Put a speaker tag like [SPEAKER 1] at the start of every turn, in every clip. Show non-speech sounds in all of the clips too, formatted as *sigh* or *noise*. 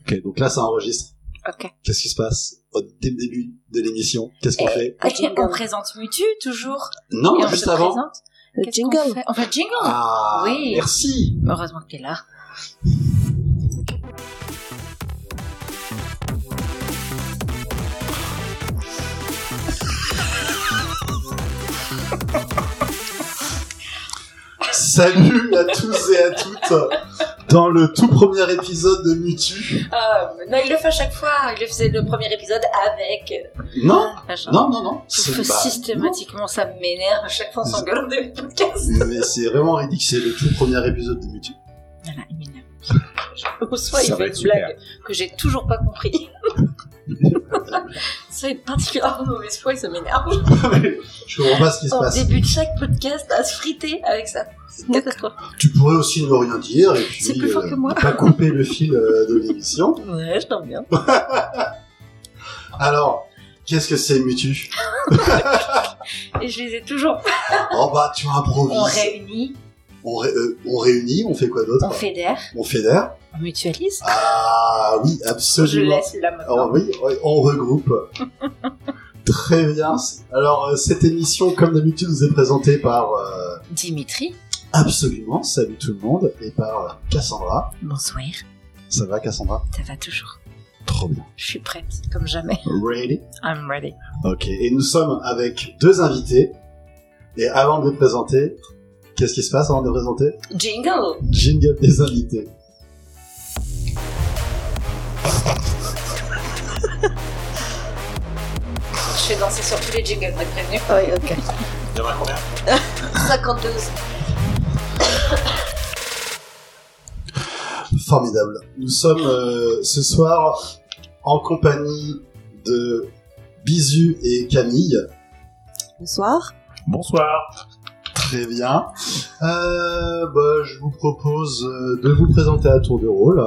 [SPEAKER 1] Ok, donc là, ça enregistre.
[SPEAKER 2] Ok.
[SPEAKER 1] Qu'est-ce qui se passe au- dès le début de l'émission Qu'est-ce qu'on
[SPEAKER 3] Eh,
[SPEAKER 1] fait
[SPEAKER 3] Ah,
[SPEAKER 2] Ok,
[SPEAKER 3] jingle.
[SPEAKER 2] on présente Mutu toujours.
[SPEAKER 1] Non,
[SPEAKER 2] et on
[SPEAKER 1] juste
[SPEAKER 2] se
[SPEAKER 1] avant.
[SPEAKER 2] présente.
[SPEAKER 3] Le
[SPEAKER 2] Qu'est-ce qu'on
[SPEAKER 3] jingle.
[SPEAKER 2] fait On fait jingle.
[SPEAKER 1] Ah,
[SPEAKER 2] Oui.
[SPEAKER 1] merci.
[SPEAKER 2] Heureusement que t'es là.
[SPEAKER 1] Salut à tous et à toutes dans le tout premier épisode de Mutu.
[SPEAKER 2] Ah, non, il le fait à chaque fois. Il le faisait le premier épisode avec. euh,
[SPEAKER 1] Non,
[SPEAKER 2] machin.
[SPEAKER 1] non, non, non.
[SPEAKER 2] Il
[SPEAKER 1] C'est
[SPEAKER 2] faut
[SPEAKER 1] bah,
[SPEAKER 2] systématiquement, ça m'énerve à chaque fois on s'engueule de podcast.
[SPEAKER 1] non. Mais c'est vraiment ridicule. C'est le tout premier épisode de Mutu.
[SPEAKER 2] Voilà, il m'énerve. Ou soit
[SPEAKER 4] Ça
[SPEAKER 2] il
[SPEAKER 4] va
[SPEAKER 2] fait
[SPEAKER 4] être
[SPEAKER 2] une
[SPEAKER 4] super.
[SPEAKER 2] blague que j'ai toujours pas
[SPEAKER 1] *laughs*
[SPEAKER 2] compris. ça va être particulièrement mauvaise foi et ça m'énerve.
[SPEAKER 1] Je comprends pas ce qui se
[SPEAKER 2] Au
[SPEAKER 1] passe.
[SPEAKER 2] début de chaque podcast, à se friter avec ça. C'est une catastrophe.
[SPEAKER 1] Tu pourrais aussi ne rien dire et puis
[SPEAKER 2] C'est plus fort
[SPEAKER 1] euh,
[SPEAKER 2] que moi.
[SPEAKER 1] pas couper le fil euh, de l'émission.
[SPEAKER 2] Ouais, je t'aime bien.
[SPEAKER 1] Alors, qu'est-ce que c'est
[SPEAKER 2] *laughs*
[SPEAKER 1] Mutu
[SPEAKER 2] Et je les ai toujours.
[SPEAKER 1] Oh bah tu improvises.
[SPEAKER 2] On réunit,
[SPEAKER 1] On ré- euh, on réunit, on fait quoi d'autre
[SPEAKER 2] on fédère,
[SPEAKER 1] On fédère.
[SPEAKER 2] on mutualise.
[SPEAKER 1] Ah oui,
[SPEAKER 2] Je
[SPEAKER 1] absolument.
[SPEAKER 2] laisse là maintenant.
[SPEAKER 1] Alors oui, oui, on
[SPEAKER 2] *laughs*
[SPEAKER 1] regroupe. Très bien. Alors euh, cette émission, comme d'habitude, nous est présentée par euh,
[SPEAKER 2] Dimitri,
[SPEAKER 1] absolument, salut tout le monde, et par euh, Cassandra.
[SPEAKER 2] bonsoir.
[SPEAKER 1] Ça va Cassandra
[SPEAKER 2] Ça va toujours.
[SPEAKER 1] Trop bien.
[SPEAKER 2] Je suis prête, comme jamais.
[SPEAKER 1] Ready
[SPEAKER 2] I'm ready.
[SPEAKER 1] Ok. Et nous sommes avec deux invités. Et avant de les présenter, qu'est-ce qui se passe avant de les présenter
[SPEAKER 2] Jingle
[SPEAKER 1] Jingle des invités.
[SPEAKER 2] Je vais danser sur tous les jingles, t'as prévenu Oui, ok.
[SPEAKER 4] Il y en a combien
[SPEAKER 2] 52.
[SPEAKER 1] Formidable. Nous sommes euh, ce soir en compagnie de Bisu et Camille.
[SPEAKER 3] Bonsoir.
[SPEAKER 4] Bonsoir.
[SPEAKER 1] Très bien. Euh, bah, je vous propose euh, de vous présenter à tour de rôle.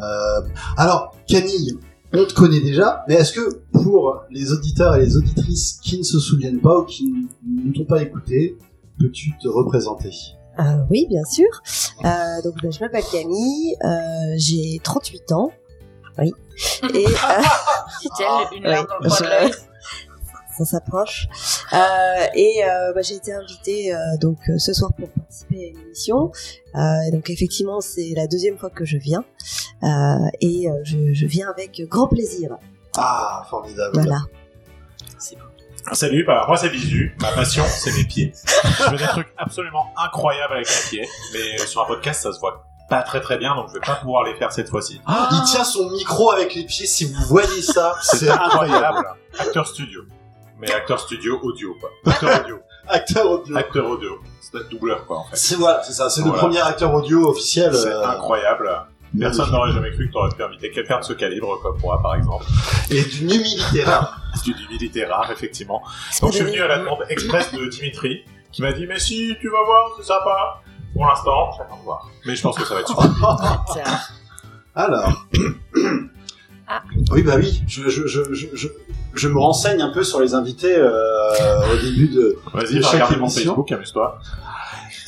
[SPEAKER 1] Euh, alors, Camille, on te connaît déjà, mais est-ce que pour les auditeurs et les auditrices qui ne se souviennent pas ou qui ne t'ont pas écouté, peux-tu te représenter
[SPEAKER 3] Euh, oui, bien sûr. Euh, donc, ben, je m'appelle Camille, euh, j'ai 38 ans. Oui.
[SPEAKER 2] *laughs*
[SPEAKER 3] Et euh,
[SPEAKER 1] Ah,
[SPEAKER 2] J'ai une larme
[SPEAKER 3] oui.
[SPEAKER 2] dans le coin de l'œil.
[SPEAKER 3] ça s'approche. Euh, et euh, ben, j'ai été invitée euh, donc euh, ce soir pour participer à une émission. Euh, donc, effectivement, c'est la deuxième fois que je viens. Euh, et euh, je, je viens avec grand plaisir.
[SPEAKER 1] Ah, formidable.
[SPEAKER 3] Voilà.
[SPEAKER 4] Salut, bah, moi c'est Bisu. Ma passion, c'est
[SPEAKER 1] *laughs*
[SPEAKER 4] mes pieds. Je fais des trucs absolument incroyables avec mes pieds. Mais euh, sur un podcast, ça se voit pas très très bien, donc je vais pas pouvoir les faire cette fois-ci.
[SPEAKER 1] Ah, il tient son micro avec les pieds, si vous voyez ça, c'est incroyable.
[SPEAKER 4] Incroyable. Acteur studio. Mais acteur studio audio, quoi. Acteur audio.
[SPEAKER 1] *laughs* Acteur audio.
[SPEAKER 4] Acteur audio. C'est un doubleur, quoi, en fait.
[SPEAKER 1] C'est voilà, c'est ça, c'est le
[SPEAKER 4] Voilà.
[SPEAKER 1] premier acteur audio officiel.
[SPEAKER 4] C'est
[SPEAKER 1] euh,
[SPEAKER 4] incroyable. Personne
[SPEAKER 1] magnifique.
[SPEAKER 4] n'aurait jamais cru que t'aurais pu inviter quelqu'un de ce calibre, comme moi, par exemple.
[SPEAKER 1] Et d'une humilité rare.
[SPEAKER 4] C'est une humilité rare, effectivement.
[SPEAKER 3] C'est
[SPEAKER 4] Donc je
[SPEAKER 3] pas
[SPEAKER 4] suis
[SPEAKER 3] donné.
[SPEAKER 4] venu à la demande express de Dimitri, qui m'a dit mais si tu vas voir, c'est sympa. Pour l'instant, j'attends de voir. Mais je pense que ça va être super.
[SPEAKER 1] Alors.
[SPEAKER 2] Ah.
[SPEAKER 1] Oui, bah oui, je, je, je, je, je- je me renseigne un peu sur les invités euh, au début de.
[SPEAKER 4] Vas-y,
[SPEAKER 1] Chaque
[SPEAKER 4] va regarder mon
[SPEAKER 1] émission.
[SPEAKER 4] Facebook, amuse-toi.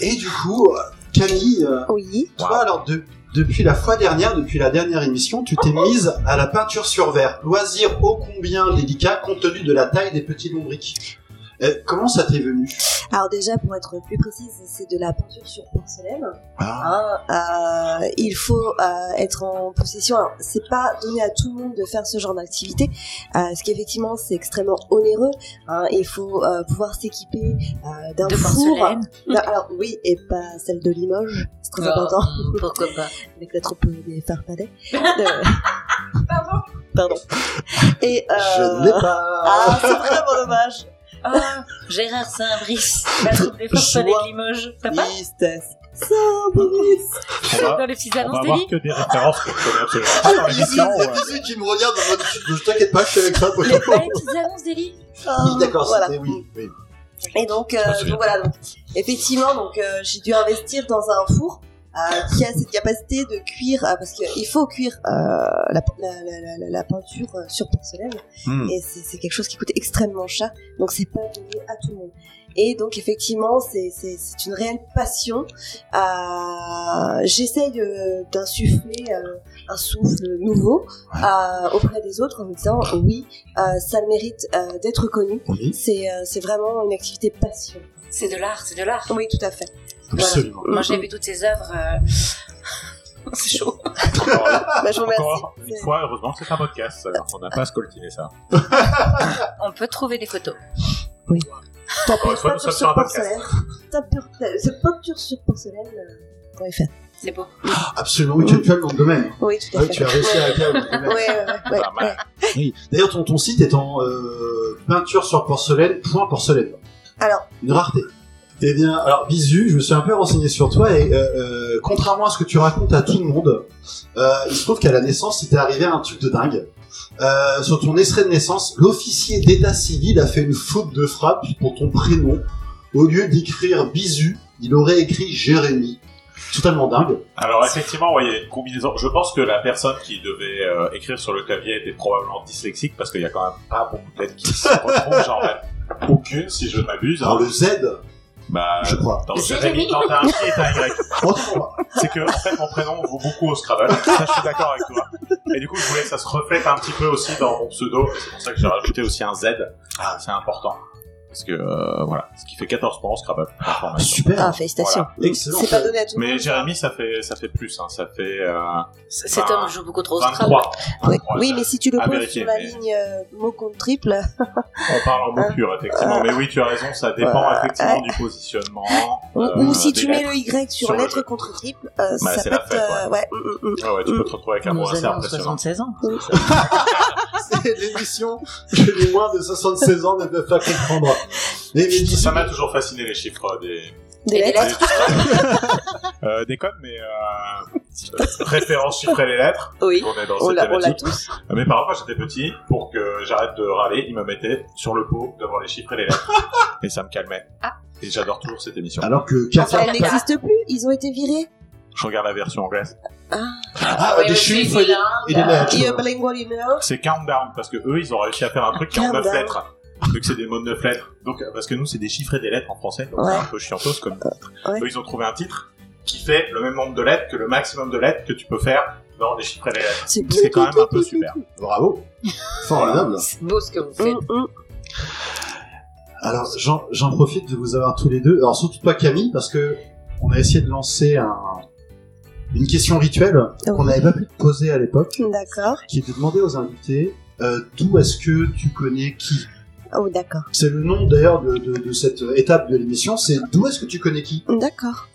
[SPEAKER 1] Et du coup, Camille, euh,
[SPEAKER 3] Oui.
[SPEAKER 1] toi, alors, de- depuis la fois dernière, depuis la dernière émission, tu t'es mise à la peinture sur verre. Loisir ô combien délicat compte tenu de la taille des petits lombrics. Euh, comment ça t'est venu
[SPEAKER 3] Alors déjà, pour être plus précise, c'est de la peinture sur porcelaine.
[SPEAKER 1] Ah.
[SPEAKER 3] Hein, euh, il faut euh, être en possession. Alors, c'est pas donné à tout le monde de faire ce genre d'activité, euh, ce qui effectivement c'est extrêmement onéreux. hein. il faut euh, pouvoir s'équiper euh, d'un
[SPEAKER 2] De
[SPEAKER 3] four.
[SPEAKER 2] porcelaine.
[SPEAKER 3] Non, alors oui, et pas celle de Limoges, c'est très important
[SPEAKER 5] hmm,
[SPEAKER 2] Oh, Pourquoi pas
[SPEAKER 3] avec la troupe des farfadets. De-
[SPEAKER 2] Pardon
[SPEAKER 3] Pardon. Et euh...
[SPEAKER 1] Je ne l'ai pas.
[SPEAKER 3] ah, c'est vraiment dommage.
[SPEAKER 5] Euh,
[SPEAKER 2] Ah, *laughs* Gérard Saint-Brice, Bah, la troupe des forçonnés
[SPEAKER 1] Joie.
[SPEAKER 2] de Limoges. T'as pas
[SPEAKER 3] Tristesse. Saint-Brice.
[SPEAKER 4] On va,
[SPEAKER 2] Dans les petites
[SPEAKER 4] on va
[SPEAKER 2] annonces
[SPEAKER 4] avoir
[SPEAKER 2] d'Eli
[SPEAKER 4] que des références que je connais absolument
[SPEAKER 1] Ah,
[SPEAKER 4] pas dans
[SPEAKER 1] il y a
[SPEAKER 4] l'émission.
[SPEAKER 1] des
[SPEAKER 4] ouais.
[SPEAKER 1] abusés qui me regardent en mode je je t'inquiète pas, je suis avec toi.
[SPEAKER 2] Les pas les petites annonces d'Eli
[SPEAKER 1] Oui, d'accord,
[SPEAKER 3] Voilà.
[SPEAKER 1] c'était oui. oui.
[SPEAKER 3] Et donc, euh,
[SPEAKER 4] Je me souviens.
[SPEAKER 3] donc voilà, donc, effectivement, donc euh, j'ai dû investir dans un four euh, qui a cette capacité de cuire, euh, parce qu'il faut cuire euh, la, la, la- la- la peinture euh, sur porcelaine,
[SPEAKER 4] Hmm.
[SPEAKER 3] et c'est c'est quelque chose qui coûte extrêmement cher, donc c'est pas donné à tout le monde. Et donc effectivement, c'est- c'est c'est une réelle passion. Euh, J'essaye euh, d'insuffler euh, un souffle nouveau euh, auprès des autres en me disant oui, euh, ça mérite euh, d'être connu.
[SPEAKER 1] Oui,
[SPEAKER 3] C'est euh, c'est vraiment une activité passion.
[SPEAKER 5] C'est de l'art, c'est de l'art.
[SPEAKER 3] Oui, tout à fait.
[SPEAKER 1] absolument.
[SPEAKER 5] Moi, j'ai vu toutes ces œuvres. euh,
[SPEAKER 1] *laughs*
[SPEAKER 5] c'est chaud.
[SPEAKER 4] Alors là,
[SPEAKER 3] Bah, je vous remercie.
[SPEAKER 4] euh, Encore une
[SPEAKER 3] C'est-
[SPEAKER 4] fois, heureusement que c'est un podcast, alors on n'a pas scoltiné ça.
[SPEAKER 5] On peut trouver des photos.
[SPEAKER 4] Encore une fois,
[SPEAKER 3] Peinture
[SPEAKER 4] nous sommes
[SPEAKER 3] sur
[SPEAKER 4] sur un podcast.
[SPEAKER 3] porcelaine. Peinture- C'est peinture sur porcelaine. euh, point fr.
[SPEAKER 5] C'est beau.
[SPEAKER 1] Absolument, oui, tu, tu as le nom de domaine.
[SPEAKER 3] Oui, tout
[SPEAKER 1] Ah
[SPEAKER 3] à
[SPEAKER 1] oui,
[SPEAKER 3] fait.
[SPEAKER 1] tu as réussi à acquérir le nom de domaine.
[SPEAKER 3] Ouais, ouais, ouais,
[SPEAKER 4] *laughs* Pas mal.
[SPEAKER 3] ouais.
[SPEAKER 1] Oui. D'ailleurs, ton, ton site est en euh, peinture sur porcelaine, point porcelaine.
[SPEAKER 3] Alors.
[SPEAKER 1] Une rareté. Eh bien, alors, Bisu, je me suis un peu renseigné sur toi et euh, euh, contrairement à ce que tu racontes à tout le monde, euh, il se trouve qu'à la naissance, il t'est arrivé un truc de dingue. Euh, sur ton extrait de naissance, l'officier d'état civil a fait une faute de frappe pour ton prénom. Au lieu d'écrire Bisu, il aurait écrit Jérémy. Totalement dingue.
[SPEAKER 4] Alors effectivement, ouais, il y a une combinaison. Je pense que la personne qui devait euh, écrire sur le clavier était probablement dyslexique parce qu'il y a quand même pas beaucoup de lettres qui se retrouvent, genre même aucune si je ne m'abuse.
[SPEAKER 1] Dans
[SPEAKER 4] hein.
[SPEAKER 1] le Z,
[SPEAKER 4] Bah,
[SPEAKER 1] je crois. Oh,
[SPEAKER 4] dans
[SPEAKER 5] Jérémy.
[SPEAKER 4] Jérémy, dans un J et un Y.
[SPEAKER 1] En tout cas,
[SPEAKER 4] C'est que en fait mon prénom vaut beaucoup au Scrabble. Ça, je suis d'accord avec toi. Et du coup, je voulais que ça se reflète un petit peu aussi dans mon pseudo. C'est pour ça que j'ai rajouté aussi un Z. Ah, c'est important. Parce que euh, voilà, ce qui fait 14 points au Scrabble. information.
[SPEAKER 1] super.
[SPEAKER 3] Ah, félicitations.
[SPEAKER 1] Excellent.
[SPEAKER 3] C'est pas donné à tout le
[SPEAKER 4] Mais
[SPEAKER 3] monde.
[SPEAKER 4] Jérémy, ça fait ça fait plus. Hein. Ça fait euh,
[SPEAKER 5] C- Cet
[SPEAKER 4] Bah,
[SPEAKER 5] homme joue beaucoup trop au Scrabble.
[SPEAKER 4] 23.
[SPEAKER 3] Ouais.
[SPEAKER 4] 23,
[SPEAKER 3] Oui, mais si tu le
[SPEAKER 4] À
[SPEAKER 3] poses
[SPEAKER 4] vérifier,
[SPEAKER 3] sur la
[SPEAKER 4] mais-
[SPEAKER 3] ligne euh, mot contre triple,
[SPEAKER 4] On parle en mots purs,
[SPEAKER 3] Ah.
[SPEAKER 4] effectivement. Mais oui, tu as raison, ça dépend effectivement du positionnement.
[SPEAKER 3] ou,
[SPEAKER 4] euh,
[SPEAKER 3] ou si
[SPEAKER 4] des
[SPEAKER 3] tu mets
[SPEAKER 4] lettres.
[SPEAKER 3] le Y sur,
[SPEAKER 4] Sur le
[SPEAKER 3] lettre
[SPEAKER 4] jeu.
[SPEAKER 3] contre triple, euh,
[SPEAKER 4] Bah,
[SPEAKER 3] ça
[SPEAKER 4] c'est
[SPEAKER 3] peut
[SPEAKER 4] la
[SPEAKER 3] être.
[SPEAKER 4] fête,
[SPEAKER 3] euh, ouais, mm, mm, mm.
[SPEAKER 4] Ouais, ouais, tu peux te retrouver avec un mot assez impressionnant.
[SPEAKER 2] 76 ans.
[SPEAKER 1] C'est l'émission que les moins de 76 ans ne peuvent pas comprendre. Les
[SPEAKER 4] Ça
[SPEAKER 1] émissions.
[SPEAKER 4] m'a toujours fasciné les chiffres euh, des,
[SPEAKER 3] Des
[SPEAKER 5] Et des
[SPEAKER 3] lettres.
[SPEAKER 5] lettres.
[SPEAKER 3] *laughs*
[SPEAKER 4] Euh, des codes, mais euh, euh, référence chiffrée les lettres.
[SPEAKER 3] Oui.
[SPEAKER 4] On est dans
[SPEAKER 3] On
[SPEAKER 4] cette
[SPEAKER 3] l'a on l'a
[SPEAKER 4] thématique.
[SPEAKER 3] tous.
[SPEAKER 4] Euh, Mes parents, quand j'étais petit, pour que j'arrête de râler, ils me mettaient sur le pot devant les chiffres et
[SPEAKER 3] *laughs*
[SPEAKER 4] les lettres. et ça me calmait.
[SPEAKER 5] Ah.
[SPEAKER 4] Et j'adore toujours cette émission.
[SPEAKER 1] Alors que Carter.
[SPEAKER 3] *laughs* Elle n'existe plus, ils ont été virés.
[SPEAKER 4] Je regarde la version anglaise.
[SPEAKER 1] Ah,
[SPEAKER 5] Ouais,
[SPEAKER 1] des
[SPEAKER 5] ouais,
[SPEAKER 1] chiffres
[SPEAKER 5] c'est
[SPEAKER 1] et des-
[SPEAKER 5] bilingue.
[SPEAKER 1] et des lettres.
[SPEAKER 3] Et euh, bilingual, you know.
[SPEAKER 4] C'est Countdown, parce que eux, ils ont réussi à faire un truc qui est en neuf
[SPEAKER 3] Countdown.
[SPEAKER 4] lettres. Vu que c'est des mots de neuf lettres. Donc, euh, parce que nous, c'est des chiffres et des lettres en français, donc
[SPEAKER 3] Ouais.
[SPEAKER 4] c'est un peu chiantos comme titre.
[SPEAKER 3] ouais.
[SPEAKER 4] Eux, ils ont trouvé un titre qui fait le même nombre de lettres que le maximum de lettres que tu peux faire dans les chiffres et les lettres.
[SPEAKER 3] C'est
[SPEAKER 4] C'est quand même un peu super.
[SPEAKER 5] euh,
[SPEAKER 1] Bravo. Formidable.
[SPEAKER 5] C'est beau ce que vous
[SPEAKER 3] Mm,
[SPEAKER 5] faites.
[SPEAKER 3] mm.
[SPEAKER 1] Alors, j'en j'en profite de vous avoir tous les deux. Alors, surtout pas Camille, parce que on a essayé de lancer un, une question rituelle
[SPEAKER 5] Oh
[SPEAKER 1] qu'on n'avait pas pu te poser à l'époque,
[SPEAKER 3] D'accord.
[SPEAKER 1] qui est de demander aux invités euh, d'où est-ce que tu connais qui.
[SPEAKER 3] Oh, d'accord.
[SPEAKER 1] C'est le nom d'ailleurs de, de- de cette étape de l'émission, c'est d'où est-ce que tu connais qui
[SPEAKER 3] D'accord.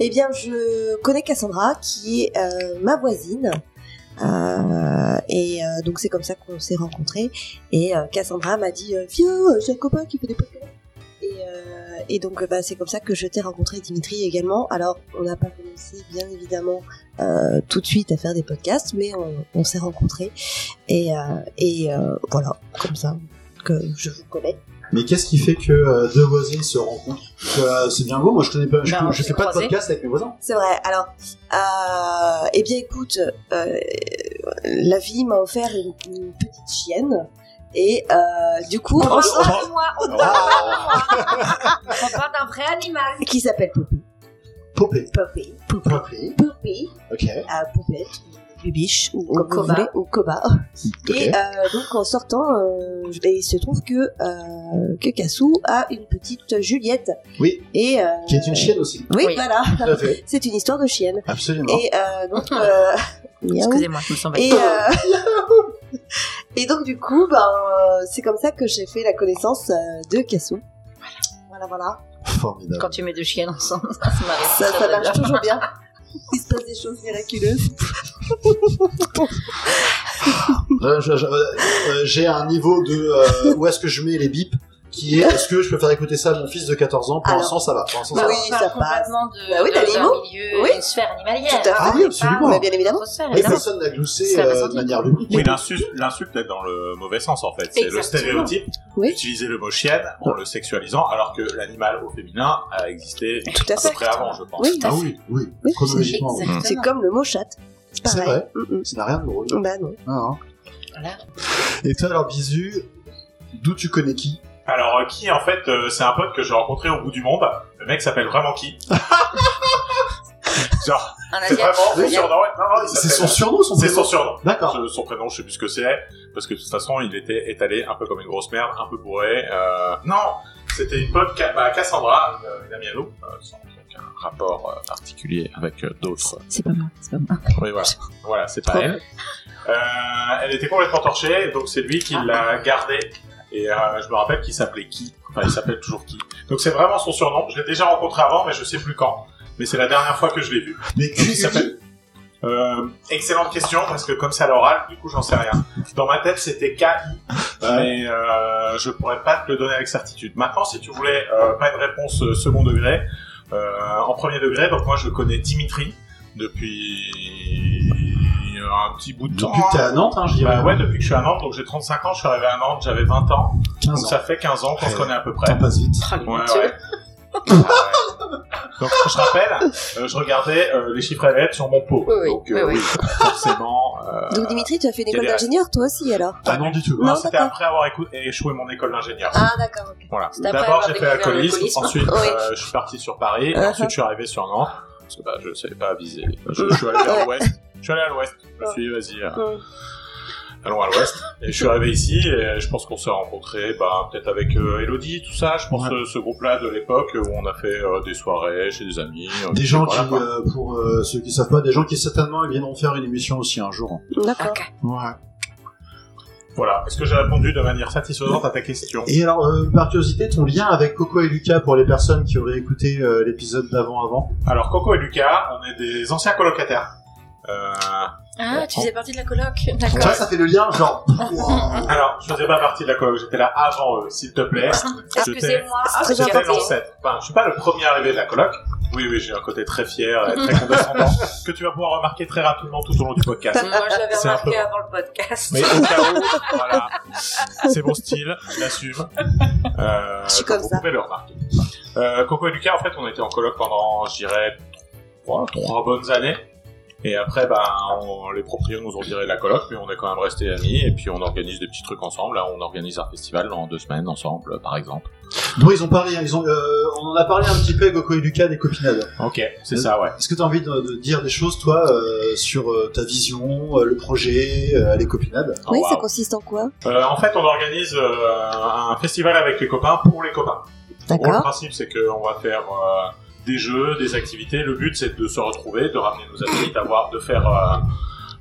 [SPEAKER 3] Eh bien, je connais Cassandra, qui est euh, ma voisine. Euh, et euh, donc c'est comme ça qu'on s'est rencontrés. Et euh, Cassandra m'a dit euh, viens, euh, j'ai un copain qui fait des podcasts. Et, euh, et donc euh, bah, c'est comme ça que je t'ai rencontré Dimitri également. Alors on n'a pas commencé bien évidemment euh, tout de suite à faire des podcasts, mais on, on s'est rencontrés. Et, euh, et euh, voilà, comme ça que je vous connais.
[SPEAKER 1] Mais qu'est-ce qui fait que euh, deux voisines se rencontrent Euh, C'est bien beau, moi je connais pas, je,
[SPEAKER 5] Ben, on
[SPEAKER 1] je fais
[SPEAKER 5] s'est
[SPEAKER 1] pas de
[SPEAKER 5] croisés.
[SPEAKER 1] podcast avec mes voisins.
[SPEAKER 3] C'est vrai. Alors, euh, eh bien, écoute, euh, la vie m'a offert une, une petite chienne. Et euh, du coup,
[SPEAKER 5] On
[SPEAKER 1] Oh,
[SPEAKER 5] parle
[SPEAKER 3] on-
[SPEAKER 5] pas de moi, on parle
[SPEAKER 3] Ah.
[SPEAKER 5] pas de moi. On parle d'un vrai
[SPEAKER 1] oh,
[SPEAKER 5] animal.
[SPEAKER 3] qui s'appelle Poupée.
[SPEAKER 1] Popé.
[SPEAKER 3] Poupée. Poupée.
[SPEAKER 1] Popé.
[SPEAKER 3] Poupée.
[SPEAKER 1] Ok.
[SPEAKER 3] à Poupette, euh, ou Bubiche, ou, comme vous
[SPEAKER 5] Coba.
[SPEAKER 3] voulez, ou Coba. Et euh, donc en sortant, euh, ben, il se trouve que, euh, que Cassou a une petite Juliette.
[SPEAKER 1] Oui.
[SPEAKER 3] Et, euh,
[SPEAKER 1] Qui est une chienne aussi.
[SPEAKER 3] Oui,
[SPEAKER 5] Oui.
[SPEAKER 3] voilà.
[SPEAKER 1] Tout à fait.
[SPEAKER 3] C'est une histoire de chienne.
[SPEAKER 1] Absolument.
[SPEAKER 3] Et euh, donc... Euh, miaou.
[SPEAKER 2] Excusez-moi, je me sens *laughs* bête.
[SPEAKER 3] Et, euh, *laughs* et donc du coup, ben, euh, c'est comme ça que j'ai fait la connaissance euh, de Cassou. Voilà, voilà.
[SPEAKER 1] Formidable.
[SPEAKER 5] Quand tu mets deux chiennes ensemble, Euh, ça se Bah marre.
[SPEAKER 3] Ça, ça marche toujours bien. *laughs* Il se passe des choses miraculeuses.
[SPEAKER 1] Euh, je- je- euh, euh, J'ai un niveau de euh, où est-ce que je mets les bips qui est est-ce que je peux faire écouter ça à mon fils de 14 ans Pour
[SPEAKER 3] Alors,
[SPEAKER 1] l'instant, ça va. Pour l'instant,
[SPEAKER 3] bah
[SPEAKER 1] ça
[SPEAKER 3] oui,
[SPEAKER 1] va.
[SPEAKER 5] parle
[SPEAKER 3] ça
[SPEAKER 5] complètement de,
[SPEAKER 3] Bah oui,
[SPEAKER 5] de-
[SPEAKER 3] d'animaux.
[SPEAKER 5] d'un milieu,
[SPEAKER 3] Oui.
[SPEAKER 5] d'une sphère animalière.
[SPEAKER 3] Tout à
[SPEAKER 1] Ah
[SPEAKER 3] fait.
[SPEAKER 1] oui, absolument.
[SPEAKER 3] Bah, bien évidemment.
[SPEAKER 5] Atmosphère,
[SPEAKER 1] Mais
[SPEAKER 5] évidemment.
[SPEAKER 1] personne n'a gloussé
[SPEAKER 5] Ça a pas
[SPEAKER 1] euh, de
[SPEAKER 5] sorti.
[SPEAKER 1] manière lubrique.
[SPEAKER 4] Oui, l'insulte, l'insulte est dans le mauvais sens en fait. C'est le
[SPEAKER 5] Exactement.
[SPEAKER 4] stéréotype
[SPEAKER 3] Oui.
[SPEAKER 4] d'utiliser le mot chienne en le sexualisant, alors que l'animal au féminin a existé
[SPEAKER 3] Tout à
[SPEAKER 4] à peu
[SPEAKER 3] fait.
[SPEAKER 4] près avant, je pense.
[SPEAKER 3] Oui.
[SPEAKER 1] Ah oui, oui,
[SPEAKER 3] Oui,
[SPEAKER 1] chronologiquement. oui.
[SPEAKER 3] C'est
[SPEAKER 5] Exactement.
[SPEAKER 3] comme le mot chat. C'est
[SPEAKER 1] C'est
[SPEAKER 3] pareil.
[SPEAKER 1] vrai,
[SPEAKER 3] Mm, mm.
[SPEAKER 1] ça n'a rien de drôle.
[SPEAKER 3] Bah non.
[SPEAKER 1] Ah, hein.
[SPEAKER 5] Voilà.
[SPEAKER 1] Et toi, alors, Bisu, d'où tu connais qui
[SPEAKER 4] Alors euh, qui en fait euh, c'est un pote que j'ai rencontré au bout du monde. Le mec s'appelle vraiment qui Genre
[SPEAKER 5] Un
[SPEAKER 4] c'est
[SPEAKER 5] Asiatique.
[SPEAKER 4] vraiment son surnom. ouais. Non, non, Ah, il
[SPEAKER 1] C'est son
[SPEAKER 4] s'appelle-
[SPEAKER 1] surnom, son
[SPEAKER 4] c'est
[SPEAKER 1] prénom
[SPEAKER 4] son surnom.
[SPEAKER 1] D'accord.
[SPEAKER 4] Ce- Son prénom, je sais plus ce que c'est, parce que de toute façon, il était étalé un peu comme une grosse merde, un peu bourré. euh, Non, c'était une pote, Ca- bah, Cassandra, une, une amie à nous, euh, sans aucun rapport euh, particulier avec euh, d'autres.
[SPEAKER 2] C'est pas moi, c'est pas moi.
[SPEAKER 4] Oui, voilà, voilà c'est pas elle. Euh, elle était complètement torchée, donc c'est lui qui l'a gardée. Et euh, je me rappelle qu'il s'appelait qui. Enfin, il s'appelle toujours qui. Donc c'est vraiment son surnom. Je l'ai déjà rencontré avant, mais je sais plus quand. Mais c'est la dernière fois que je l'ai vu.
[SPEAKER 1] Mais
[SPEAKER 4] Donc, il
[SPEAKER 1] qui
[SPEAKER 4] s'appelle. Euh, excellente question parce que comme c'est à l'oral, du coup j'en sais rien. Dans ma tête c'était K, mais euh, je pourrais pas te le donner avec certitude. Maintenant, si tu voulais euh, pas une réponse euh, second degré, euh, en premier degré, donc moi je connais Dimitri depuis un petit bout de temps.
[SPEAKER 1] Depuis que t'es à Nantes, hein, je dirais.
[SPEAKER 4] Bah ouais, depuis que je suis à Nantes, donc j'ai 35 ans, je suis arrivé à Nantes, j'avais 20 ans,
[SPEAKER 1] 15
[SPEAKER 4] donc
[SPEAKER 1] ans.
[SPEAKER 4] ça fait 15 ans qu'on se
[SPEAKER 1] Ouais.
[SPEAKER 4] connaît à peu près.
[SPEAKER 1] Ça passe vite.
[SPEAKER 5] Oh,
[SPEAKER 4] Ouais, ouais. Ah ouais. Donc je rappelle, euh, je regardais euh, les chiffres à lettres sur mon pot.
[SPEAKER 5] Oui, oui,
[SPEAKER 4] Donc euh,
[SPEAKER 5] oui, oui.
[SPEAKER 4] forcément. euh,
[SPEAKER 3] Donc Dimitri, tu as fait une
[SPEAKER 4] y a
[SPEAKER 3] école
[SPEAKER 4] des restes.
[SPEAKER 3] d'ingénieur toi aussi alors
[SPEAKER 1] Ah non, du tout.
[SPEAKER 4] non,
[SPEAKER 3] Non,
[SPEAKER 4] c'était
[SPEAKER 3] d'accord.
[SPEAKER 4] après avoir écou- échoué mon école d'ingénieur.
[SPEAKER 5] Ah, d'accord. ok.
[SPEAKER 4] Voilà.
[SPEAKER 5] C'est après
[SPEAKER 4] D'abord
[SPEAKER 5] avoir
[SPEAKER 4] j'ai fait
[SPEAKER 5] découvert
[SPEAKER 4] alcoolisme,
[SPEAKER 5] l'alcoolisme.
[SPEAKER 4] ensuite
[SPEAKER 5] Oui.
[SPEAKER 4] euh, je suis parti sur Paris, et
[SPEAKER 3] Uh-huh.
[SPEAKER 4] ensuite je suis arrivé sur Nantes parce que bah je savais pas viser. Je, je suis allé vers
[SPEAKER 3] Ouais.
[SPEAKER 4] l'ouest. Je suis allé à l'ouest. Je me suis dit vas-y. euh,
[SPEAKER 3] Ouais.
[SPEAKER 4] Allons à l'ouest. Et je suis arrivé ici et je pense qu'on s'est rencontrés bah, peut-être avec euh, Elodie, tout ça. Je pense
[SPEAKER 1] Ouais.
[SPEAKER 4] euh, ce groupe-là de l'époque où on a fait euh, des soirées chez des amis. euh,
[SPEAKER 1] Des gens qui,
[SPEAKER 4] voilà, quoi.
[SPEAKER 1] euh, pour euh, ceux qui savent pas, des gens qui certainement viendront faire une émission aussi un jour.
[SPEAKER 3] D'accord.
[SPEAKER 5] Ok.
[SPEAKER 1] Ouais.
[SPEAKER 4] Voilà. Est-ce que j'ai répondu de manière satisfaisante à ta question
[SPEAKER 1] Et alors, euh, par curiosité, ton lien avec Coco et Lucas pour les personnes qui auraient écouté euh, l'épisode d'avant avant
[SPEAKER 4] Alors Coco et Lucas, on est des anciens colocataires. Euh,
[SPEAKER 5] Ah, tu faisais partie de la coloc.
[SPEAKER 1] Tu
[SPEAKER 5] D'accord.
[SPEAKER 1] vois, ça fait le lien, genre. *laughs* Wow.
[SPEAKER 4] Alors, je faisais pas partie de la coloc, j'étais là avant eux, s'il te plaît.
[SPEAKER 5] Excusez-moi. Ah,
[SPEAKER 3] très
[SPEAKER 5] j'ai
[SPEAKER 4] J'étais
[SPEAKER 3] important.
[SPEAKER 5] raté.
[SPEAKER 4] l'ancêtre. Enfin, je suis pas le premier arrivé de la coloc. Oui, oui, j'ai un côté très fier et très condescendant que tu vas pouvoir remarquer très rapidement tout au long du podcast.
[SPEAKER 5] Moi, je l'avais
[SPEAKER 4] C'est un
[SPEAKER 5] remarqué
[SPEAKER 4] peu-
[SPEAKER 5] avant le podcast.
[SPEAKER 3] *laughs*
[SPEAKER 4] Mais au cas où, voilà, c'est mon style, je l'assume. Euh,
[SPEAKER 3] Je suis comme
[SPEAKER 4] vous
[SPEAKER 3] ça.
[SPEAKER 4] pouvez le remarquer. Euh, Coco et Lucas, en fait, on était en coloc pendant, je dirais, trois, trois bonnes années. Et après, ben, on- les proprios nous ont viré de la coloc, mais on est quand même restés amis. Et puis, on organise des petits trucs ensemble. Là, on organise un festival dans deux semaines ensemble, par exemple.
[SPEAKER 1] Bon, ils ont parlé, hein, ils ont, euh, on en a parlé un petit peu, Coco et Lucas, des copinades.
[SPEAKER 4] Ok, c'est
[SPEAKER 1] Euh,
[SPEAKER 4] ça, ouais.
[SPEAKER 1] Est-ce que tu as envie de, de dire des choses, toi, euh, sur euh, ta vision, euh, le projet, euh, les copinades
[SPEAKER 4] Oh,
[SPEAKER 3] oui, ça
[SPEAKER 4] waouh.
[SPEAKER 3] consiste en quoi
[SPEAKER 4] Euh, en fait, on organise euh, un festival avec les copains pour les copains. En gros, le
[SPEAKER 3] D'accord.
[SPEAKER 4] principe, c'est qu'on va faire euh, des jeux, des activités. Le but, c'est de se retrouver, de ramener nos amis, d'avoir, de faire, euh,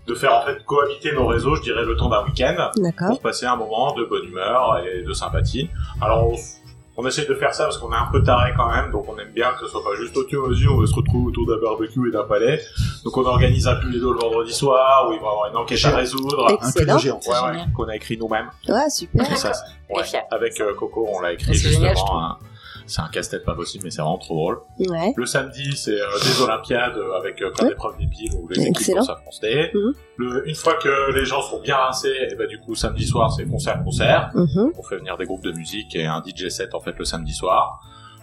[SPEAKER 4] de faire en fait cohabiter nos réseaux, je dirais, le temps d'un week-end,
[SPEAKER 3] D'accord.
[SPEAKER 4] pour passer un moment de bonne humeur et de sympathie. Alors, on, s- on essaie de faire ça parce qu'on est un peu taré quand même, donc on aime bien que ce soit pas juste au tuyau aux on se retrouve autour d'un barbecue et d'un palais. Donc, on organise un pull le vendredi soir où il va y avoir une enquête à résoudre.
[SPEAKER 1] Un peu
[SPEAKER 3] Excellent.
[SPEAKER 1] de géant.
[SPEAKER 4] Ouais, ouais, qu'on a écrit nous-mêmes.
[SPEAKER 3] Ouais, Ah, super.
[SPEAKER 4] Et ça, c'est- ouais.
[SPEAKER 5] Et fiable.
[SPEAKER 4] Avec euh, Coco, on l'a écrit
[SPEAKER 5] Ah, C'est
[SPEAKER 4] justement.
[SPEAKER 5] génial, je trouve.
[SPEAKER 4] hein. C'est un casse-tête pas possible, mais c'est vraiment trop drôle.
[SPEAKER 3] Ouais.
[SPEAKER 4] Le samedi, c'est euh, des Olympiades euh, avec euh,
[SPEAKER 3] Ouais.
[SPEAKER 4] plein
[SPEAKER 5] Mmh.
[SPEAKER 4] d'épreuves d'épiles où les équipes
[SPEAKER 3] Excellent.
[SPEAKER 4] vont s'affronter.
[SPEAKER 3] Mhm.
[SPEAKER 4] Le- Une fois que les gens sont bien rincés, et ben, du coup, samedi soir, c'est concert-concert.
[SPEAKER 5] Mmh.
[SPEAKER 3] Mhm.
[SPEAKER 4] On fait venir des groupes de musique et un DJ set en fait le samedi soir.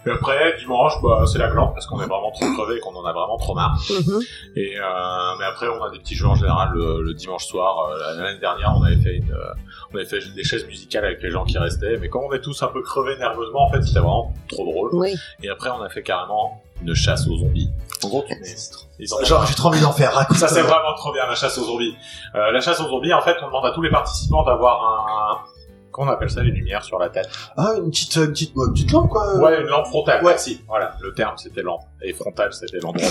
[SPEAKER 4] Et après, dimanche, bah, c'est la glande parce qu'on est vraiment trop crevé et qu'on en a vraiment trop marre.
[SPEAKER 3] Mhm.
[SPEAKER 4] Et euh, mais après, on a des petits jeux en général le, le dimanche soir. Euh, L'année dernière, on avait fait une, euh, on avait fait des chaises musicales avec les gens qui restaient. Mais quand on est tous un peu crevés nerveusement, en fait, c'était vraiment trop drôle.
[SPEAKER 3] Oui.
[SPEAKER 4] Et après, on a fait carrément une chasse aux zombies. En gros, tu mets- ils en-
[SPEAKER 1] Genre, j'ai trop envie d'en faire, raconte.
[SPEAKER 4] ça c'est vraiment trop bien la chasse aux zombies. Euh, la chasse aux zombies, en fait, on demande à tous les participants d'avoir un qu'on appelle ça les lumières sur la tête.
[SPEAKER 1] Ah, une petite, une petite, une petite lampe, quoi. euh.
[SPEAKER 4] Ouais, une lampe frontale.
[SPEAKER 1] Ouais.
[SPEAKER 4] si. Voilà, le terme c'était lampe et frontale c'était lampe. Donc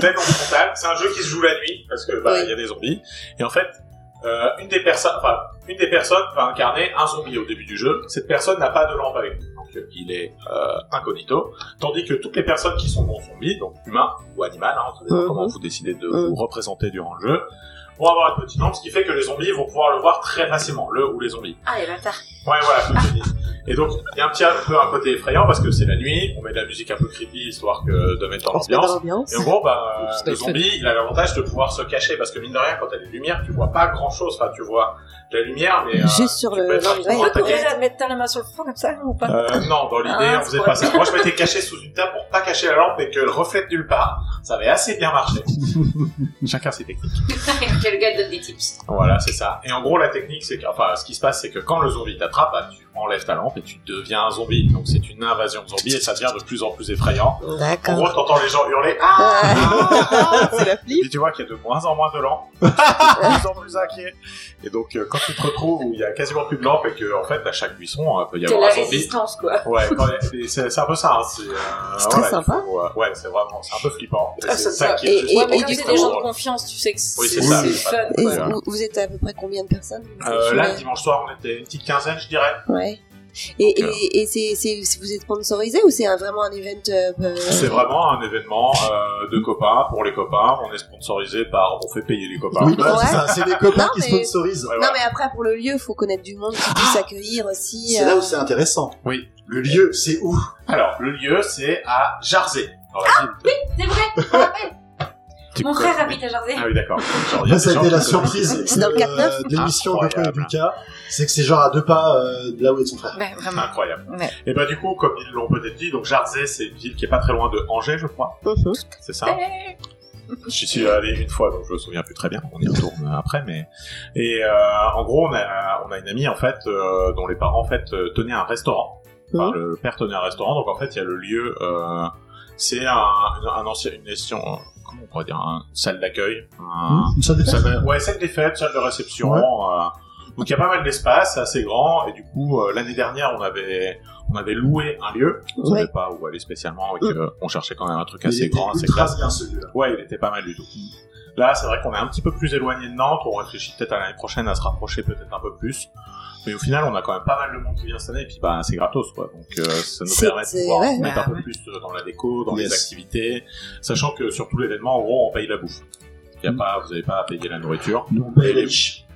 [SPEAKER 4] t'as une lampe frontale, c'est un jeu qui se joue la nuit parce que bah il y a des zombies et en fait euh, une des personnes, enfin une des personnes va incarner un zombie au début du jeu. Cette personne n'a pas de lampe avec lui, donc euh, il est euh, incognito. Tandis que toutes les personnes qui sont non zombies, donc humains ou animales, hein,
[SPEAKER 1] Euh,
[SPEAKER 4] ça dépend
[SPEAKER 3] Mhm.
[SPEAKER 4] comment vous décidez de
[SPEAKER 3] Mhm.
[SPEAKER 4] vous représenter durant le jeu, vont avoir une petite lampe, ce qui fait que les zombies vont pouvoir le voir très facilement, le ou les zombies.
[SPEAKER 5] Ah, les bâtards.
[SPEAKER 4] Ouais, voilà, comme tu dis. Et donc, il y a un petit peu un côté effrayant parce que c'est la nuit, on met de la musique un peu creepy histoire que de mettre dans
[SPEAKER 3] On se met dans
[SPEAKER 4] l'ambiance.
[SPEAKER 3] l'ambiance.
[SPEAKER 4] Et en gros, bah,
[SPEAKER 2] C'est pas
[SPEAKER 4] le
[SPEAKER 2] le
[SPEAKER 4] zombie, il a l'avantage de pouvoir se cacher parce que mine de rien, quand t'as des lumières, tu vois pas grand chose. Enfin, tu vois de la lumière, mais. euh,
[SPEAKER 3] Juste sur
[SPEAKER 4] tu
[SPEAKER 3] le-
[SPEAKER 4] peux être
[SPEAKER 3] dans les
[SPEAKER 4] rapidement
[SPEAKER 3] oreilles.
[SPEAKER 4] attaqué.
[SPEAKER 5] pourrait la mettre la main sur le front comme ça ou pas *laughs*
[SPEAKER 4] Euh, non, dans l'idée,
[SPEAKER 5] Ah,
[SPEAKER 4] on faisait
[SPEAKER 5] c'est
[SPEAKER 4] pas ça. Moi, je m'étais caché sous une table pour pas cacher la lampe et que le reflète nulle part. Ça avait assez bien marché. Chacun ses techniques.
[SPEAKER 5] Quel gars donne des tips
[SPEAKER 4] Voilà, c'est ça. Et en gros, la technique, c'est que, enfin, ce qui se passe, c'est que quand le zombie t'attrape, bah, tu enlèves ta lampe et tu deviens un zombie. Donc, c'est une invasion de zombies et ça devient de plus en plus effrayant. En
[SPEAKER 3] D'accord.
[SPEAKER 4] gros, t'entends les gens hurler, ah!
[SPEAKER 3] *laughs* C'est la flip.
[SPEAKER 4] Et tu vois qu'il y a de moins en moins
[SPEAKER 3] *laughs*
[SPEAKER 4] de lampes, de plus en plus inquiet. Et donc, euh, quand tu te retrouves où il y a quasiment plus de lampes et que, en fait, à chaque buisson, il peut y
[SPEAKER 5] C'est
[SPEAKER 4] avoir
[SPEAKER 5] la
[SPEAKER 4] un zombie.
[SPEAKER 5] résistance quoi.
[SPEAKER 4] Ouais, quand il y a- c'est c'est un peu ça. Hein, c'est euh,
[SPEAKER 3] C'est très
[SPEAKER 4] voilà, il
[SPEAKER 3] sympa.
[SPEAKER 4] faut, euh, ouais, c'est vraiment, c'est un peu flippant. Et
[SPEAKER 5] Ah,
[SPEAKER 4] c'est
[SPEAKER 5] ça,
[SPEAKER 4] ça
[SPEAKER 5] ça.
[SPEAKER 4] qui est
[SPEAKER 3] Et-
[SPEAKER 4] juste
[SPEAKER 5] ouais, mais
[SPEAKER 4] vraiment
[SPEAKER 5] comme c'est
[SPEAKER 4] très
[SPEAKER 5] des gens de
[SPEAKER 4] drôle.
[SPEAKER 5] confiance, tu sais que c'est
[SPEAKER 4] Oui, c'est
[SPEAKER 1] ça.
[SPEAKER 5] c'est fun.
[SPEAKER 3] Et
[SPEAKER 5] quoi.
[SPEAKER 4] Ouais.
[SPEAKER 3] vous, vous êtes à peu près combien de personnes
[SPEAKER 4] Euh, là,
[SPEAKER 3] Ouais.
[SPEAKER 4] le dimanche soir, on était une petite quinzaine, je dirais.
[SPEAKER 3] Ouais. Et,
[SPEAKER 4] Donc,
[SPEAKER 3] et, et c'est, c'est, c'est- vous êtes sponsorisé ou c'est un- vraiment un event euh, euh,
[SPEAKER 4] C'est vraiment un événement euh, de copains pour les copains. On est sponsorisé par, on fait payer les copains.
[SPEAKER 1] Oui, bah,
[SPEAKER 3] Ouais.
[SPEAKER 1] c'est ça, c'est les copains
[SPEAKER 3] Non,
[SPEAKER 1] qui
[SPEAKER 3] mais-
[SPEAKER 1] sponsorisent.
[SPEAKER 4] Ouais,
[SPEAKER 3] Non
[SPEAKER 4] voilà.
[SPEAKER 3] mais après pour le lieu, faut connaître du monde qui
[SPEAKER 4] Ah
[SPEAKER 3] puisse accueillir aussi.
[SPEAKER 1] C'est là
[SPEAKER 3] euh,
[SPEAKER 1] où c'est intéressant.
[SPEAKER 4] Oui.
[SPEAKER 1] Le lieu, c'est où
[SPEAKER 4] Alors, le lieu, c'est à Jarzé. Dans la ville. de-
[SPEAKER 5] C'est vrai, on rappelle.
[SPEAKER 4] Tu
[SPEAKER 5] Ah Mon
[SPEAKER 4] peux-
[SPEAKER 5] frère habite à Jardin.
[SPEAKER 4] Ah oui, d'accord. Genre, il y a
[SPEAKER 1] Là,
[SPEAKER 4] des
[SPEAKER 1] ça a
[SPEAKER 4] gens
[SPEAKER 1] été
[SPEAKER 4] qui
[SPEAKER 1] la
[SPEAKER 4] connaissent.
[SPEAKER 1] surprise
[SPEAKER 3] C'est dans le
[SPEAKER 1] de,
[SPEAKER 3] 4-9?
[SPEAKER 1] de l'émission de Coco et
[SPEAKER 4] Incroyable.
[SPEAKER 1] Lucas. C'est que c'est genre à deux pas euh, de là où est son frère.
[SPEAKER 5] Ouais, vraiment.
[SPEAKER 4] Incroyable.
[SPEAKER 5] Ouais.
[SPEAKER 4] Et bah, du coup, comme ils l'ont peut-être dit, donc Jarzé, c'est une ville qui est pas très loin de Angers, je crois.
[SPEAKER 3] mhm.
[SPEAKER 4] C'est Ah, ça? J'y suis allé une fois, donc je me souviens plus très bien. On y retourne après, mais et euh, en gros, on a on a une amie en fait euh, dont les parents en fait euh, tenaient un restaurant. Enfin,
[SPEAKER 3] Mhm.
[SPEAKER 4] le, le père tenait un restaurant, donc en fait, il y a le lieu. Euh, c'est un, un ancien, une ancien- comment on pourrait dire, un- une salle d'accueil. un-
[SPEAKER 1] Une salle de
[SPEAKER 4] salle de- ouais, salle des fêtes, salle de réception.
[SPEAKER 1] Hmm. Ouais.
[SPEAKER 4] euh, donc il y a pas mal d'espace, c'est assez grand, et du coup, euh, l'année dernière, on avait on avait loué un lieu. On
[SPEAKER 3] Ouais.
[SPEAKER 4] savait pas où aller spécialement, et que, on cherchait quand même un truc
[SPEAKER 1] Hmm. Il
[SPEAKER 4] assez
[SPEAKER 1] était
[SPEAKER 4] grand, assez
[SPEAKER 1] ultra
[SPEAKER 4] classe.
[SPEAKER 1] bien celui-là.
[SPEAKER 4] Ouais, il était pas mal du tout. Là, c'est vrai qu'on est un petit peu plus éloigné de Nantes. On réfléchit peut-être à l'année prochaine à se rapprocher peut-être un peu plus. Mais au final, on a quand même pas mal de monde qui vient cette année. Et puis, bah, c'est gratos, quoi. Donc, euh, ça nous
[SPEAKER 3] C'est-
[SPEAKER 4] permet de
[SPEAKER 3] c'est-
[SPEAKER 4] pouvoir
[SPEAKER 3] ouais.
[SPEAKER 4] mettre
[SPEAKER 2] Bah,
[SPEAKER 4] un peu plus euh, dans la déco, dans
[SPEAKER 1] Yes.
[SPEAKER 4] les activités. Sachant que sur tout l'événement, en gros, on paye la bouffe. Y a pas, vous n'avez pas à payer la nourriture.
[SPEAKER 1] Donc, bah,
[SPEAKER 4] Et les-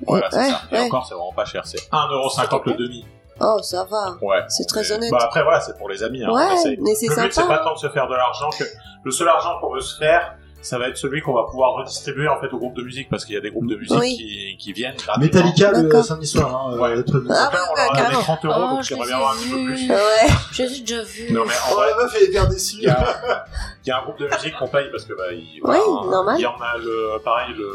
[SPEAKER 4] Voilà, c'est
[SPEAKER 3] Mm. Ouais,
[SPEAKER 4] ça. Et
[SPEAKER 3] ouais.
[SPEAKER 4] encore, c'est vraiment pas cher. C'est 1,50€ le demi.
[SPEAKER 3] Oh ça va.
[SPEAKER 4] Ouais.
[SPEAKER 3] C'est
[SPEAKER 4] on
[SPEAKER 3] très
[SPEAKER 4] est-
[SPEAKER 3] honnête.
[SPEAKER 4] Bah, après, voilà, c'est pour les amis. Hein. On essaye
[SPEAKER 3] ouais, mais c'est
[SPEAKER 4] le but, c'est
[SPEAKER 3] sympa.
[SPEAKER 4] pas tant de se faire de l'argent que le seul argent qu'on veut se faire, ça va être celui qu'on va pouvoir redistribuer en fait aux groupes de musique parce qu'il y a des groupes de musique
[SPEAKER 3] Ah Oui.
[SPEAKER 4] qui, qui viennent. gratuitement.
[SPEAKER 1] Metallica le
[SPEAKER 3] D'accord.
[SPEAKER 1] samedi soir. Hein,
[SPEAKER 4] Ouais.
[SPEAKER 1] euh, le truc.
[SPEAKER 3] Ah,
[SPEAKER 4] Après, on
[SPEAKER 3] ouais,
[SPEAKER 4] leur a donné
[SPEAKER 3] carrément.
[SPEAKER 4] 30 euros,
[SPEAKER 2] Oh,
[SPEAKER 4] donc
[SPEAKER 2] je
[SPEAKER 4] j'aimerais
[SPEAKER 2] les
[SPEAKER 4] bien avoir un
[SPEAKER 2] ai
[SPEAKER 4] petit peu plus.
[SPEAKER 2] vus.
[SPEAKER 3] Ouais.
[SPEAKER 5] J'ai déjà vu.
[SPEAKER 4] Non mais en
[SPEAKER 1] Oh
[SPEAKER 2] *laughs*
[SPEAKER 4] vrai,
[SPEAKER 1] la meuf elle est bien déçue.
[SPEAKER 4] il y a, il y a un groupe de musique qu'on paye parce que bah, il, voilà, hein,
[SPEAKER 3] normal.
[SPEAKER 4] il y en a le pareil le,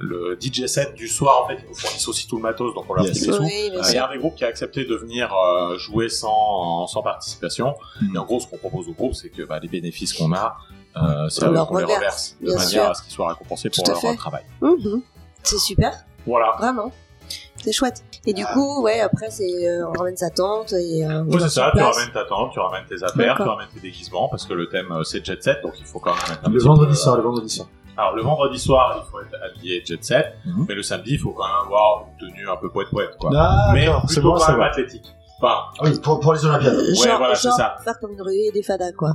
[SPEAKER 4] le DJ set du soir en fait ils nous fournissent aussi tout le matos donc on leur
[SPEAKER 1] Yes.
[SPEAKER 4] file les sous.
[SPEAKER 3] Oui, bien
[SPEAKER 4] Il y
[SPEAKER 3] sûr.
[SPEAKER 4] a un des groupes qui a accepté de venir euh, jouer sans, sans participation.
[SPEAKER 1] Mm.
[SPEAKER 4] Et en gros, ce qu'on propose au groupe, c'est que bah, les bénéfices qu'on a, euh, c'est à
[SPEAKER 3] On
[SPEAKER 4] eux
[SPEAKER 3] leur
[SPEAKER 4] qu'on les
[SPEAKER 3] reverse,
[SPEAKER 4] reverse de
[SPEAKER 3] bien
[SPEAKER 4] manière
[SPEAKER 3] sûr.
[SPEAKER 4] à ce qu'ils soient récompensés
[SPEAKER 3] Tout
[SPEAKER 4] pour
[SPEAKER 3] à
[SPEAKER 4] leur
[SPEAKER 3] fait.
[SPEAKER 4] travail.
[SPEAKER 3] Mhm. C'est super,
[SPEAKER 4] Voilà.
[SPEAKER 3] vraiment. C'est chouette. Et du
[SPEAKER 1] Ah.
[SPEAKER 3] coup, ouais, après c'est euh, on ramène sa tante et euh, on
[SPEAKER 4] Ouais,
[SPEAKER 3] va
[SPEAKER 4] c'est
[SPEAKER 3] sur
[SPEAKER 4] ça, tu
[SPEAKER 3] place.
[SPEAKER 4] ramènes ta tente, tu ramènes tes affaires, tu
[SPEAKER 3] D'accord.
[SPEAKER 4] ramènes tes déguisements, parce que le thème euh, c'est jet set, donc il faut quand même être un
[SPEAKER 1] Le
[SPEAKER 4] petit
[SPEAKER 1] vendredi
[SPEAKER 4] peu- euh,
[SPEAKER 1] soir, le vendredi soir.
[SPEAKER 4] Alors le vendredi soir, il faut être habillé jet set,
[SPEAKER 1] Mhm.
[SPEAKER 4] mais le samedi, il faut quand même avoir une tenue un peu poète-poète, quoi. mais
[SPEAKER 1] D'accord, c'est
[SPEAKER 4] plutôt
[SPEAKER 1] bon,
[SPEAKER 4] quand
[SPEAKER 1] ça
[SPEAKER 4] même
[SPEAKER 1] va.
[SPEAKER 4] athlétique. Enfin,
[SPEAKER 1] Ah Oui, pour, pour les Olympiades.
[SPEAKER 3] Euh,
[SPEAKER 4] Ouais,
[SPEAKER 3] Genre,
[SPEAKER 4] voilà, c'est
[SPEAKER 3] genre
[SPEAKER 4] ça.
[SPEAKER 3] faire comme une ruée des fadas quoi.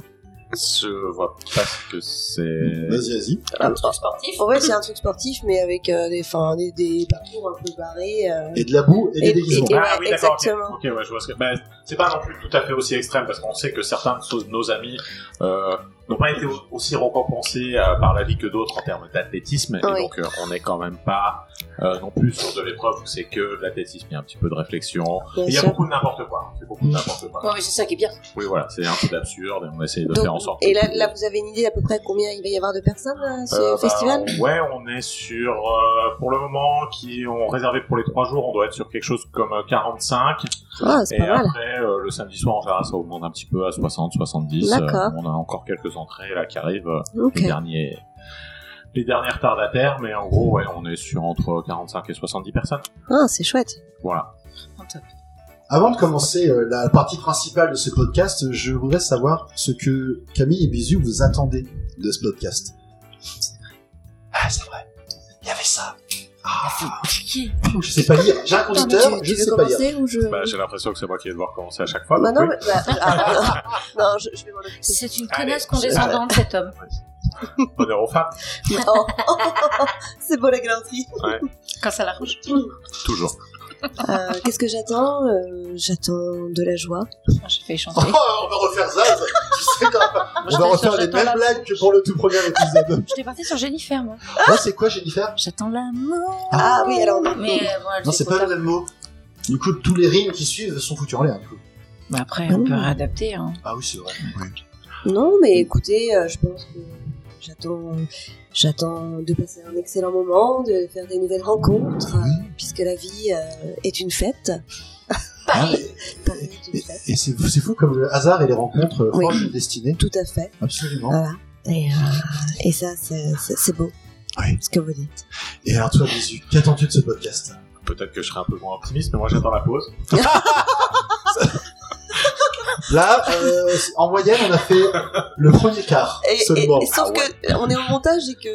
[SPEAKER 4] je vois pas ce que c'est.
[SPEAKER 1] Vas-y, vas-y.
[SPEAKER 5] Un truc sportif.
[SPEAKER 3] En fait, c'est un truc sportif mais avec euh, des, enfin, des, des parcours un peu barrés. euh.
[SPEAKER 1] Et de la boue et des
[SPEAKER 3] Et-
[SPEAKER 1] déguisements.
[SPEAKER 3] et-
[SPEAKER 4] Ah oui, d'accord. ok.
[SPEAKER 3] exactement.
[SPEAKER 4] Ok, ouais, je vois ce que. Ben, c'est pas non plus tout à fait aussi extrême parce qu'on sait que certains de so- nos amis euh, n'ont pas été au- aussi récompensés euh, par la vie que d'autres en termes d'athlétisme. Et
[SPEAKER 3] Oui.
[SPEAKER 4] donc, euh, on n'est quand même pas euh, non plus sur de l'épreuve où c'est que de l'athlétisme, il y a un petit peu de réflexion.
[SPEAKER 3] Bien
[SPEAKER 4] Et il y a
[SPEAKER 3] sûr.
[SPEAKER 4] beaucoup de n'importe quoi. hein. C'est beaucoup de n'importe quoi.
[SPEAKER 5] Ouais, mais c'est ça qui est bien.
[SPEAKER 4] Oui, voilà, c'est un peu d'absurde et on essaie de
[SPEAKER 3] Donc,
[SPEAKER 4] faire en sorte.
[SPEAKER 3] et là,
[SPEAKER 4] que-
[SPEAKER 3] là, vous avez une idée d'à peu près combien il va y avoir de personnes à ce
[SPEAKER 4] Euh, bah,
[SPEAKER 3] festival
[SPEAKER 4] Ouais, on est sur, euh, pour le moment, qui ont réservé pour les trois jours, on doit être sur quelque chose comme euh, 45.
[SPEAKER 3] Ah, c'est
[SPEAKER 4] Et
[SPEAKER 3] pas mal.
[SPEAKER 4] après, euh, le samedi soir, en général, ça augmente un petit peu à 60, 70.
[SPEAKER 3] D'accord.
[SPEAKER 4] Euh, on a encore quelques entrées là qui arrivent, euh,
[SPEAKER 3] Ok.
[SPEAKER 4] les derniers, les dernières tardataires, mais en gros, ouais, on est sur entre 45 et 70 personnes.
[SPEAKER 3] Ah, c'est chouette.
[SPEAKER 4] Voilà.
[SPEAKER 1] Avant de commencer euh, la partie principale de ce podcast, je voudrais savoir ce que Camille et Bisu vous attendez de ce podcast. Ah, c'est vrai. Il y avait ça. Ah.
[SPEAKER 4] Ah.
[SPEAKER 5] Oh,
[SPEAKER 1] Je sais pas lire. J'ai un conducteur, je
[SPEAKER 3] tu, tu veux
[SPEAKER 1] sais pas lire.
[SPEAKER 3] commencer ou je
[SPEAKER 4] Bah, j'ai l'impression que c'est moi qui vais devoir commencer à chaque fois.
[SPEAKER 3] Euh, Bah
[SPEAKER 4] donc
[SPEAKER 3] non,
[SPEAKER 4] oui.
[SPEAKER 3] mais- bah, ah, bah, *laughs* non, je, je vais m'en occuper.
[SPEAKER 5] C'est une
[SPEAKER 4] Allez.
[SPEAKER 5] connasse condescendante, cet homme.
[SPEAKER 4] Honneur aux femmes,
[SPEAKER 3] Oh. *laughs* c'est beau la galanterie.
[SPEAKER 5] Quand ça la rouge.
[SPEAKER 4] toujours.
[SPEAKER 3] Euh, Qu'est-ce que j'attends Euh, J'attends de la joie.
[SPEAKER 5] Ah,
[SPEAKER 2] J'ai failli
[SPEAKER 1] *laughs* Oh,
[SPEAKER 4] *laughs*
[SPEAKER 2] chanter.
[SPEAKER 1] on va refaire ça, ça. tu sais, grave. On va
[SPEAKER 2] J'attends-
[SPEAKER 1] refaire les
[SPEAKER 2] j'attends
[SPEAKER 1] mêmes
[SPEAKER 2] la-
[SPEAKER 1] blagues que pour le tout premier épisode.
[SPEAKER 3] *laughs*
[SPEAKER 2] J'étais partie sur Jennifer, moi.
[SPEAKER 1] Moi, c'est quoi, Jennifer
[SPEAKER 2] J'attends l'amour.
[SPEAKER 3] Ah oui, alors
[SPEAKER 2] Mais euh, bon, elle
[SPEAKER 1] Non,
[SPEAKER 2] fait
[SPEAKER 1] c'est
[SPEAKER 2] trop
[SPEAKER 1] pas le
[SPEAKER 2] tard.
[SPEAKER 1] même mot. Du coup, tous les rimes qui suivent sont foutus en l'air. du coup.
[SPEAKER 2] Bah après, on
[SPEAKER 3] Ah.
[SPEAKER 2] peut réadapter. Hein.
[SPEAKER 1] Ah oui, c'est vrai.
[SPEAKER 3] Non, mais écoutez, euh, je pense que j'attends, j'attends de passer un excellent moment, de faire des nouvelles rencontres, euh,
[SPEAKER 1] Oui.
[SPEAKER 3] puisque la vie euh, est une fête.
[SPEAKER 1] Ah, mais-
[SPEAKER 3] Paris est une
[SPEAKER 1] Et,
[SPEAKER 3] fête.
[SPEAKER 1] et c'est c'est fou comme le hasard et les rencontres euh,
[SPEAKER 3] Oui.
[SPEAKER 1] forgent une destinée.
[SPEAKER 3] Tout à fait.
[SPEAKER 1] Absolument.
[SPEAKER 3] Voilà. Et, euh, et ça, c'est, c'est- c'est beau.
[SPEAKER 1] Oui.
[SPEAKER 3] Ce que vous dites.
[SPEAKER 1] Et alors toi, Jésus, qu'attends-tu de ce podcast
[SPEAKER 4] Peut-être que je serai un peu moins optimiste, mais moi j'attends la pause.
[SPEAKER 1] Là, euh, en moyenne, on a fait le premier quart
[SPEAKER 3] Et,
[SPEAKER 1] seulement.
[SPEAKER 3] sauf
[SPEAKER 1] Ah ouais.
[SPEAKER 3] que on est au montage et que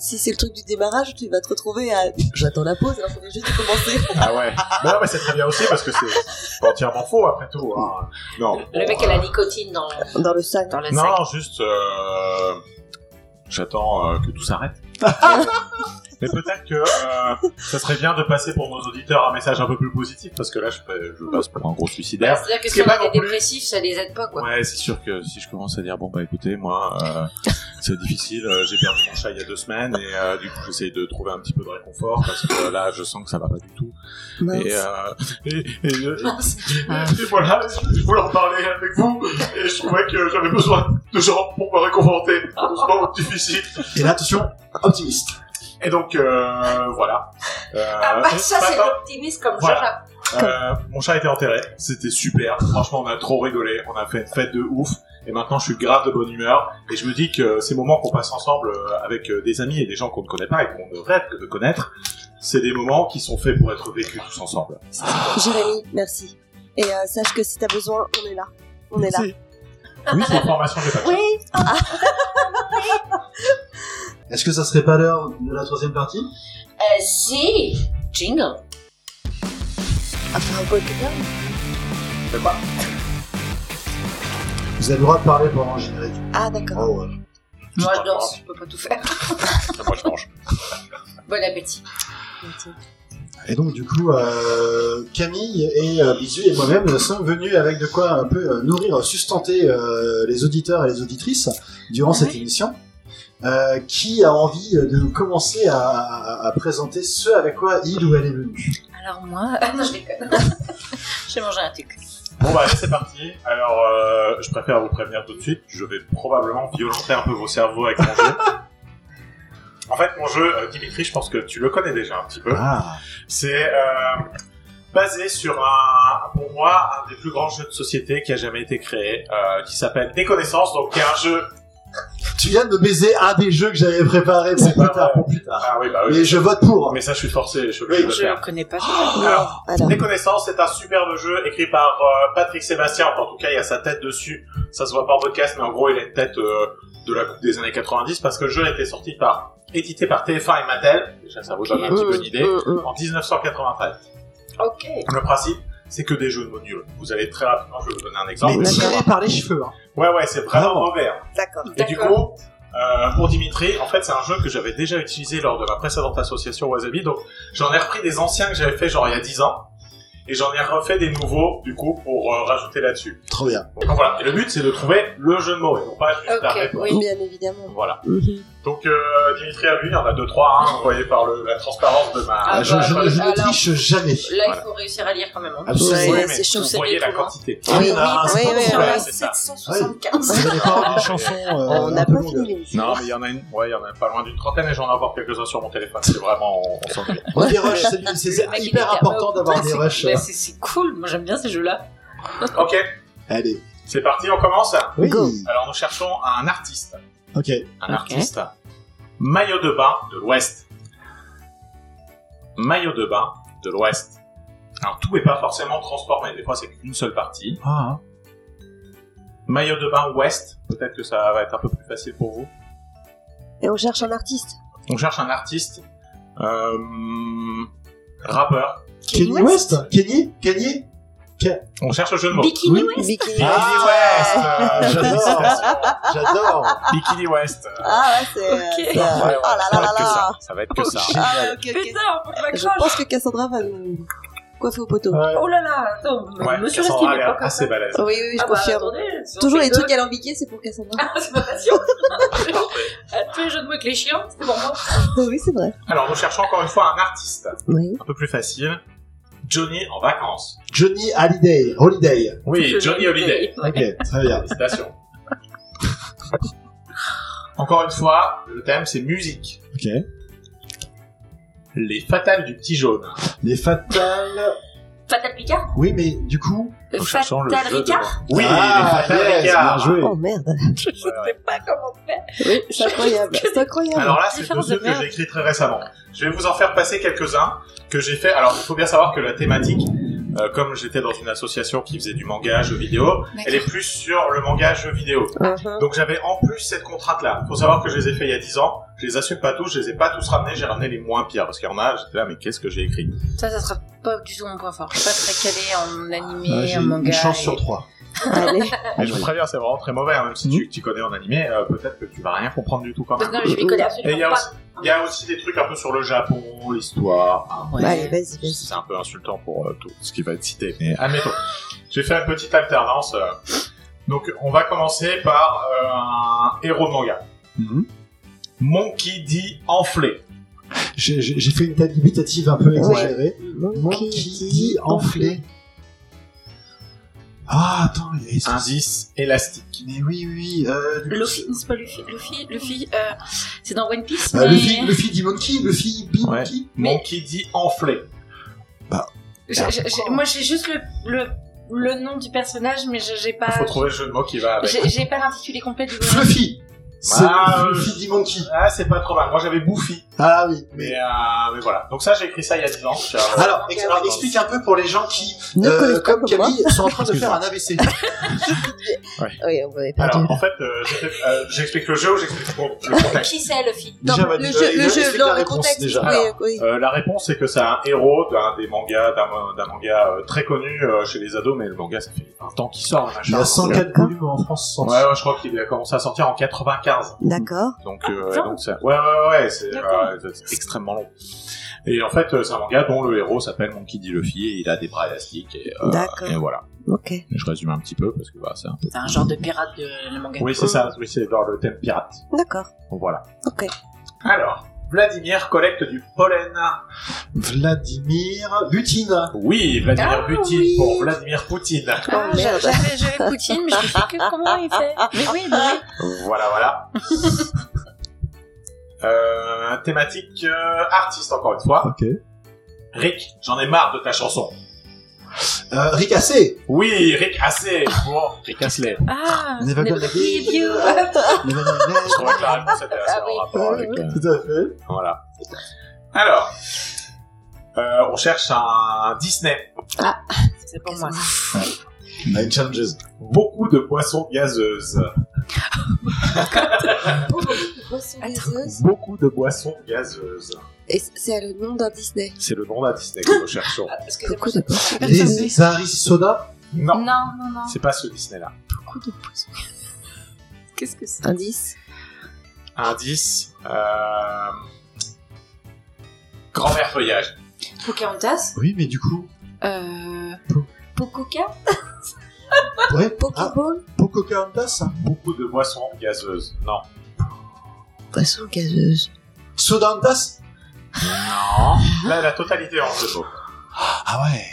[SPEAKER 3] si, c'est le truc du démarrage, tu vas te retrouver à. J'attends la pause, alors faudrait juste commencer.
[SPEAKER 4] Ah ouais. non, *laughs* mais c'est très bien aussi parce que c'est c'est entièrement faux après tout. hein. Non.
[SPEAKER 5] Le mec,
[SPEAKER 4] bon,
[SPEAKER 5] il a la nicotine dans,
[SPEAKER 3] *laughs*
[SPEAKER 5] le-
[SPEAKER 3] Dans le sac.
[SPEAKER 5] dans le sac.
[SPEAKER 4] Non, juste. euh, J'attends euh, que tout s'arrête. Mais peut-être que euh, ça serait bien de passer pour nos auditeurs un message un peu plus positif parce que là je, je passe pour un gros
[SPEAKER 5] Bah,
[SPEAKER 4] suicidaire.
[SPEAKER 5] C'est-à-dire que
[SPEAKER 4] Ce
[SPEAKER 5] si
[SPEAKER 4] qui est
[SPEAKER 5] on
[SPEAKER 4] pas
[SPEAKER 5] est
[SPEAKER 4] non plus-
[SPEAKER 5] dépressif, ça les aide pas, quoi.
[SPEAKER 4] Ouais, c'est sûr que si je commence à dire bon bah écoutez moi euh, c'est difficile, euh, j'ai perdu mon chat il y a deux semaines et euh, du coup j'essaie de trouver un petit peu de réconfort parce que là je sens que ça va pas du tout.
[SPEAKER 3] Mince.
[SPEAKER 4] Et, euh, et, et, euh, et voilà, je voulais en parler avec vous et je trouvais que j'avais besoin de gens pour me réconforter dans ce moment difficile.
[SPEAKER 1] Et là, attention, optimiste.
[SPEAKER 4] Et donc euh, voilà. Euh,
[SPEAKER 5] Ah, bah, ça,
[SPEAKER 4] ce
[SPEAKER 5] c'est
[SPEAKER 4] matin,
[SPEAKER 5] l'optimisme comme
[SPEAKER 4] Voilà.
[SPEAKER 5] Jean-Jacques.
[SPEAKER 4] euh, mon chat a été enterré, c'était super. Franchement, on a trop rigolé, on a fait une fête de ouf. Et maintenant, je suis grave de bonne humeur. Et je me dis que ces moments qu'on passe ensemble euh, avec euh, des amis et des gens qu'on ne connaît pas et qu'on ne rêve que de connaître, c'est des moments qui sont faits pour être vécus tous ensemble.
[SPEAKER 3] Jérémy, merci. Et euh, sache que si t'as besoin, on est là. On est là.
[SPEAKER 4] Oui, c'est une formation, j'ai pas de chat.
[SPEAKER 1] Est-ce que ça serait pas l'heure de la troisième partie
[SPEAKER 5] Euh, si. Jingle.
[SPEAKER 3] À faire un podcast.
[SPEAKER 4] Je sais pas.
[SPEAKER 1] Vous avez le droit de parler pendant le générique.
[SPEAKER 3] Ah d'accord.
[SPEAKER 1] Oh, ouais.
[SPEAKER 5] Moi, je danse, je peux pas tout faire.
[SPEAKER 4] Moi, je mange.
[SPEAKER 5] Bon appétit.
[SPEAKER 1] Et donc, du coup, euh, Camille et euh, Bisu et moi-même sommes venus avec de quoi un peu euh, nourrir, sustenter euh, les auditeurs et les auditrices durant cette émission. Euh, qui a envie de commencer à, à- à présenter ce avec quoi il ou elle est venu
[SPEAKER 2] Alors moi,
[SPEAKER 5] Ah non, je déconne. J'ai mangé un truc.
[SPEAKER 4] Bon, bah, allez, c'est parti. Alors, euh, je préfère vous prévenir tout de suite. Je vais probablement violenter un peu vos cerveaux avec mon jeu. En fait, mon jeu, euh, Dimitri, je pense que tu le connais déjà un petit peu.
[SPEAKER 1] Ah,
[SPEAKER 4] C'est euh, basé sur un, pour moi, un des plus grands jeux de société qui a jamais été créé, euh, qui s'appelle Déconnaissance, donc qui est un jeu.
[SPEAKER 1] tu viens de baiser un des jeux que j'avais préparé pour
[SPEAKER 4] C'est pas
[SPEAKER 1] plus tard,
[SPEAKER 4] vrai.
[SPEAKER 1] pour plus tard.
[SPEAKER 4] Ah oui, bah oui.
[SPEAKER 1] Mais je vote pour.
[SPEAKER 4] Mais ça, je suis forcé, je suis
[SPEAKER 1] Oui,
[SPEAKER 4] obligé de le
[SPEAKER 2] je
[SPEAKER 4] bah, faire.
[SPEAKER 2] le connais pas.
[SPEAKER 5] Oh,
[SPEAKER 4] Alors,
[SPEAKER 3] Alors,
[SPEAKER 4] Déconnaissance, c'est un superbe jeu écrit par euh, Patrick Sébastien. Enfin, en tout cas, il y a sa tête dessus. Ça se voit pas en podcast, mais en gros, il a une tête euh, de la coupe des années 90 parce que le jeu a été sorti par, édité par TF1 et Mattel. Déjà, ça vous donne un petit peu une idée.
[SPEAKER 3] euh. Mm,
[SPEAKER 4] En 1993.
[SPEAKER 5] Ok.
[SPEAKER 4] Le principe, c'est que des jeux de mots nuls. Vous allez très rapidement, je vais vous donner un exemple.
[SPEAKER 1] Mais tiré par les cheveux. hein.
[SPEAKER 4] Ouais, ouais, c'est vraiment mauvais. hein.
[SPEAKER 3] d'accord.
[SPEAKER 4] Et du
[SPEAKER 5] D'accord.
[SPEAKER 4] coup, euh, pour Dimitri, en fait, c'est un jeu que j'avais déjà utilisé lors de ma précédente association Wasabi. Donc, j'en ai repris des anciens que j'avais fait genre il y a 10 ans. Et j'en ai refait des nouveaux, du coup, pour euh, rajouter là-dessus.
[SPEAKER 1] Trop bien.
[SPEAKER 4] Donc voilà. Et le but, c'est de trouver le jeu de mots et non pas juste la
[SPEAKER 5] Ok,
[SPEAKER 4] réponse.
[SPEAKER 5] oui.
[SPEAKER 3] Bien évidemment.
[SPEAKER 4] Voilà.
[SPEAKER 3] Mhm.
[SPEAKER 4] Donc, euh, Dimitri a vu, il y en a deux, trois, hein, vous voyez par le- la transparence de ma...
[SPEAKER 5] Ah
[SPEAKER 1] je
[SPEAKER 5] bah,
[SPEAKER 1] je ne- je ne
[SPEAKER 5] alors-
[SPEAKER 1] triche jamais.
[SPEAKER 5] Là, *laughs*
[SPEAKER 4] Voilà.
[SPEAKER 5] il faut réussir à lire quand même. hein.
[SPEAKER 1] Absolument.
[SPEAKER 3] Ouais,
[SPEAKER 4] Oui, mais
[SPEAKER 3] c'est chaud,
[SPEAKER 4] vous
[SPEAKER 5] c'est
[SPEAKER 4] voyez la
[SPEAKER 5] trop loin.
[SPEAKER 4] quantité.
[SPEAKER 1] Ah, il y en a un,
[SPEAKER 3] oui,
[SPEAKER 1] c'est pas
[SPEAKER 3] oui,
[SPEAKER 1] possible.
[SPEAKER 4] oui.
[SPEAKER 5] Voilà,
[SPEAKER 4] c'est ça.
[SPEAKER 5] 775.
[SPEAKER 1] Vous allez pas avoir une chanson euh,
[SPEAKER 3] On
[SPEAKER 1] un
[SPEAKER 3] n'a
[SPEAKER 1] peu
[SPEAKER 3] pas
[SPEAKER 1] longue.
[SPEAKER 3] fini.
[SPEAKER 4] Non, mais il y en a une, ouais, il y en a pas loin d'une trentaine et j'en ai encore quelques-uns sur mon téléphone. C'est vraiment, on, on s'ennuie.
[SPEAKER 1] Moi, des rushs, c'est- c'est
[SPEAKER 5] Le mec,
[SPEAKER 1] c'est
[SPEAKER 5] il
[SPEAKER 1] hyper
[SPEAKER 5] est
[SPEAKER 1] important
[SPEAKER 5] capable.
[SPEAKER 1] d'avoir des
[SPEAKER 5] C'est-
[SPEAKER 1] rushs.
[SPEAKER 5] mais C'est c'est cool, moi j'aime bien ces jeux-là.
[SPEAKER 4] Ok,
[SPEAKER 1] Allez.
[SPEAKER 4] c'est parti, on commence.
[SPEAKER 1] Oui.
[SPEAKER 3] Go.
[SPEAKER 4] Alors nous cherchons un artiste.
[SPEAKER 1] Ok.
[SPEAKER 4] Un
[SPEAKER 2] Ok.
[SPEAKER 4] artiste. Maillot de bain de l'Ouest. Maillot de bain de l'Ouest. Alors tout n'est pas forcément transformé, des fois c'est qu'une seule partie.
[SPEAKER 1] Ah,
[SPEAKER 4] Maillot de bain Ouest, peut-être que ça va être un peu plus facile pour vous.
[SPEAKER 3] Et on cherche un artiste.
[SPEAKER 4] On cherche un artiste. Euh, rappeur.
[SPEAKER 1] Kenny West Kenny Kenny
[SPEAKER 4] On cherche le jeu de mots.
[SPEAKER 5] Bikini
[SPEAKER 1] Oui.
[SPEAKER 5] West
[SPEAKER 3] Bikini
[SPEAKER 1] Ah.
[SPEAKER 4] Bikini West euh,
[SPEAKER 1] J'adore.
[SPEAKER 4] félicitations.
[SPEAKER 1] J'adore.
[SPEAKER 4] Bikini West euh,
[SPEAKER 3] Ah ouais, c'est... euh,
[SPEAKER 5] Ok.
[SPEAKER 3] c'est-
[SPEAKER 4] Ah, ouais, ouais,
[SPEAKER 3] Ah là
[SPEAKER 4] ça
[SPEAKER 3] là
[SPEAKER 4] va
[SPEAKER 3] là
[SPEAKER 4] être que ça.
[SPEAKER 3] là
[SPEAKER 4] Ça va être que ça.
[SPEAKER 3] Ah ouais, ok, ok.
[SPEAKER 5] Putain, faut que je
[SPEAKER 3] Je
[SPEAKER 5] m'accroche.
[SPEAKER 3] pense que Cassandra va nous coiffer au poteau.
[SPEAKER 1] Ouais.
[SPEAKER 5] Oh là là, attends,
[SPEAKER 4] Ouais, Cassandra
[SPEAKER 5] me surestime
[SPEAKER 4] a l'air
[SPEAKER 5] pas comme
[SPEAKER 4] assez
[SPEAKER 5] ça.
[SPEAKER 4] balèze.
[SPEAKER 3] Oui, oui, je
[SPEAKER 5] Ah bah,
[SPEAKER 3] confirme.
[SPEAKER 5] attendez, si on
[SPEAKER 3] Toujours
[SPEAKER 5] fait
[SPEAKER 3] les
[SPEAKER 5] deux-
[SPEAKER 3] trucs alambiqués, c'est pour Cassandra. *laughs*
[SPEAKER 2] *laughs*
[SPEAKER 5] Ah, c'est ma passion. Ah, Tous les jeux de mots avec les chiens, c'est pour
[SPEAKER 2] hein.
[SPEAKER 5] moi.
[SPEAKER 3] oui, c'est vrai.
[SPEAKER 4] Alors, nous cherchons encore une fois un artiste.
[SPEAKER 3] Oui.
[SPEAKER 4] Un peu plus facile. Johnny en vacances.
[SPEAKER 1] Johnny Holiday. Holiday.
[SPEAKER 4] Oui, Johnny Holiday.
[SPEAKER 1] Ok, très bien.
[SPEAKER 4] Félicitations. Encore une fois, le thème c'est musique.
[SPEAKER 1] Ok.
[SPEAKER 4] Les fatales du petit jaune.
[SPEAKER 1] Les Fatal.
[SPEAKER 5] Fatal Picard
[SPEAKER 1] Oui, mais du coup.
[SPEAKER 4] Nous cherchons le
[SPEAKER 5] Fatal
[SPEAKER 4] jeu de
[SPEAKER 5] Ricard
[SPEAKER 4] Oui,
[SPEAKER 1] ah,
[SPEAKER 4] les fatales
[SPEAKER 1] yes, bien
[SPEAKER 4] Ricard.
[SPEAKER 1] joué.
[SPEAKER 3] Oh merde.
[SPEAKER 5] Je ne
[SPEAKER 4] Ouais, ouais.
[SPEAKER 5] sais pas comment faire.
[SPEAKER 3] Oui, c'est incroyable. C'est incroyable.
[SPEAKER 4] Alors là, c'est deux
[SPEAKER 5] Différence
[SPEAKER 4] jeux
[SPEAKER 5] de
[SPEAKER 4] que j'ai écrits très récemment. Je vais vous en faire passer quelques-uns que j'ai fait. Alors, il faut bien savoir que la thématique, euh, comme j'étais dans une association qui faisait du manga jeux vidéo, elle est plus sur le manga jeux vidéo.
[SPEAKER 3] Mhm.
[SPEAKER 4] Donc j'avais en plus cette contrainte-là. Faut savoir que je les ai fait il y a 10 ans. Je les assume pas tous, je les ai pas tous ramenés, j'ai ramené les moins pires. Parce qu'il y en a, j'étais là, mais qu'est-ce que j'ai écrit
[SPEAKER 2] Ça, ça sera pas du tout mon point fort. Je suis pas très calée en
[SPEAKER 1] Ah,
[SPEAKER 2] animé,
[SPEAKER 1] J'ai
[SPEAKER 2] en manga.
[SPEAKER 1] une chance
[SPEAKER 2] et-
[SPEAKER 1] sur trois.
[SPEAKER 3] Allez.
[SPEAKER 5] Ah,
[SPEAKER 4] Mais je vous préviens, c'est vraiment très mauvais, hein, même si tu tu connais en animé, euh, peut-être que tu vas rien comprendre du tout quand
[SPEAKER 5] Donc,
[SPEAKER 4] même.
[SPEAKER 5] non, je m'y connais
[SPEAKER 4] Et il y, a
[SPEAKER 5] absolument
[SPEAKER 4] aussi,
[SPEAKER 5] pas.
[SPEAKER 4] il y a aussi des trucs un peu sur le Japon, l'histoire. hein.
[SPEAKER 2] Ouais.
[SPEAKER 3] Allez, vas-y, vas-y.
[SPEAKER 4] C'est un peu insultant pour euh, tout ce qui va être cité, mais admettons. J'ai fait une petite alternance. euh. Donc, on va commencer par euh, un héros de manga.
[SPEAKER 1] Mhm.
[SPEAKER 4] Monkey dit enflé.
[SPEAKER 1] J'ai- J'ai j'ai fait une table dubitative un peu exagérée.
[SPEAKER 3] Monkey
[SPEAKER 1] Monkey dit enflé. Ah, attends, il y a
[SPEAKER 4] Indice élastique.
[SPEAKER 1] Mais oui, oui, euh, du coup,
[SPEAKER 2] Luffy, non, c'est pas Luffy. Luffy, Luffy, euh, c'est dans One Piece.
[SPEAKER 1] bah,
[SPEAKER 2] mais...
[SPEAKER 1] Luffy, Luffy dit Monkey, Luffy dit
[SPEAKER 4] Ouais.
[SPEAKER 1] Monkey.
[SPEAKER 2] Mais-
[SPEAKER 4] Monkey dit enflé.
[SPEAKER 2] J'ai- j'ai- j'ai- moi, j'ai juste le, le, le nom du personnage, mais j'ai j'ai pas.
[SPEAKER 4] Il faut trouver le jeu de mots qui va avec.
[SPEAKER 2] J'ai j'ai pas l'intitulé complet du jeu.
[SPEAKER 1] Fluffy C'est
[SPEAKER 4] Ah,
[SPEAKER 1] Luffy
[SPEAKER 4] euh,
[SPEAKER 1] dit Monkey.
[SPEAKER 4] Ah, c'est pas trop mal. Moi, j'avais Bouffi.
[SPEAKER 1] Ah oui,
[SPEAKER 4] Mais,
[SPEAKER 1] mais...
[SPEAKER 4] euh, mais voilà. Donc ça, j'ai écrit ça il y a 10 ans. Je-
[SPEAKER 1] *laughs* Alors, ex- alors, explique un peu pour les gens qui,
[SPEAKER 3] Ne
[SPEAKER 1] euh,
[SPEAKER 3] connaissent pas
[SPEAKER 1] comme
[SPEAKER 3] comme moi.
[SPEAKER 1] Camille, sont en train de faire un AVC.
[SPEAKER 3] Oui, on vous avait perdu.
[SPEAKER 4] Alors, en fait, euh, j'ai fait- euh, j'explique le jeu ou j'explique bon, le contexte
[SPEAKER 5] Qui c'est Luffy
[SPEAKER 3] Non,
[SPEAKER 1] Déjà, vas-y,
[SPEAKER 3] le
[SPEAKER 1] euh,
[SPEAKER 3] jeu, le
[SPEAKER 1] explique
[SPEAKER 3] jeu,
[SPEAKER 1] la
[SPEAKER 3] non, le
[SPEAKER 1] réponse,
[SPEAKER 3] contexte.
[SPEAKER 1] déjà.
[SPEAKER 3] Oui,
[SPEAKER 4] Alors,
[SPEAKER 3] oui.
[SPEAKER 4] Euh, la réponse, c'est que c'est un héros d'un des mangas, d'un d'un manga euh, très connu euh, chez les ados, mais le manga, ça fait 20 ans qu'il sort, le
[SPEAKER 1] Il y
[SPEAKER 4] machin. euh,
[SPEAKER 1] a 104
[SPEAKER 3] D'accord.
[SPEAKER 1] volumes en France. sans-
[SPEAKER 4] Ouais, ouais, je crois qu'il a commencé à sortir en 95.
[SPEAKER 3] D'accord.
[SPEAKER 4] Donc,
[SPEAKER 2] Ah,
[SPEAKER 4] euh,
[SPEAKER 5] putain.
[SPEAKER 4] donc c'est- ouais, ouais, ouais, c'est
[SPEAKER 5] D'accord.
[SPEAKER 4] euh, c'est extrêmement long. Et en fait, euh, c'est un manga dont le héros s'appelle Monkey D. Luffy et il a des bras élastiques et,
[SPEAKER 1] Ah,
[SPEAKER 4] euh,
[SPEAKER 3] D'accord.
[SPEAKER 4] et voilà.
[SPEAKER 3] Ok.
[SPEAKER 4] Mais Je résume un petit peu parce que voilà, c'est un peu.
[SPEAKER 2] C'est un genre de pirate de le manga.
[SPEAKER 4] Oui, c'est ça. Oui, c'est dans le thème pirate.
[SPEAKER 3] D'accord.
[SPEAKER 4] Donc voilà.
[SPEAKER 3] Ok.
[SPEAKER 4] Alors, Vladimir collecte du pollen.
[SPEAKER 1] Vladimir Butine.
[SPEAKER 4] Oui, Vladimir
[SPEAKER 2] Ah,
[SPEAKER 4] Poutine
[SPEAKER 2] oui.
[SPEAKER 4] pour Vladimir Poutine.
[SPEAKER 2] Ah,
[SPEAKER 3] Oh,
[SPEAKER 2] j'a-
[SPEAKER 3] merde. *laughs*
[SPEAKER 2] j'avais j'avais Poutine, mais je me suis dit que comment il fait. Mais oui, bah oui.
[SPEAKER 4] Voilà,
[SPEAKER 2] *laughs*
[SPEAKER 4] voilà. Euh, thématique euh, artiste encore une fois.
[SPEAKER 1] Ok.
[SPEAKER 4] Rick, j'en ai marre de ta chanson.
[SPEAKER 1] Euh, Ricassé.
[SPEAKER 4] Oui, Rick assez. Bon, Rick Astley.
[SPEAKER 2] Ah,
[SPEAKER 1] Never gonna give you
[SPEAKER 3] *laughs*
[SPEAKER 1] up. Never gonna-
[SPEAKER 4] Je trouvais que la réponse était assez
[SPEAKER 2] Ah oui.
[SPEAKER 4] en
[SPEAKER 3] Oh,
[SPEAKER 4] rapport avec.
[SPEAKER 1] *laughs*
[SPEAKER 4] euh,
[SPEAKER 1] Tout à fait.
[SPEAKER 4] voilà. Alors, euh, on cherche un Disney.
[SPEAKER 2] c'est pour moi.
[SPEAKER 3] *laughs*
[SPEAKER 1] Nine Challenges.
[SPEAKER 4] Beaucoup de poissons gazeuses.
[SPEAKER 3] Oh, Boisson
[SPEAKER 2] Attends.
[SPEAKER 3] gazeuse.
[SPEAKER 4] Beaucoup de boissons gazeuses.
[SPEAKER 3] Et c- c'est le nom d'un Disney.
[SPEAKER 4] C'est le nom d'un Disney que nous cherchons.
[SPEAKER 3] Beaucoup de
[SPEAKER 1] Les Zaris Soda.
[SPEAKER 4] Non,
[SPEAKER 2] Non, non, non.
[SPEAKER 4] c'est pas ce Disney-là.
[SPEAKER 2] Beaucoup de poissons. Qu'est-ce que c'est
[SPEAKER 3] indices.
[SPEAKER 4] Indice. Euh... Grand-mère feuillage.
[SPEAKER 5] Pocahontas
[SPEAKER 1] Oui, mais du coup.
[SPEAKER 2] Euh.
[SPEAKER 5] Pococa
[SPEAKER 1] Ouais. Ah, hein.
[SPEAKER 3] Pokéball.
[SPEAKER 1] Pocahontas.
[SPEAKER 4] Beaucoup de boissons gazeuses. Non.
[SPEAKER 3] Boisson gazeuse.
[SPEAKER 1] Sodantas.
[SPEAKER 2] Ah.
[SPEAKER 4] Non. Là, la totalité en deux mots.
[SPEAKER 1] Ah ouais.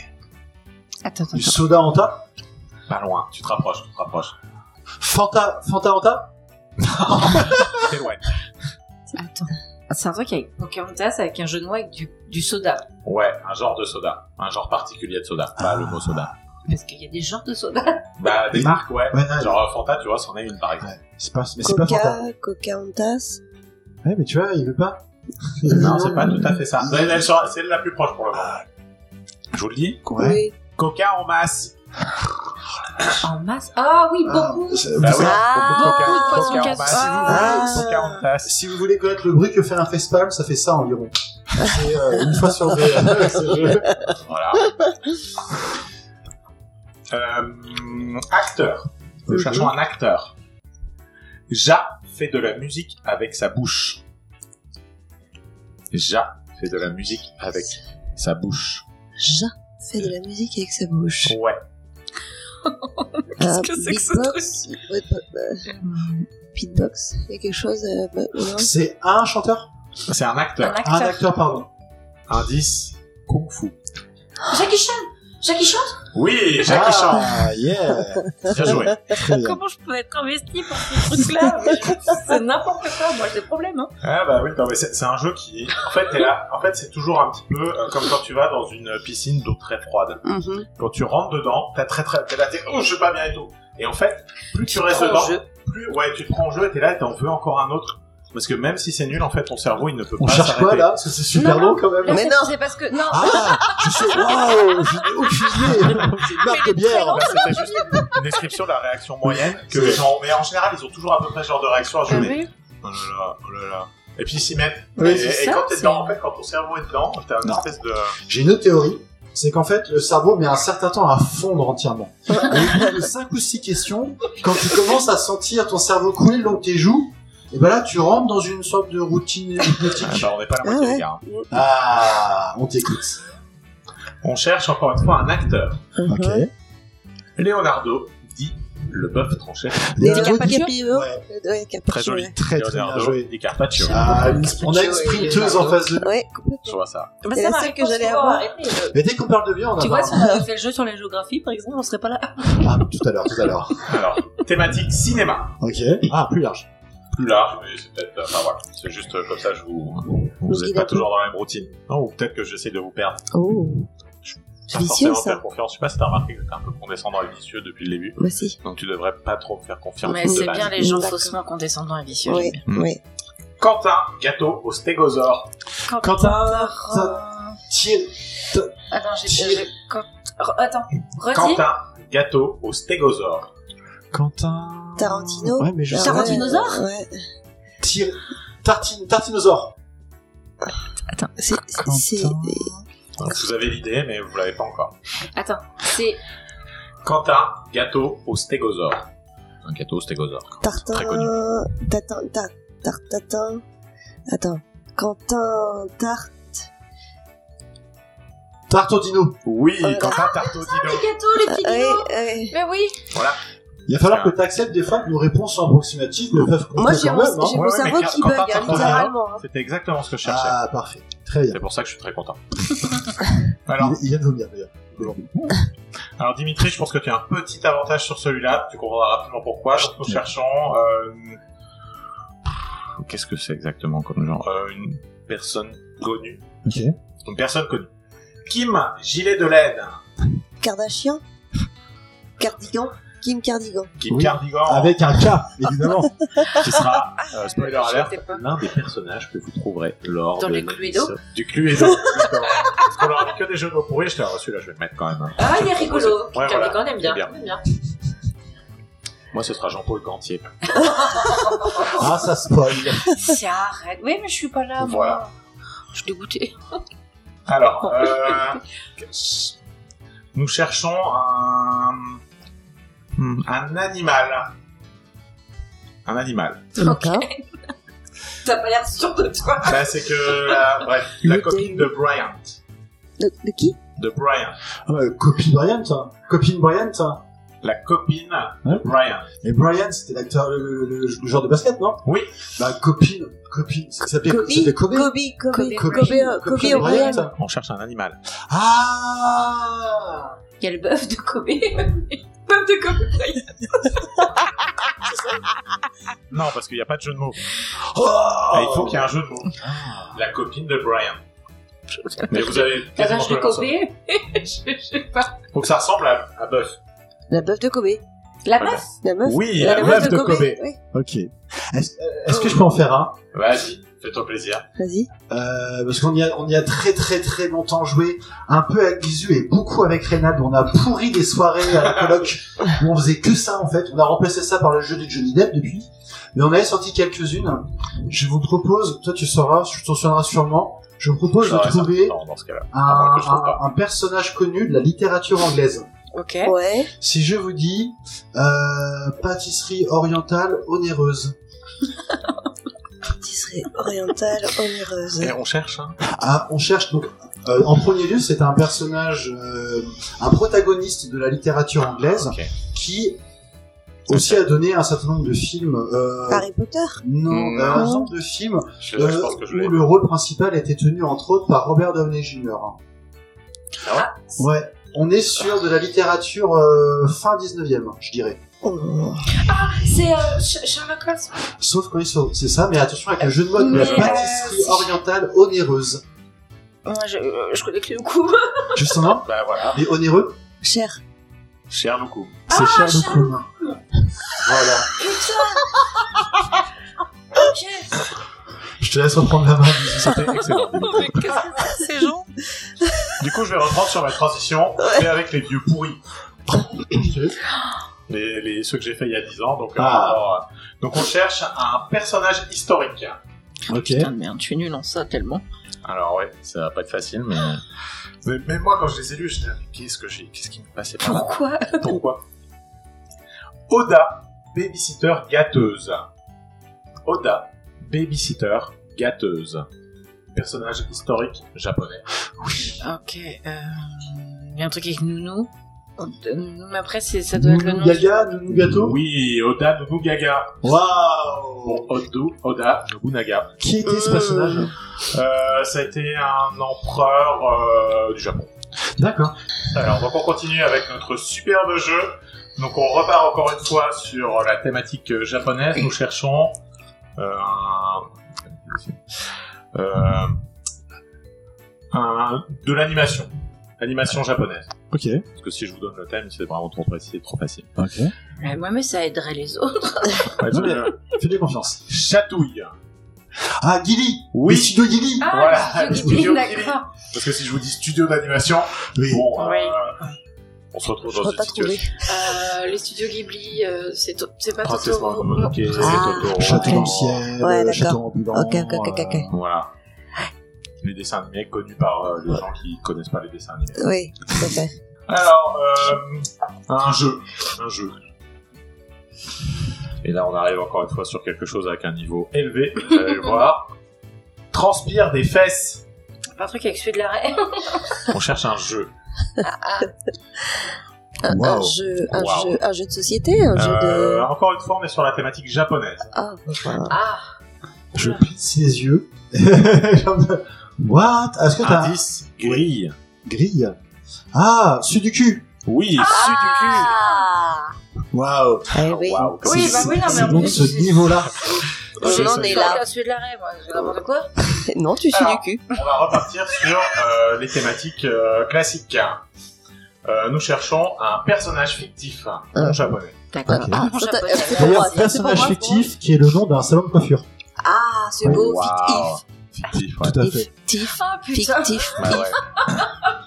[SPEAKER 2] Attends, attends.
[SPEAKER 1] Du soda en tas.
[SPEAKER 4] Pas loin. Tu te rapproches, tu te rapproches.
[SPEAKER 1] Fanta, Fanta en tas.
[SPEAKER 4] T'es loin.
[SPEAKER 2] Attends. Ah, C'est un truc avec Pocahontas avec un jeu de mots avec du, du soda.
[SPEAKER 4] Ouais, un genre de soda. Un genre particulier de soda. Pas le mot soda.
[SPEAKER 2] Parce qu'il y a des genres de soda.
[SPEAKER 4] Bah, des
[SPEAKER 1] Oui.
[SPEAKER 4] marques, ouais.
[SPEAKER 1] Ouais, ouais.
[SPEAKER 4] Genre euh, Fanta, tu vois, c'en est une par exemple.
[SPEAKER 1] C'est pas, mais c'est pas Fanta.
[SPEAKER 3] Coca, Coca Hontas.
[SPEAKER 1] Ouais, mais tu vois, il veut pas.
[SPEAKER 4] Non, c'est pas tout à fait ça. Ah. Mais elle sera- C'est la plus proche pour le moment. Je vous le dis.
[SPEAKER 1] Ouais.
[SPEAKER 3] Oui.
[SPEAKER 4] Coca en masse.
[SPEAKER 2] En masse. Ah oui,
[SPEAKER 1] Ah,
[SPEAKER 2] beaucoup.
[SPEAKER 1] c'est-
[SPEAKER 4] Bah
[SPEAKER 1] vous-
[SPEAKER 4] oui.
[SPEAKER 3] Ah,
[SPEAKER 4] Coca,
[SPEAKER 2] beaucoup de
[SPEAKER 4] Coca
[SPEAKER 2] poissons
[SPEAKER 4] en
[SPEAKER 2] gazeuses.
[SPEAKER 4] masse.
[SPEAKER 3] Ah.
[SPEAKER 4] Si vous voulez, Coca en tasse.
[SPEAKER 1] Si vous voulez connaître le bruit que fait un facepalm, ça fait ça environ.
[SPEAKER 4] *laughs*
[SPEAKER 1] C'est euh, une fois sur deux. euh, ce jeu.
[SPEAKER 4] Voilà. *laughs* Euh, acteur. Nous cherchons un acteur. Ja fait de la musique avec sa bouche. Ja fait de la musique avec sa bouche.
[SPEAKER 3] Ja fait de la musique avec sa bouche.
[SPEAKER 4] Ouais.
[SPEAKER 3] Euh,
[SPEAKER 2] Qu'est-ce que c'est que ce
[SPEAKER 3] beatbox, ouais, bah, bah, hum, Beatbox, il y a quelque chose. euh, bah, non
[SPEAKER 1] C'est un chanteur
[SPEAKER 4] C'est un acteur.
[SPEAKER 2] Un
[SPEAKER 1] Un
[SPEAKER 2] acteur.
[SPEAKER 1] acteur, pardon.
[SPEAKER 4] Indice Kung Fu.
[SPEAKER 5] Jackie Chan Jackie Chan
[SPEAKER 4] Oui, Jackie Chan.
[SPEAKER 1] Ah, yeah
[SPEAKER 4] Bien joué.
[SPEAKER 1] Très bien.
[SPEAKER 2] Comment je pouvais être investie pour ce truc-là Mais C'est n'importe quoi, moi j'ai des problèmes. Hein.
[SPEAKER 4] *laughs* Ah bah oui, non, mais c'est c'est un jeu qui, en fait, t'es là. En fait, c'est toujours un petit peu euh, comme quand tu vas dans une piscine d'eau très froide.
[SPEAKER 3] Mhm.
[SPEAKER 4] Quand tu rentres dedans, t'as très très, t'es là, t'es oh je vais pas bien et tout. Et en fait, plus tu, restes
[SPEAKER 5] prends au
[SPEAKER 4] dedans,
[SPEAKER 5] jeu.
[SPEAKER 4] plus ouais, tu te prends en jeu et t'es là, et t'en veux encore un autre. Parce que même si c'est nul, en fait, ton cerveau il ne peut
[SPEAKER 1] On
[SPEAKER 4] pas
[SPEAKER 1] cherche quoi
[SPEAKER 4] s'arrêter.
[SPEAKER 1] là Parce que c'est super
[SPEAKER 2] Non, non.
[SPEAKER 1] long quand même.
[SPEAKER 2] Là,
[SPEAKER 3] Mais
[SPEAKER 2] c'est-
[SPEAKER 3] non.
[SPEAKER 2] C'est parce que. Non,
[SPEAKER 1] Ah Je suis. Waouh Je n'ai aucune idée C'est une marque de bière
[SPEAKER 4] Bah, C'était juste une description de la réaction moyenne que les gens ont. Mais en général, ils ont toujours à peu près ce genre de réaction à
[SPEAKER 5] Ah
[SPEAKER 2] t'as
[SPEAKER 4] jouer.
[SPEAKER 2] vu
[SPEAKER 4] Oh là là, oh là là. Et puis ils s'y mettent.
[SPEAKER 1] Oui,
[SPEAKER 4] et,
[SPEAKER 2] c'est
[SPEAKER 4] et
[SPEAKER 2] ça,
[SPEAKER 4] quand t'es
[SPEAKER 2] c'est-
[SPEAKER 4] dedans, en fait, quand ton cerveau est dedans, t'as une
[SPEAKER 1] Non.
[SPEAKER 4] espèce de.
[SPEAKER 1] J'ai une autre théorie, c'est qu'en fait, le cerveau met un certain temps à fondre
[SPEAKER 3] *laughs*
[SPEAKER 1] entièrement. Et au bout de 5 ou 6 questions, quand tu commences à sentir ton cerveau couler le long de tes joues, et ben là, tu rentres dans une sorte de routine
[SPEAKER 4] Ah,
[SPEAKER 1] hypnotique.
[SPEAKER 4] bah, on n'est pas la
[SPEAKER 3] Ah
[SPEAKER 4] moitié,
[SPEAKER 3] ouais.
[SPEAKER 4] les gars. hein.
[SPEAKER 1] *laughs* Ah, on t'écoute.
[SPEAKER 4] On cherche encore une fois un acteur.
[SPEAKER 3] Mhm.
[SPEAKER 1] *laughs* Ok.
[SPEAKER 4] Leonardo dit le bœuf tranché.
[SPEAKER 3] Des
[SPEAKER 1] Leonardo
[SPEAKER 3] Capaccio
[SPEAKER 1] Di-
[SPEAKER 3] euh, Ouais, ouais, Capaccio,
[SPEAKER 4] Très joli.
[SPEAKER 3] ouais.
[SPEAKER 1] Très très bien
[SPEAKER 4] Leonardo
[SPEAKER 1] joué.
[SPEAKER 4] Di Carpaccio.
[SPEAKER 1] Ah, une- on a une sprinteuse en face de nous.
[SPEAKER 3] Ouais,
[SPEAKER 4] Je
[SPEAKER 3] complètement.
[SPEAKER 4] vois ça.
[SPEAKER 2] Bah, ça
[SPEAKER 3] C'est la
[SPEAKER 2] m'a
[SPEAKER 3] seule
[SPEAKER 2] fait
[SPEAKER 3] que j'allais
[SPEAKER 2] penser, faut
[SPEAKER 3] avoir.
[SPEAKER 2] arrêter, euh.
[SPEAKER 1] Mais dès qu'on parle de vieux, on a
[SPEAKER 5] Tu vois, si
[SPEAKER 1] un...
[SPEAKER 5] on avait fait le jeu sur la géographie, par exemple, on serait pas là.
[SPEAKER 1] Ah, tout à l'heure, tout à l'heure.
[SPEAKER 4] Alors, thématique cinéma.
[SPEAKER 1] Ok. Ah, plus large.
[SPEAKER 4] Plus large, mais c'est peut-être. euh, Enfin voilà, c'est juste euh, comme ça, je vous. Vous
[SPEAKER 3] il
[SPEAKER 4] n'êtes
[SPEAKER 3] a
[SPEAKER 4] pas
[SPEAKER 3] tout.
[SPEAKER 4] toujours dans la même routine. Non, ou peut-être que j'essaie de vous perdre.
[SPEAKER 3] Oh,
[SPEAKER 4] Pas
[SPEAKER 3] vicieux
[SPEAKER 4] Ah, forcément
[SPEAKER 3] ça.
[SPEAKER 4] faire confiance. Je sais pas si t'as remarqué que t'es un peu condescendant et vicieux depuis le début.
[SPEAKER 3] Moi si.
[SPEAKER 4] Donc tu devrais pas trop me faire confiance.
[SPEAKER 5] Mais
[SPEAKER 4] de
[SPEAKER 5] c'est
[SPEAKER 4] base.
[SPEAKER 5] bien les gens
[SPEAKER 3] D'accord.
[SPEAKER 5] faussement condescendants et vicieux.
[SPEAKER 3] Ouais,
[SPEAKER 4] Mm.
[SPEAKER 3] ouais.
[SPEAKER 4] Quentin, gâteau au stégosaure.
[SPEAKER 1] Quentin. Tiens.
[SPEAKER 2] Attends, j'ai.
[SPEAKER 1] Thierry.
[SPEAKER 2] j'ai- quand- re- Attends, redis.
[SPEAKER 4] Quentin, gâteau au stégosaure.
[SPEAKER 1] Quentin.
[SPEAKER 3] Tarantino.
[SPEAKER 1] Ouais, mais je
[SPEAKER 3] Ah,
[SPEAKER 1] sais
[SPEAKER 3] ouais,
[SPEAKER 1] pas.
[SPEAKER 5] Tarantinosaure
[SPEAKER 3] Ouais.
[SPEAKER 1] Tyr- Tartine, tartinosaure.
[SPEAKER 3] C'est, c'est,
[SPEAKER 4] Donc, Vous avez l'idée, mais vous l'avez pas encore.
[SPEAKER 2] Attends, c'est.
[SPEAKER 4] Quentin, gâteau au stégosaure. Un gâteau au stégosaure.
[SPEAKER 3] Tartin,
[SPEAKER 4] Très connu.
[SPEAKER 3] Tatin, ta, tar, tatin. Attends. Quentin Tart.
[SPEAKER 1] Tarte au dino.
[SPEAKER 4] Oui,
[SPEAKER 3] Euh,
[SPEAKER 4] Quentin Tartodino.
[SPEAKER 5] Gâteau, les petits
[SPEAKER 3] Ouais,
[SPEAKER 5] dinos
[SPEAKER 3] ouais.
[SPEAKER 2] Mais oui
[SPEAKER 1] Il va falloir que tu acceptes des fois que nos réponses sont approximatives, le peuvent
[SPEAKER 3] Moi,
[SPEAKER 1] compter
[SPEAKER 3] j'ai
[SPEAKER 1] quand
[SPEAKER 3] mon,
[SPEAKER 1] même.
[SPEAKER 3] j'ai
[SPEAKER 1] Hein.
[SPEAKER 4] Ouais,
[SPEAKER 3] mon
[SPEAKER 4] ouais,
[SPEAKER 3] cerveau
[SPEAKER 4] mais
[SPEAKER 3] qui
[SPEAKER 4] Quentin
[SPEAKER 3] bug, hein,
[SPEAKER 4] Tarantino.
[SPEAKER 3] littéralement. hein.
[SPEAKER 4] C'était exactement ce que je cherchais.
[SPEAKER 1] Ah, parfait. Très bien.
[SPEAKER 4] C'est pour ça que je suis très content.
[SPEAKER 1] Alors,
[SPEAKER 4] *laughs* Alors,
[SPEAKER 1] il, il vient de vomir d'ailleurs. aujourd'hui.
[SPEAKER 4] alors Dimitri, je pense que tu as un petit avantage sur celui-là. Tu comprendras rapidement pourquoi. Donc, nous cherchons... euh, Qu'est-ce que c'est exactement comme genre Euh, Une personne connue.
[SPEAKER 1] Ok.
[SPEAKER 4] Une personne connue. Kim, gilet de laine.
[SPEAKER 3] Kardashian. Cardigan. Kim Cardigan.
[SPEAKER 4] Kim
[SPEAKER 1] Oui.
[SPEAKER 4] Cardigan,
[SPEAKER 1] Avec un K,
[SPEAKER 4] *laughs*
[SPEAKER 1] évidemment.
[SPEAKER 4] qui sera, euh, *laughs* spoiler alert,
[SPEAKER 2] J'étais pas.
[SPEAKER 4] l'un des personnages que vous trouverez lors
[SPEAKER 5] Dans
[SPEAKER 4] de
[SPEAKER 5] les Cluedo.
[SPEAKER 4] l'épisode Du Cluedo. *laughs* exactement. Parce qu'on leur a mis que des jeux de mots pourris, je t'ai reçu là, je vais le mettre quand même. hein.
[SPEAKER 5] Ah, il est rigolo.
[SPEAKER 4] Ouais,
[SPEAKER 5] Quelqu'un
[SPEAKER 4] voilà.
[SPEAKER 5] qu'on aime bien.
[SPEAKER 4] C'est bien.
[SPEAKER 5] on aime bien.
[SPEAKER 4] Moi, ce sera Jean-Paul Gantier.
[SPEAKER 1] ah, ça spoil.
[SPEAKER 2] Si, arrête. Oui, mais je suis pas là,
[SPEAKER 4] Voilà.
[SPEAKER 2] moi.
[SPEAKER 5] Je suis dégoûtée.
[SPEAKER 4] Alors, euh, nous cherchons un, hmm, un animal. Un animal.
[SPEAKER 3] D'accord.
[SPEAKER 5] T'as pas l'air sûr de toi.
[SPEAKER 4] Bah, c'est que, la, bref, la
[SPEAKER 3] Le
[SPEAKER 4] copine de Bryant.
[SPEAKER 3] De, de qui
[SPEAKER 4] De Bryant.
[SPEAKER 1] Euh, copine Bryant. hein. Copine Bryant. hein.
[SPEAKER 4] La copine
[SPEAKER 1] Ouais.
[SPEAKER 4] de Bryant.
[SPEAKER 1] Et Bryant, c'était l'acteur, le, le- le joueur de basket, non
[SPEAKER 4] Oui.
[SPEAKER 1] Bah, copine. Copine. Ça s'appelait
[SPEAKER 3] Kobe.
[SPEAKER 1] c'était Kobe.
[SPEAKER 3] Kobe, Kobe, Kobe,
[SPEAKER 1] Kobe.
[SPEAKER 3] Kobe,
[SPEAKER 1] Kobe
[SPEAKER 3] Kobe Bryant.
[SPEAKER 1] Bryant.
[SPEAKER 4] On cherche un animal.
[SPEAKER 1] Ah
[SPEAKER 5] Il y a le bœuf de Kobe. *laughs* bœuf de Kobe.
[SPEAKER 4] Non, parce qu'il n'y a pas de jeu de mots.
[SPEAKER 1] Oh
[SPEAKER 4] Ah, il faut qu'il y ait un jeu de mots. La copine de Brian. Mais vous avez
[SPEAKER 2] Ah,
[SPEAKER 5] T'as
[SPEAKER 4] quasiment
[SPEAKER 5] je de
[SPEAKER 4] pas
[SPEAKER 5] Kobe.
[SPEAKER 4] Il
[SPEAKER 5] *laughs* Je sais pas.
[SPEAKER 4] Faut que ça ressemble à, à Buff.
[SPEAKER 3] La meuf de Kobe.
[SPEAKER 5] La
[SPEAKER 4] Voilà.
[SPEAKER 5] meuf
[SPEAKER 3] La meuf.
[SPEAKER 4] Oui,
[SPEAKER 3] La,
[SPEAKER 4] la meuf de Kobe.
[SPEAKER 3] Oui.
[SPEAKER 4] Ah,
[SPEAKER 1] Ok. Est-ce euh, est-ce que je peux en faire un
[SPEAKER 4] Vas-y, fais-toi plaisir.
[SPEAKER 3] Vas-y.
[SPEAKER 1] Euh, parce qu'on y a, on y a très très très longtemps joué, un peu avec Bisu et beaucoup avec Reynald. On a pourri des soirées à la coloc où on faisait que ça en fait. On a remplacé ça par le jeu du Johnny Depp depuis. Mais on avait sorti quelques-unes. Je vous propose, toi tu sauras, tu t'en souviendras sûrement. Je vous propose de
[SPEAKER 4] J'aurais
[SPEAKER 1] trouver
[SPEAKER 4] certainement dans ce cas-là.
[SPEAKER 1] un,
[SPEAKER 4] avant que je trouve
[SPEAKER 1] un-
[SPEAKER 4] pas.
[SPEAKER 1] un personnage connu de la littérature anglaise.
[SPEAKER 2] Ok.
[SPEAKER 3] Ouais.
[SPEAKER 1] Si je vous dis euh, pâtisserie orientale onéreuse.
[SPEAKER 3] Pâtisserie orientale onéreuse.
[SPEAKER 4] on cherche, hein.
[SPEAKER 1] Ah, on cherche donc euh, en premier lieu, c'est un personnage, euh, un protagoniste de la littérature anglaise
[SPEAKER 4] Ok.
[SPEAKER 1] qui aussi a donné un certain nombre de films. Euh,
[SPEAKER 3] Harry Potter.
[SPEAKER 1] non, euh,
[SPEAKER 4] Non.
[SPEAKER 1] un certain nombre de films
[SPEAKER 4] Je,
[SPEAKER 1] euh,
[SPEAKER 4] je pense que je l'ai.
[SPEAKER 1] où le rôle principal était tenu entre autres par Robert Downey Jr.
[SPEAKER 4] Ah
[SPEAKER 1] ouais. On est sur de la littérature euh, fin 19e, je dirais.
[SPEAKER 3] Oh.
[SPEAKER 2] C'est euh, Sh- Sherlock Holmes.
[SPEAKER 1] Sauf quand ils sont, c'est ça, mais attention avec le jeu de mode, la
[SPEAKER 2] Mais, euh,
[SPEAKER 1] pâtisserie
[SPEAKER 2] si-
[SPEAKER 1] orientale onéreuse.
[SPEAKER 2] Moi, je, euh, je connais que le coup.
[SPEAKER 1] Justement,
[SPEAKER 4] Bah voilà,
[SPEAKER 1] mais hein, onéreux,
[SPEAKER 3] Cher.
[SPEAKER 4] cher Loukou.
[SPEAKER 2] Ah,
[SPEAKER 1] c'est cher de commun. Voilà.
[SPEAKER 2] Ok.
[SPEAKER 1] Je te laisse reprendre la main.
[SPEAKER 4] C'était excellent.
[SPEAKER 2] Mais qu'est-ce que c'est, ces gens
[SPEAKER 4] *laughs* Du coup, je vais reprendre sur ma transition, c'est avec les vieux pourris. les, les- ceux que j'ai fait il y a 10 ans. Donc, euh,
[SPEAKER 1] Ah.
[SPEAKER 4] alors, euh, donc on cherche un personnage historique.
[SPEAKER 1] ok.
[SPEAKER 5] Putain de merde, je suis nul en ça tellement.
[SPEAKER 4] Alors ouais, ça va pas être facile, mais... mais même moi, quand je les ai lus, je me qu'est-ce que j'ai, qu'est-ce qui me passait par là
[SPEAKER 2] Pourquoi
[SPEAKER 4] *laughs* Pourquoi Oda, babysitter gâteuse. Oda, babysitter gâteuse. Personnage historique japonais.
[SPEAKER 2] Ok. euh, Il y a un truc avec Nounou. Mais après, c'est- ça doit être le nom.
[SPEAKER 1] Gaga, nounou gâteau.
[SPEAKER 4] Oui, Oda Nobunaga.
[SPEAKER 1] Waouh
[SPEAKER 4] Bon, Odo, Oda Nobunaga.
[SPEAKER 1] Qui était ce personnage
[SPEAKER 4] Euh, ça a été un empereur euh, du Japon.
[SPEAKER 1] D'accord.
[SPEAKER 4] Alors, donc on continue avec notre superbe jeu. Donc on repart encore une fois sur la thématique euh, japonaise. Nous cherchons euh, un- euh, un- de l'animation. Animation japonaise.
[SPEAKER 1] Ok.
[SPEAKER 4] Parce que si je vous donne le thème, c'est vraiment trop facile. Trop facile.
[SPEAKER 1] Ok.
[SPEAKER 2] Ouais, Moi, mais ça aiderait les autres.
[SPEAKER 4] Ouais,
[SPEAKER 1] Non, mais-
[SPEAKER 4] euh,
[SPEAKER 1] Fais-lui confiance.
[SPEAKER 4] Chatouille.
[SPEAKER 1] Ah, Gilly
[SPEAKER 4] Oui.
[SPEAKER 1] Le studio
[SPEAKER 2] Ah.
[SPEAKER 1] Gilly
[SPEAKER 4] Voilà,
[SPEAKER 2] le
[SPEAKER 4] studio Ghibli.
[SPEAKER 2] d'accord.
[SPEAKER 4] Parce que si je vous dis studio d'animation,
[SPEAKER 1] Oui.
[SPEAKER 4] bon, euh,
[SPEAKER 2] Oui.
[SPEAKER 4] on se retrouve
[SPEAKER 3] Je
[SPEAKER 4] dans
[SPEAKER 3] crois
[SPEAKER 4] une
[SPEAKER 3] pas trouver.
[SPEAKER 4] situation.
[SPEAKER 2] Euh, les studios Ghibli, euh, c'est to- c'est pas
[SPEAKER 4] Princesse
[SPEAKER 2] Totoro.
[SPEAKER 4] Mononoke,
[SPEAKER 3] Ah,
[SPEAKER 4] Totoro.
[SPEAKER 1] Château dans
[SPEAKER 3] Ouais.
[SPEAKER 1] le ciel,
[SPEAKER 3] Ouais, d'accord.
[SPEAKER 1] château ambulant.
[SPEAKER 3] Ok, ok, ok, ok.
[SPEAKER 1] euh,
[SPEAKER 4] Voilà. Les dessins animés connus par euh, les gens qui connaissent pas les dessins animés.
[SPEAKER 3] Oui, tout à fait.
[SPEAKER 4] Alors, euh, un jeu. Un jeu. Et là, on arrive encore une fois sur quelque chose avec un niveau élevé. Vous allez le voir. Transpire des fesses.
[SPEAKER 2] Un truc avec celui de l'arrêt.
[SPEAKER 4] On cherche un jeu.
[SPEAKER 3] Un,
[SPEAKER 1] Wow.
[SPEAKER 3] un jeu, un,
[SPEAKER 4] Wow.
[SPEAKER 3] jeu, un jeu de société, un jeu
[SPEAKER 4] Euh,
[SPEAKER 3] de.
[SPEAKER 4] Encore une fois, on est sur la thématique japonaise.
[SPEAKER 3] Ah, voilà.
[SPEAKER 2] *laughs* Ah,
[SPEAKER 1] Je plisse les yeux. *laughs* What Est-ce que t'as
[SPEAKER 4] Indice, grille.
[SPEAKER 1] grille Ah, sud du cul.
[SPEAKER 4] Oui, su du
[SPEAKER 2] Ah
[SPEAKER 1] Waouh.
[SPEAKER 3] Eh
[SPEAKER 4] cul.
[SPEAKER 3] oui.
[SPEAKER 4] Waouh,
[SPEAKER 2] Oui,
[SPEAKER 1] C'est-
[SPEAKER 2] bah oui, non, mais
[SPEAKER 1] c'est
[SPEAKER 2] en
[SPEAKER 1] donc
[SPEAKER 2] plus,
[SPEAKER 1] ce
[SPEAKER 2] c'est-
[SPEAKER 1] niveau-là.
[SPEAKER 3] On
[SPEAKER 4] C'est-
[SPEAKER 3] en
[SPEAKER 4] c'est-
[SPEAKER 3] est
[SPEAKER 2] Je
[SPEAKER 3] là.
[SPEAKER 2] regarde celui de l'arrêt, moi. Je n'importe quoi.
[SPEAKER 3] *laughs* Non, tu suis
[SPEAKER 4] Alors.
[SPEAKER 3] du cul.
[SPEAKER 4] On va repartir sur euh, les thématiques euh, classiques. Euh, nous cherchons un personnage fictif en
[SPEAKER 3] Euh.
[SPEAKER 4] japonais.
[SPEAKER 2] D'accord.
[SPEAKER 1] Ok.
[SPEAKER 2] Ah,
[SPEAKER 3] Ça,
[SPEAKER 2] japonais.
[SPEAKER 3] euh, c'est pour moi,
[SPEAKER 1] D'ailleurs,
[SPEAKER 3] c'est
[SPEAKER 1] personnage
[SPEAKER 3] pour moi,
[SPEAKER 1] fictif qui est le nom d'un salon de coiffure.
[SPEAKER 3] Ah, c'est beau,
[SPEAKER 4] Waouh. Fictif, ouais.
[SPEAKER 1] Tout à
[SPEAKER 3] fictif.
[SPEAKER 1] fait.
[SPEAKER 3] Fictif,
[SPEAKER 2] Ah, putain,
[SPEAKER 3] fictif.
[SPEAKER 4] Bah ouais.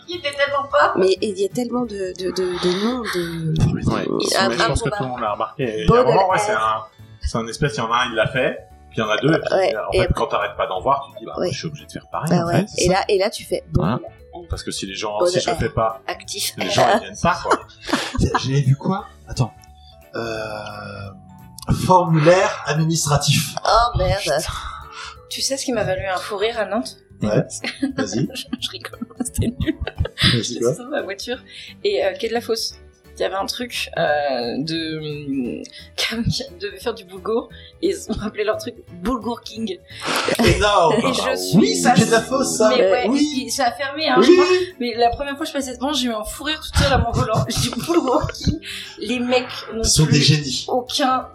[SPEAKER 2] il était tellement pas.
[SPEAKER 3] Mais il y a tellement de, de, de, de noms de.
[SPEAKER 4] Ouais, ils sont-
[SPEAKER 3] Ah,
[SPEAKER 4] mais je pense que
[SPEAKER 3] bravo.
[SPEAKER 4] tout le monde l'a remarqué. Il y a un
[SPEAKER 3] Baudelaire.
[SPEAKER 4] moment, ouais, c'est un, c'est un espèce, il y en a un, il l'a fait, puis il y en a deux, et puis
[SPEAKER 3] Ouais,
[SPEAKER 4] en
[SPEAKER 3] et
[SPEAKER 4] fait,
[SPEAKER 3] après-
[SPEAKER 4] quand t'arrêtes pas d'en voir, tu te dis, bah,
[SPEAKER 3] Ouais.
[SPEAKER 4] je suis obligé de faire pareil,
[SPEAKER 3] Bah
[SPEAKER 4] en
[SPEAKER 3] ouais.
[SPEAKER 4] fait, c'est
[SPEAKER 3] Et
[SPEAKER 4] ça.
[SPEAKER 3] là, et là, tu fais. Bon,
[SPEAKER 4] Hein Parce que si les gens, si je le
[SPEAKER 3] Baudelaire.
[SPEAKER 4] fais pas,
[SPEAKER 2] Actif.
[SPEAKER 4] les gens, ils viennent pas,
[SPEAKER 3] *laughs*
[SPEAKER 4] quoi.
[SPEAKER 1] J'ai vu quoi Attends. Euh... Formulaire administratif.
[SPEAKER 3] oh merde.
[SPEAKER 2] Tu sais ce qui m'a valu un fou rire à Nantes
[SPEAKER 1] Ouais. Vas-y.
[SPEAKER 2] je, je rigole, c'était nul.
[SPEAKER 1] Vas-y,
[SPEAKER 2] J'étais
[SPEAKER 1] quoi
[SPEAKER 2] dans ma voiture. Et euh, quai de la fosse. Il y avait un truc euh, de. *laughs* qui devait faire du boulgour. Et ils ont appelé leur truc Boulgour King.
[SPEAKER 1] Énorme.
[SPEAKER 2] Et
[SPEAKER 4] bah
[SPEAKER 2] je suis.
[SPEAKER 1] Oh, Oui, c'est
[SPEAKER 2] passée-
[SPEAKER 1] de la fosse, ça.
[SPEAKER 2] Mais ouais,
[SPEAKER 1] Oui.
[SPEAKER 2] et- et ça a fermé, hein, je
[SPEAKER 1] Oui.
[SPEAKER 2] crois. Mais la première fois que je passais devant, j'ai eu un fou rire tout seul à mon volant. *laughs* J'ai dit Boulgour King. Les mecs n'ont
[SPEAKER 1] Ils sont
[SPEAKER 2] plus
[SPEAKER 1] des génies.
[SPEAKER 2] aucun,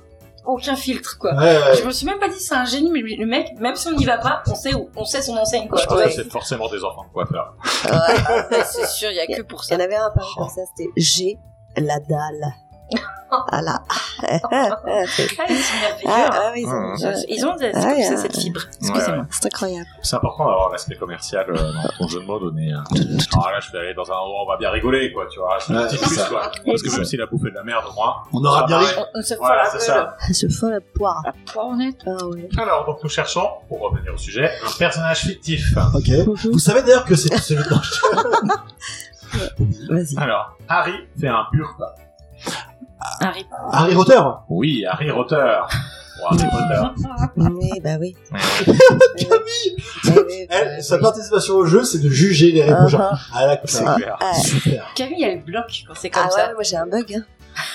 [SPEAKER 2] aucun filtre, quoi.
[SPEAKER 1] Ouais, ouais.
[SPEAKER 2] Je me suis même pas dit c'est un génie, mais le mec, même si on n'y va pas, on sait où, on sait son enseigne quoi.
[SPEAKER 4] Je pense
[SPEAKER 3] Ouais.
[SPEAKER 4] que c'est forcément des enfants de coiffeurs.
[SPEAKER 2] Ouais, c'est sûr, il y a que pour
[SPEAKER 3] Il y
[SPEAKER 2] ça.
[SPEAKER 3] en avait un pareil comme ça, c'était J'ai la *laughs* dalle. Ah *laughs* là. Ah, c'est-
[SPEAKER 2] Ah, ils sont merveilleux.
[SPEAKER 3] ah, ah oui, c'est-
[SPEAKER 4] Mmh.
[SPEAKER 2] Je- Ils ont des, c'est
[SPEAKER 3] Ah,
[SPEAKER 2] comme
[SPEAKER 3] il y
[SPEAKER 2] ça,
[SPEAKER 3] a-
[SPEAKER 2] cette fibre.
[SPEAKER 4] Ouais,
[SPEAKER 2] Excusez-moi.
[SPEAKER 3] c'est incroyable.
[SPEAKER 4] C'est important d'avoir l'aspect commercial euh, dans ton jeu de mots donné. euh, Ah là, je vais aller dans un endroit où on va bien rigoler, quoi, tu vois. C'est
[SPEAKER 1] Ouais,
[SPEAKER 4] un petit
[SPEAKER 1] c'est
[SPEAKER 4] plus,
[SPEAKER 1] ça.
[SPEAKER 4] quoi. Parce que même s'il a bouffé de la merde, au moins.
[SPEAKER 1] On aura bien ri.
[SPEAKER 2] On, on se
[SPEAKER 4] Voilà,
[SPEAKER 2] fout
[SPEAKER 4] c'est
[SPEAKER 2] la
[SPEAKER 4] ça.
[SPEAKER 3] Ce fou la poire.
[SPEAKER 2] gueule. Pour en être-
[SPEAKER 3] Ah ouais.
[SPEAKER 4] Alors, donc, nous cherchons, pour revenir au sujet, un personnage fictif.
[SPEAKER 1] Ok. Vous savez d'ailleurs que c'est celui
[SPEAKER 3] Vas-y.
[SPEAKER 4] Alors, Harry fait un burp.
[SPEAKER 2] Harry
[SPEAKER 1] Harry Potter
[SPEAKER 4] Oui, Harry Rotter. Ou *laughs* Harry Potter.
[SPEAKER 3] Oui, bah oui. *laughs* Eh
[SPEAKER 1] Camille
[SPEAKER 3] Oui, oui, bah
[SPEAKER 1] Elle, Sa
[SPEAKER 3] oui.
[SPEAKER 1] participation au jeu, c'est de juger les réponses.
[SPEAKER 3] Ah, ah.
[SPEAKER 1] Ah la classe.
[SPEAKER 4] C'est clair.
[SPEAKER 3] Ah,
[SPEAKER 1] Super.
[SPEAKER 2] Camille, elle bloque quand c'est comme
[SPEAKER 3] ah
[SPEAKER 2] ça.
[SPEAKER 3] ouais, moi j'ai un bug. hein.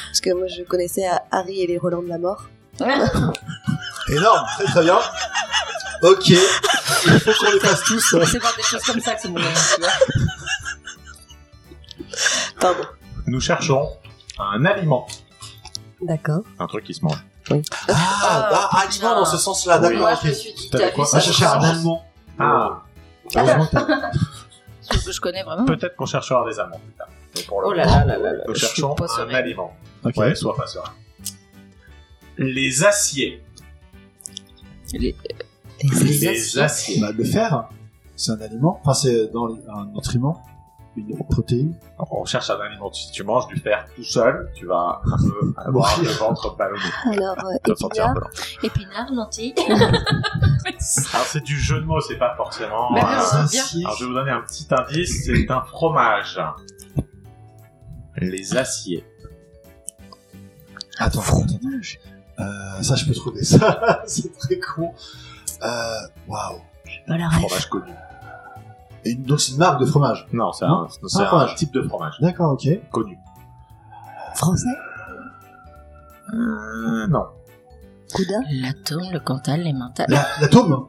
[SPEAKER 3] Parce que moi je connaissais euh, Harry et les Roland de la mort.
[SPEAKER 1] Énorme, très très bien. Ok. *laughs* Il faut qu'on les fasse tous.
[SPEAKER 2] C'est par des choses comme ça que c'est mon ami, tu vois.
[SPEAKER 3] Pardon.
[SPEAKER 4] Nous cherchons un aliment.
[SPEAKER 3] D'accord.
[SPEAKER 4] Un truc qui se mange.
[SPEAKER 1] Ah, bah, aliment dans ce sens-là, Ah,
[SPEAKER 4] Oui.
[SPEAKER 1] d'accord.
[SPEAKER 2] Moi,
[SPEAKER 1] ok.
[SPEAKER 2] je me suis dit,
[SPEAKER 4] T'avais
[SPEAKER 2] t'as vu
[SPEAKER 4] quoi
[SPEAKER 1] On va
[SPEAKER 2] ça
[SPEAKER 1] chercher un
[SPEAKER 2] je-
[SPEAKER 1] allemand.
[SPEAKER 4] Ah,
[SPEAKER 1] Heureusement que t'as-
[SPEAKER 2] je- Je connais vraiment.
[SPEAKER 4] peut-être qu'on cherchera des amandes plus tard. Mais pour le
[SPEAKER 2] Oh là
[SPEAKER 4] moment,
[SPEAKER 2] là là là là,
[SPEAKER 4] Nous
[SPEAKER 2] je suis
[SPEAKER 4] cherchons
[SPEAKER 2] pas
[SPEAKER 4] un
[SPEAKER 2] sereine.
[SPEAKER 4] aliment.
[SPEAKER 1] Ok.
[SPEAKER 4] Ouais, sois pas serein. Les aciers.
[SPEAKER 2] Les-
[SPEAKER 4] Les
[SPEAKER 1] On
[SPEAKER 4] aciers.
[SPEAKER 1] va le faire. C'est un aliment. Enfin, c'est dans les- un nutriment. Une protéine.
[SPEAKER 4] Alors, on cherche un aliment. Si tu manges du fer tout seul, tu vas un *laughs* peu avoir le ventre ballonné.
[SPEAKER 3] Alors, euh,
[SPEAKER 4] *laughs* Tu vas te sentir un
[SPEAKER 3] épinard.
[SPEAKER 4] peu lent.
[SPEAKER 2] Épinards, *laughs* lentilles.
[SPEAKER 4] Alors c'est du jeu de mots, c'est pas forcément...
[SPEAKER 2] Mais
[SPEAKER 4] euh,
[SPEAKER 2] non, c'est bien.
[SPEAKER 1] aciers.
[SPEAKER 4] Alors je vais vous donner un petit indice, c'est un fromage. Les aciers.
[SPEAKER 1] Attends, fromage. Euh, ça, je peux trouver ça. *laughs* c'est très con. Euh, Waouh.
[SPEAKER 4] Fromage connu.
[SPEAKER 1] Et Donc, c'est une marque de fromage.
[SPEAKER 4] Non, c'est
[SPEAKER 1] Non,
[SPEAKER 4] un, c'est
[SPEAKER 1] un
[SPEAKER 4] un
[SPEAKER 1] fromage.
[SPEAKER 4] type de fromage
[SPEAKER 1] D'accord, ok.
[SPEAKER 4] connu.
[SPEAKER 3] Français
[SPEAKER 4] Euh, non.
[SPEAKER 3] Coudin
[SPEAKER 2] L'atome, le cantal, les mentales.
[SPEAKER 1] La, la tome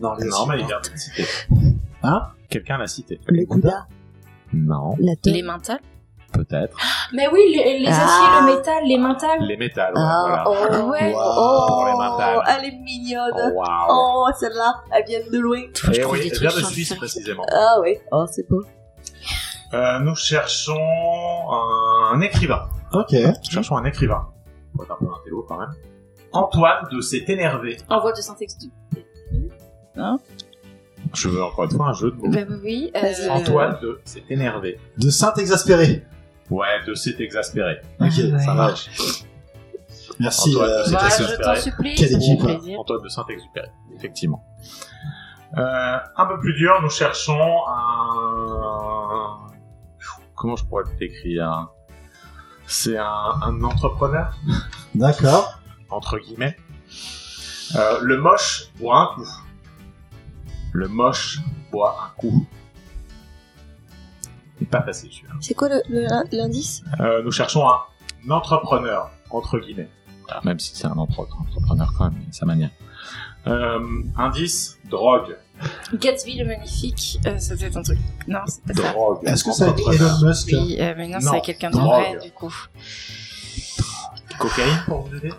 [SPEAKER 1] Non, les
[SPEAKER 4] Non, mais il vient de le citer.
[SPEAKER 1] Hein
[SPEAKER 4] Quelqu'un l'a cité.
[SPEAKER 3] Le Gouda
[SPEAKER 4] Non,
[SPEAKER 3] La tome
[SPEAKER 2] Les mentales
[SPEAKER 4] peut-être.
[SPEAKER 5] Mais oui, les, les
[SPEAKER 3] Ah.
[SPEAKER 5] aciers, le métal, les mentales.
[SPEAKER 4] Les métals, ouais,
[SPEAKER 3] Ah,
[SPEAKER 4] voilà.
[SPEAKER 3] *laughs* oh,
[SPEAKER 5] Ouais.
[SPEAKER 4] Pour les
[SPEAKER 3] oh,
[SPEAKER 4] mentales.
[SPEAKER 3] elle est mignonne.
[SPEAKER 4] Oh, waouh.
[SPEAKER 3] Oh, celle-là, elle vient de loin.
[SPEAKER 2] je
[SPEAKER 4] Eh
[SPEAKER 2] trouve
[SPEAKER 4] oui,
[SPEAKER 2] des
[SPEAKER 4] elle vient
[SPEAKER 2] trucs
[SPEAKER 4] de
[SPEAKER 2] sur le
[SPEAKER 4] Suisse
[SPEAKER 2] feu.
[SPEAKER 4] précisément.
[SPEAKER 3] Ah oui, oh c'est beau.
[SPEAKER 4] Euh, nous cherchons un écrivain.
[SPEAKER 1] Ok.
[SPEAKER 4] Nous cherchons un écrivain. Faut être un peu un télo quand même. Antoine de s'est énervé.
[SPEAKER 2] En voie de syntaxe du.
[SPEAKER 4] Je veux encore une fois un jeu de mots.
[SPEAKER 2] Bah oui, oui. euh,
[SPEAKER 3] Vas-y.
[SPEAKER 4] Antoine de s'est énervé.
[SPEAKER 1] De Sainte exaspérée.
[SPEAKER 4] Ouais, de s'est exaspéré.
[SPEAKER 1] Ok,
[SPEAKER 3] Ah, ouais.
[SPEAKER 1] ça va. Merci.
[SPEAKER 4] Antoine,
[SPEAKER 1] euh,
[SPEAKER 4] c'est
[SPEAKER 2] Bah,
[SPEAKER 4] assez
[SPEAKER 2] je t'en
[SPEAKER 4] inspiré.
[SPEAKER 2] supplie.
[SPEAKER 1] Quelle
[SPEAKER 2] ça me fait
[SPEAKER 1] équipe, hein.
[SPEAKER 2] plaisir.
[SPEAKER 4] Antoine de Saint-Exupéry, effectivement. Euh, un peu plus dur, nous cherchons un... Comment je pourrais le décrire C'est un, un entrepreneur,
[SPEAKER 1] D'accord.
[SPEAKER 4] entre guillemets. Euh, le moche boit un coup. Le moche boit un coup. C'est pas hein. facile celui-là.
[SPEAKER 3] C'est quoi le- le- l'indice
[SPEAKER 4] Euh, nous cherchons un entrepreneur, entre guillemets. Voilà, Ah, Même si c'est un entre- entrepreneur quand même, sa manière. Euh, indice, drogue.
[SPEAKER 2] Gatsby le magnifique, euh, ça doit être un truc. Non, c'est pas ça.
[SPEAKER 4] Drogue.
[SPEAKER 1] Est-ce que ça va être
[SPEAKER 4] Entrepreneur.
[SPEAKER 1] Elon Musk
[SPEAKER 2] Oui, euh, mais non,
[SPEAKER 4] Non,
[SPEAKER 2] c'est quelqu'un de
[SPEAKER 4] drogue.
[SPEAKER 2] vrai, du coup.
[SPEAKER 4] Cocaïne pour vous aider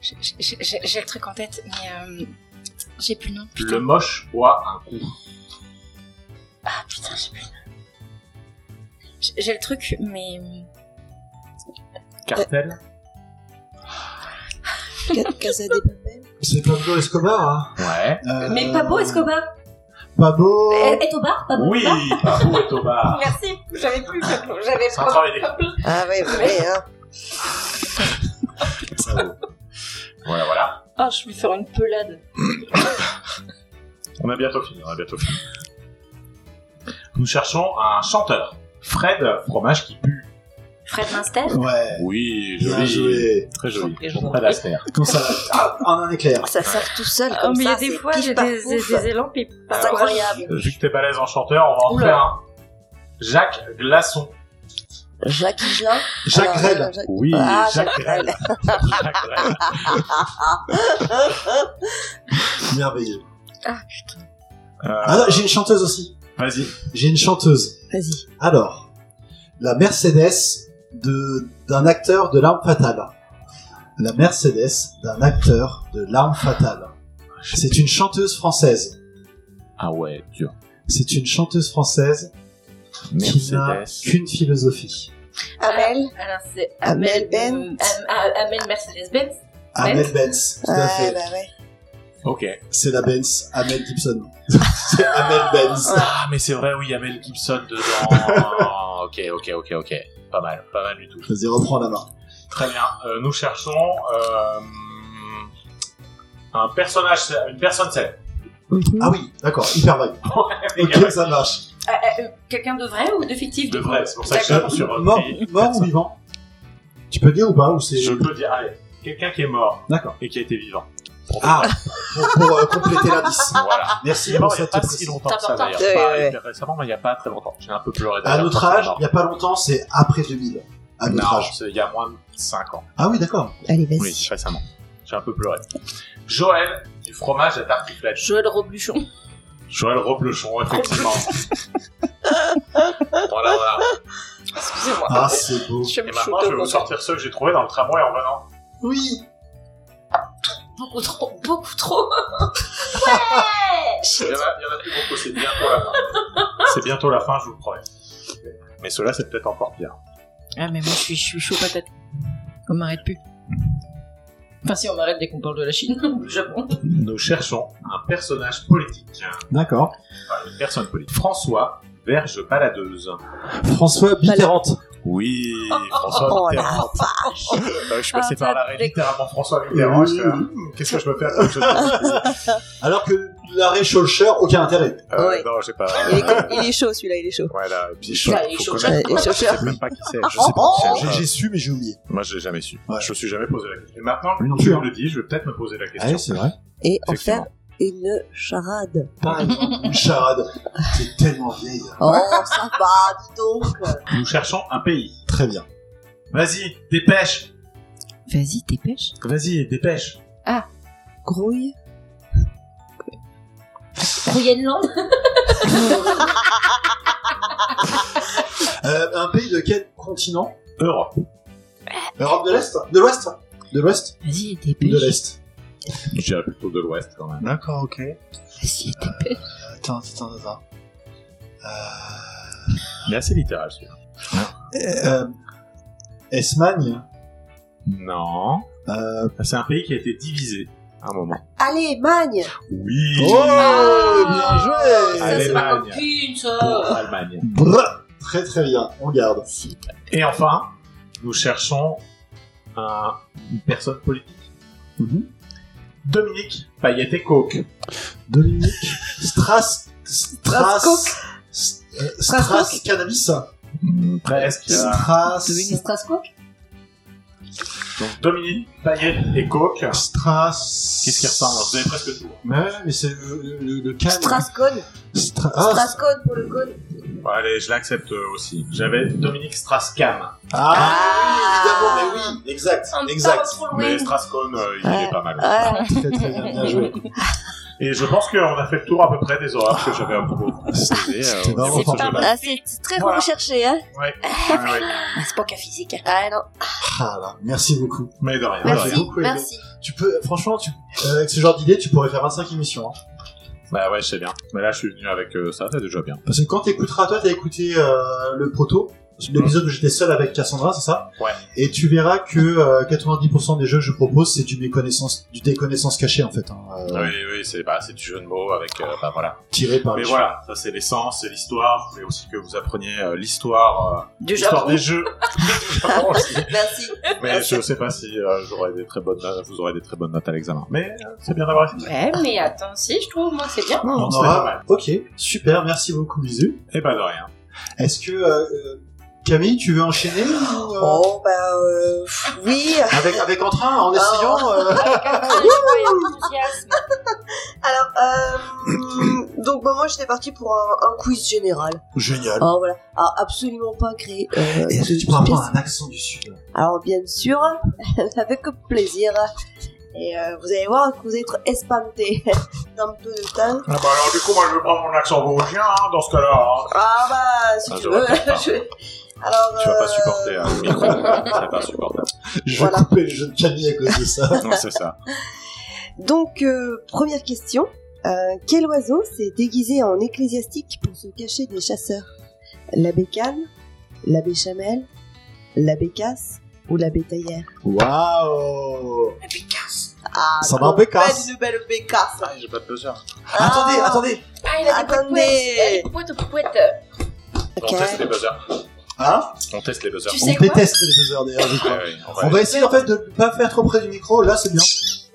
[SPEAKER 2] J'ai- J'ai j'ai- j'ai le truc en tête, mais euh, j'ai plus le nom. Putain.
[SPEAKER 4] Le moche boit un coup.
[SPEAKER 2] Ah putain, j'ai plus le nom. J'ai- J'ai le truc, mais.
[SPEAKER 4] Cartel
[SPEAKER 3] *laughs* Ca- Casa des Papel
[SPEAKER 1] C'est Pablo Escobar.
[SPEAKER 4] Ouais.
[SPEAKER 1] Hein. Euh,
[SPEAKER 5] Mais Pablo Escobar Eh,
[SPEAKER 1] Pablo.
[SPEAKER 5] est, est au bar Pablo
[SPEAKER 4] Oui, Pablo et
[SPEAKER 5] *laughs*
[SPEAKER 4] Toba.
[SPEAKER 5] Merci, j'avais plus, j'avais
[SPEAKER 4] C'est un travail d'équipe.
[SPEAKER 3] Ah oui, oui, hein.
[SPEAKER 4] Bravo. Voilà, voilà.
[SPEAKER 2] Oh, je vais faire une pelade.
[SPEAKER 4] On a bientôt fini, on a bientôt fini. Nous cherchons un chanteur. Fred, fromage qui pue.
[SPEAKER 5] Fred Minster
[SPEAKER 1] Ouais.
[SPEAKER 4] Oui,
[SPEAKER 1] Bien joué.
[SPEAKER 4] Très joli.
[SPEAKER 2] Très joli.
[SPEAKER 4] Fred Astaire.
[SPEAKER 1] Comme ça, ah, en un éclair.
[SPEAKER 3] Ça sort tout seul
[SPEAKER 2] oh,
[SPEAKER 3] comme
[SPEAKER 2] mais il y
[SPEAKER 3] ça,
[SPEAKER 2] a des
[SPEAKER 3] c'est
[SPEAKER 2] fois,
[SPEAKER 3] pif
[SPEAKER 2] j'ai
[SPEAKER 3] par
[SPEAKER 2] des,
[SPEAKER 3] pouf.
[SPEAKER 2] des- des élans, puis.
[SPEAKER 3] C'est incroyable.
[SPEAKER 4] Vu que t'es balèze en chanteur, on va en
[SPEAKER 2] Oula.
[SPEAKER 4] faire un. Jacques Glasson.
[SPEAKER 3] Jacques Higelin
[SPEAKER 1] Jacques
[SPEAKER 3] Alors,
[SPEAKER 1] Brel.
[SPEAKER 3] Jacques-
[SPEAKER 4] Oui,
[SPEAKER 3] Ah,
[SPEAKER 4] Jacques
[SPEAKER 3] Jacques Brel.
[SPEAKER 4] Jacques Brel.
[SPEAKER 3] ah,
[SPEAKER 1] Merveilleux.
[SPEAKER 4] Euh,
[SPEAKER 1] Ah non, j'ai une chanteuse aussi.
[SPEAKER 4] Vas-y.
[SPEAKER 1] J'ai une chanteuse.
[SPEAKER 3] Vas-y.
[SPEAKER 1] Alors, la Mercedes de d'un acteur de l'arme fatale. La Mercedes d'un acteur de l'arme fatale. C'est une chanteuse française.
[SPEAKER 4] Ah ouais, dur.
[SPEAKER 1] C'est une chanteuse française qui n'a
[SPEAKER 4] Mercedes.
[SPEAKER 1] qu'une philosophie.
[SPEAKER 3] Amel
[SPEAKER 2] Alors, c'est
[SPEAKER 3] Amel
[SPEAKER 2] Amel euh,
[SPEAKER 3] Bent.
[SPEAKER 2] Am- Am- Amel Mercedes-Benz.
[SPEAKER 1] Ahmed Benz, tout à
[SPEAKER 3] Ouais,
[SPEAKER 1] fait.
[SPEAKER 3] bah ouais.
[SPEAKER 4] Ok.
[SPEAKER 1] C'est la Benz, Ahmed Gibson. *laughs* C'est Ahmed Benz.
[SPEAKER 4] Ah, mais c'est vrai, oui, il y avait le Gibson dedans. ok, ok, ok, ok. Pas mal, pas mal du tout.
[SPEAKER 1] Vas-y, reprends la main.
[SPEAKER 4] Très bien. Euh, nous cherchons euh, un personnage, une personne célèbre.
[SPEAKER 3] Mhm.
[SPEAKER 1] Ah oui, d'accord, hyper vague.
[SPEAKER 4] Ouais, les
[SPEAKER 1] Ok,
[SPEAKER 4] gars.
[SPEAKER 1] ça marche.
[SPEAKER 2] Ah, ah,
[SPEAKER 5] euh, quelqu'un de vrai ou de fictif
[SPEAKER 4] De
[SPEAKER 5] du coup
[SPEAKER 4] vrai, c'est pour ça que
[SPEAKER 5] D'accord.
[SPEAKER 4] je suis sur
[SPEAKER 1] mort, mort ou vivant Tu peux dire ou pas ou c'est...
[SPEAKER 4] Je peux dire, allez, quelqu'un qui est mort
[SPEAKER 1] D'accord.
[SPEAKER 4] et qui a été vivant.
[SPEAKER 1] Ah, pour, pour, euh, compléter l'indice.
[SPEAKER 4] Voilà.
[SPEAKER 1] Merci
[SPEAKER 4] Il est
[SPEAKER 1] pour
[SPEAKER 4] mort il n'y a
[SPEAKER 1] cette
[SPEAKER 4] pas si
[SPEAKER 1] précision.
[SPEAKER 4] longtemps que
[SPEAKER 5] C'est
[SPEAKER 4] ça
[SPEAKER 5] important.
[SPEAKER 4] d'ailleurs.
[SPEAKER 3] Ouais,
[SPEAKER 4] Pas
[SPEAKER 3] ouais.
[SPEAKER 4] hyper récemment, mais il n'y a pas très longtemps. J'ai un peu pleuré
[SPEAKER 1] À
[SPEAKER 4] d'ailleurs,
[SPEAKER 1] notre
[SPEAKER 4] quand c'est
[SPEAKER 1] âge,
[SPEAKER 4] mort.
[SPEAKER 1] il n'y a pas longtemps, c'est après 2000. À notre
[SPEAKER 4] Non,
[SPEAKER 1] âge.
[SPEAKER 4] c'est il y a moins de 5 ans.
[SPEAKER 1] Ah oui, d'accord.
[SPEAKER 3] Allez, vas-y.
[SPEAKER 4] Oui, récemment. J'ai un peu pleuré. Joël, du fromage à tartiflette.
[SPEAKER 2] Joël Robluchon.
[SPEAKER 4] Joël Reblechon, *laughs* effectivement. voilà, voilà.
[SPEAKER 2] Excusez-moi.
[SPEAKER 1] Ah, c'est beau.
[SPEAKER 2] je suis un
[SPEAKER 4] Et
[SPEAKER 2] peu
[SPEAKER 4] maintenant,
[SPEAKER 2] chaude
[SPEAKER 4] je vais
[SPEAKER 2] au
[SPEAKER 4] vous
[SPEAKER 2] contraire.
[SPEAKER 4] sortir ceux que j'ai trouvés dans le tramway en venant.
[SPEAKER 1] Oui.
[SPEAKER 5] Beaucoup trop, beaucoup trop.
[SPEAKER 4] Il y en a, il y en a plus beaucoup, c'est bientôt la fin. C'est bientôt la fin, je vous le promets. Mais cela, c'est peut-être encore pire.
[SPEAKER 2] Ah, mais moi, je suis, je suis chaud patate. On m'arrête plus. Enfin, si, on m'arrête dès qu'on parle de la Chine *laughs* ou du Japon.
[SPEAKER 4] Nous cherchons un personnage politique.
[SPEAKER 1] D'accord.
[SPEAKER 4] Enfin, une personne politique. François, verge baladeuse.
[SPEAKER 1] François Bitterante.
[SPEAKER 4] Oui, François
[SPEAKER 3] Oh
[SPEAKER 4] Mitterrand.
[SPEAKER 3] la vache
[SPEAKER 4] Euh, je suis passé
[SPEAKER 2] Ah,
[SPEAKER 4] par l'arrêt
[SPEAKER 2] d'accord.
[SPEAKER 4] littéralement François Mitterrand.
[SPEAKER 1] Oui,
[SPEAKER 4] j'étais là, Hmm, Qu'est-ce que je me fais à cette chose *laughs*
[SPEAKER 1] Alors que l'arrêt Scholcher, aucun intérêt.
[SPEAKER 4] Euh,
[SPEAKER 3] Oui.
[SPEAKER 4] Non, j'ai pas.
[SPEAKER 3] il est, il est chaud celui-là, il est chaud.
[SPEAKER 4] Voilà, et puis
[SPEAKER 2] Il a les
[SPEAKER 4] faut
[SPEAKER 2] chaussures.
[SPEAKER 4] connaître,
[SPEAKER 3] Il a les
[SPEAKER 4] quoi. Je sais
[SPEAKER 3] chaussures.
[SPEAKER 4] même pas qui c'est. Je sais pas qui c'est.
[SPEAKER 1] J'ai-
[SPEAKER 4] J'ai-
[SPEAKER 1] J'ai su, mais j'ai oublié.
[SPEAKER 4] Moi, j'ai jamais su.
[SPEAKER 1] Ouais.
[SPEAKER 4] Je me suis jamais posé la question. oh. Et maintenant,
[SPEAKER 1] Oui, non
[SPEAKER 4] tu
[SPEAKER 1] plus,
[SPEAKER 4] me le dis, je vais peut-être me poser la question.
[SPEAKER 1] Ouais, Ah c'est vrai.
[SPEAKER 3] Et en
[SPEAKER 4] Effectivement.
[SPEAKER 3] faire une charade.
[SPEAKER 1] Par exemple, une charade. C'est tellement vieille.
[SPEAKER 3] Oh, *laughs* ça va, dis donc
[SPEAKER 4] Nous cherchons un pays.
[SPEAKER 1] Très bien.
[SPEAKER 4] Vas-y, dépêche.
[SPEAKER 2] Vas-y, dépêche.
[SPEAKER 4] Vas-y, dépêche.
[SPEAKER 3] Grouille
[SPEAKER 5] Groenland
[SPEAKER 1] Euh, un pays de quel continent
[SPEAKER 4] Europe.
[SPEAKER 1] Europe de l'Est De l'Ouest De l'Ouest
[SPEAKER 2] Vas-y,
[SPEAKER 1] Ou
[SPEAKER 2] dépêche.
[SPEAKER 1] de l'Est
[SPEAKER 4] Je dirais plutôt de l'Ouest quand même.
[SPEAKER 1] D'accord, ok.
[SPEAKER 2] Vas-y, dépêche.
[SPEAKER 1] Attends, attends, attends. Euh,
[SPEAKER 4] Il est assez littéral celui-là.
[SPEAKER 1] euh, Esmagne
[SPEAKER 4] Non.
[SPEAKER 1] euh,
[SPEAKER 4] C'est un pays qui a été divisé à un moment.
[SPEAKER 3] Allemagne
[SPEAKER 4] Oui.
[SPEAKER 1] oh, joué
[SPEAKER 5] Ça, c'est ma
[SPEAKER 4] Allemagne.
[SPEAKER 5] copine,
[SPEAKER 4] Pour
[SPEAKER 5] ça
[SPEAKER 4] Allemagne.
[SPEAKER 1] Brr. Très très bien, on garde.
[SPEAKER 4] Et enfin, nous cherchons un- une personne politique.
[SPEAKER 1] Mhm.
[SPEAKER 4] Dominique Payet et Coke.
[SPEAKER 1] Dominique Strass...
[SPEAKER 3] Strasscock.
[SPEAKER 1] Strass... S- euh, Strass Cannabis
[SPEAKER 4] Mhm. Presque.
[SPEAKER 1] Strass...
[SPEAKER 5] Strasbourg
[SPEAKER 4] Donc Dominique Payet et Coke.
[SPEAKER 1] Strass...
[SPEAKER 4] Qu'est-ce qui ressemble Vous avez presque tout.
[SPEAKER 1] Mais, ouais, mais c'est euh, le, le, le- le can...
[SPEAKER 3] Strascone
[SPEAKER 1] Stra- ah,
[SPEAKER 3] Strascone pour le cône
[SPEAKER 4] Bon, allez, je l'accepte euh, aussi. J'avais Dominique Strascan.
[SPEAKER 1] Ah, oui, Ah. évidemment, mais oui, exact, exact.
[SPEAKER 4] Mais Strascon, euh, il est
[SPEAKER 3] Ouais.
[SPEAKER 4] pas mal.
[SPEAKER 3] Ouais,
[SPEAKER 1] Très très bien, bien joué.
[SPEAKER 4] Et je pense qu'on a fait le tour à peu près des horaires que j'avais à vous proposer. euh,
[SPEAKER 1] C'était
[SPEAKER 4] au
[SPEAKER 1] vraiment
[SPEAKER 4] niveau de ce
[SPEAKER 1] pas
[SPEAKER 4] jeu-là.
[SPEAKER 3] ah, c'est c'est très
[SPEAKER 4] Voilà.
[SPEAKER 3] recherché, hein
[SPEAKER 4] Ouais. Ouais, ouais.
[SPEAKER 5] C'est pas qu'à physique.
[SPEAKER 3] Ah non,
[SPEAKER 1] Ah là, merci beaucoup.
[SPEAKER 4] Mais de rien. de
[SPEAKER 1] Merci.
[SPEAKER 4] rien.
[SPEAKER 1] Ah, beaucoup aimé. Tu peux, franchement, tu, euh, avec ce genre d'idée, tu pourrais faire 25 émissions. hein.
[SPEAKER 4] Bah ouais, je sais bien. Mais là, je suis venu avec euh, ça, c'est déjà bien.
[SPEAKER 1] Parce que quand t'écouteras, toi, t'as écouté euh, le proto, l'épisode où j'étais seul avec Cassandra, c'est ça
[SPEAKER 4] Ouais.
[SPEAKER 1] Et tu verras que euh, 90% des jeux que je propose, c'est du méconnaissance, du déconnaissance cachée en fait, hein, euh,
[SPEAKER 4] Oui, oui, c'est bah, c'est du jeu de mots avec. euh, bah voilà.
[SPEAKER 1] tiré par
[SPEAKER 4] Mais
[SPEAKER 1] les
[SPEAKER 4] voilà, ça c'est l'essence, c'est l'histoire. Mais aussi que vous appreniez euh, l'histoire, euh,
[SPEAKER 2] Du
[SPEAKER 4] l'histoire
[SPEAKER 2] Japon.
[SPEAKER 4] des jeux. Du Japon aussi.
[SPEAKER 3] *laughs* merci
[SPEAKER 4] mais je sais pas si euh, j'aurai des très bonnes, notes- vous aurez des très bonnes notes à l'examen. Mais euh, c'est bien d'avoir essayé.
[SPEAKER 2] Ouais, mais attends, si, je trouve, moi, c'est
[SPEAKER 5] *laughs*
[SPEAKER 2] bien.
[SPEAKER 1] On
[SPEAKER 4] Non, c'est pas mal.
[SPEAKER 1] aura. Ok, super, merci beaucoup, bisous.
[SPEAKER 4] Et bah de rien.
[SPEAKER 1] Est-ce que euh, euh, Camille, tu veux enchaîner ou, euh,
[SPEAKER 3] Oh, bah, euh, oui
[SPEAKER 1] avec avec entrain en essayant euh,
[SPEAKER 2] Ah,
[SPEAKER 5] Enthousiasme.
[SPEAKER 3] Alors, euh, donc, bah, moi, j'étais partie pour un, un quiz général.
[SPEAKER 1] Génial. Oh,
[SPEAKER 3] Alors, Oh, voilà. Alors, absolument pas créé. euh,
[SPEAKER 1] Est-ce que
[SPEAKER 3] de
[SPEAKER 1] tu pourras
[SPEAKER 3] suspense.
[SPEAKER 1] prendre un accent du sud
[SPEAKER 3] Alors, bien sûr, *laughs* avec plaisir. Et euh, vous allez voir que vous allez être espanté *laughs* dans peu de temps.
[SPEAKER 4] Ah bah alors du coup moi je vais prendre mon accent vosgien hein, dans ce cas-là. hein.
[SPEAKER 3] Ah, bah, si
[SPEAKER 4] Ah, je
[SPEAKER 3] tu veux. *laughs*
[SPEAKER 4] répète pas.
[SPEAKER 3] je- Alors,
[SPEAKER 4] Tu vas pas
[SPEAKER 3] euh,
[SPEAKER 4] supporter hein, le micro, c'est pas supportable.
[SPEAKER 1] Je vais
[SPEAKER 3] Voilà.
[SPEAKER 1] couper le jeu de Camille à cause de ça.
[SPEAKER 4] Non c'est ça.
[SPEAKER 3] Donc, euh, première question. Euh, quel oiseau s'est déguisé en ecclésiastique pour se cacher des chasseurs La bécane La béchamel La bécasse ou la bétaillère
[SPEAKER 1] Waouh
[SPEAKER 3] Ah,
[SPEAKER 1] Ça va, bécasse.
[SPEAKER 3] Une belle bécasse
[SPEAKER 4] J'ai pas de buzzer.
[SPEAKER 1] Attendez, attendez
[SPEAKER 5] Ah, il a des
[SPEAKER 3] Attendez.
[SPEAKER 5] pouettes, pouettes, pouettes, pouettes.
[SPEAKER 3] Ok.
[SPEAKER 4] On teste les buzzers.
[SPEAKER 1] Hein
[SPEAKER 4] On teste les buzzers.
[SPEAKER 5] Tu
[SPEAKER 1] On
[SPEAKER 5] sais quoi
[SPEAKER 1] déteste les buzzers d'ailleurs, je
[SPEAKER 4] Ouais,
[SPEAKER 1] crois.
[SPEAKER 4] ouais, on va
[SPEAKER 1] On va essayer en fait de pas faire trop près du micro, là c'est bien.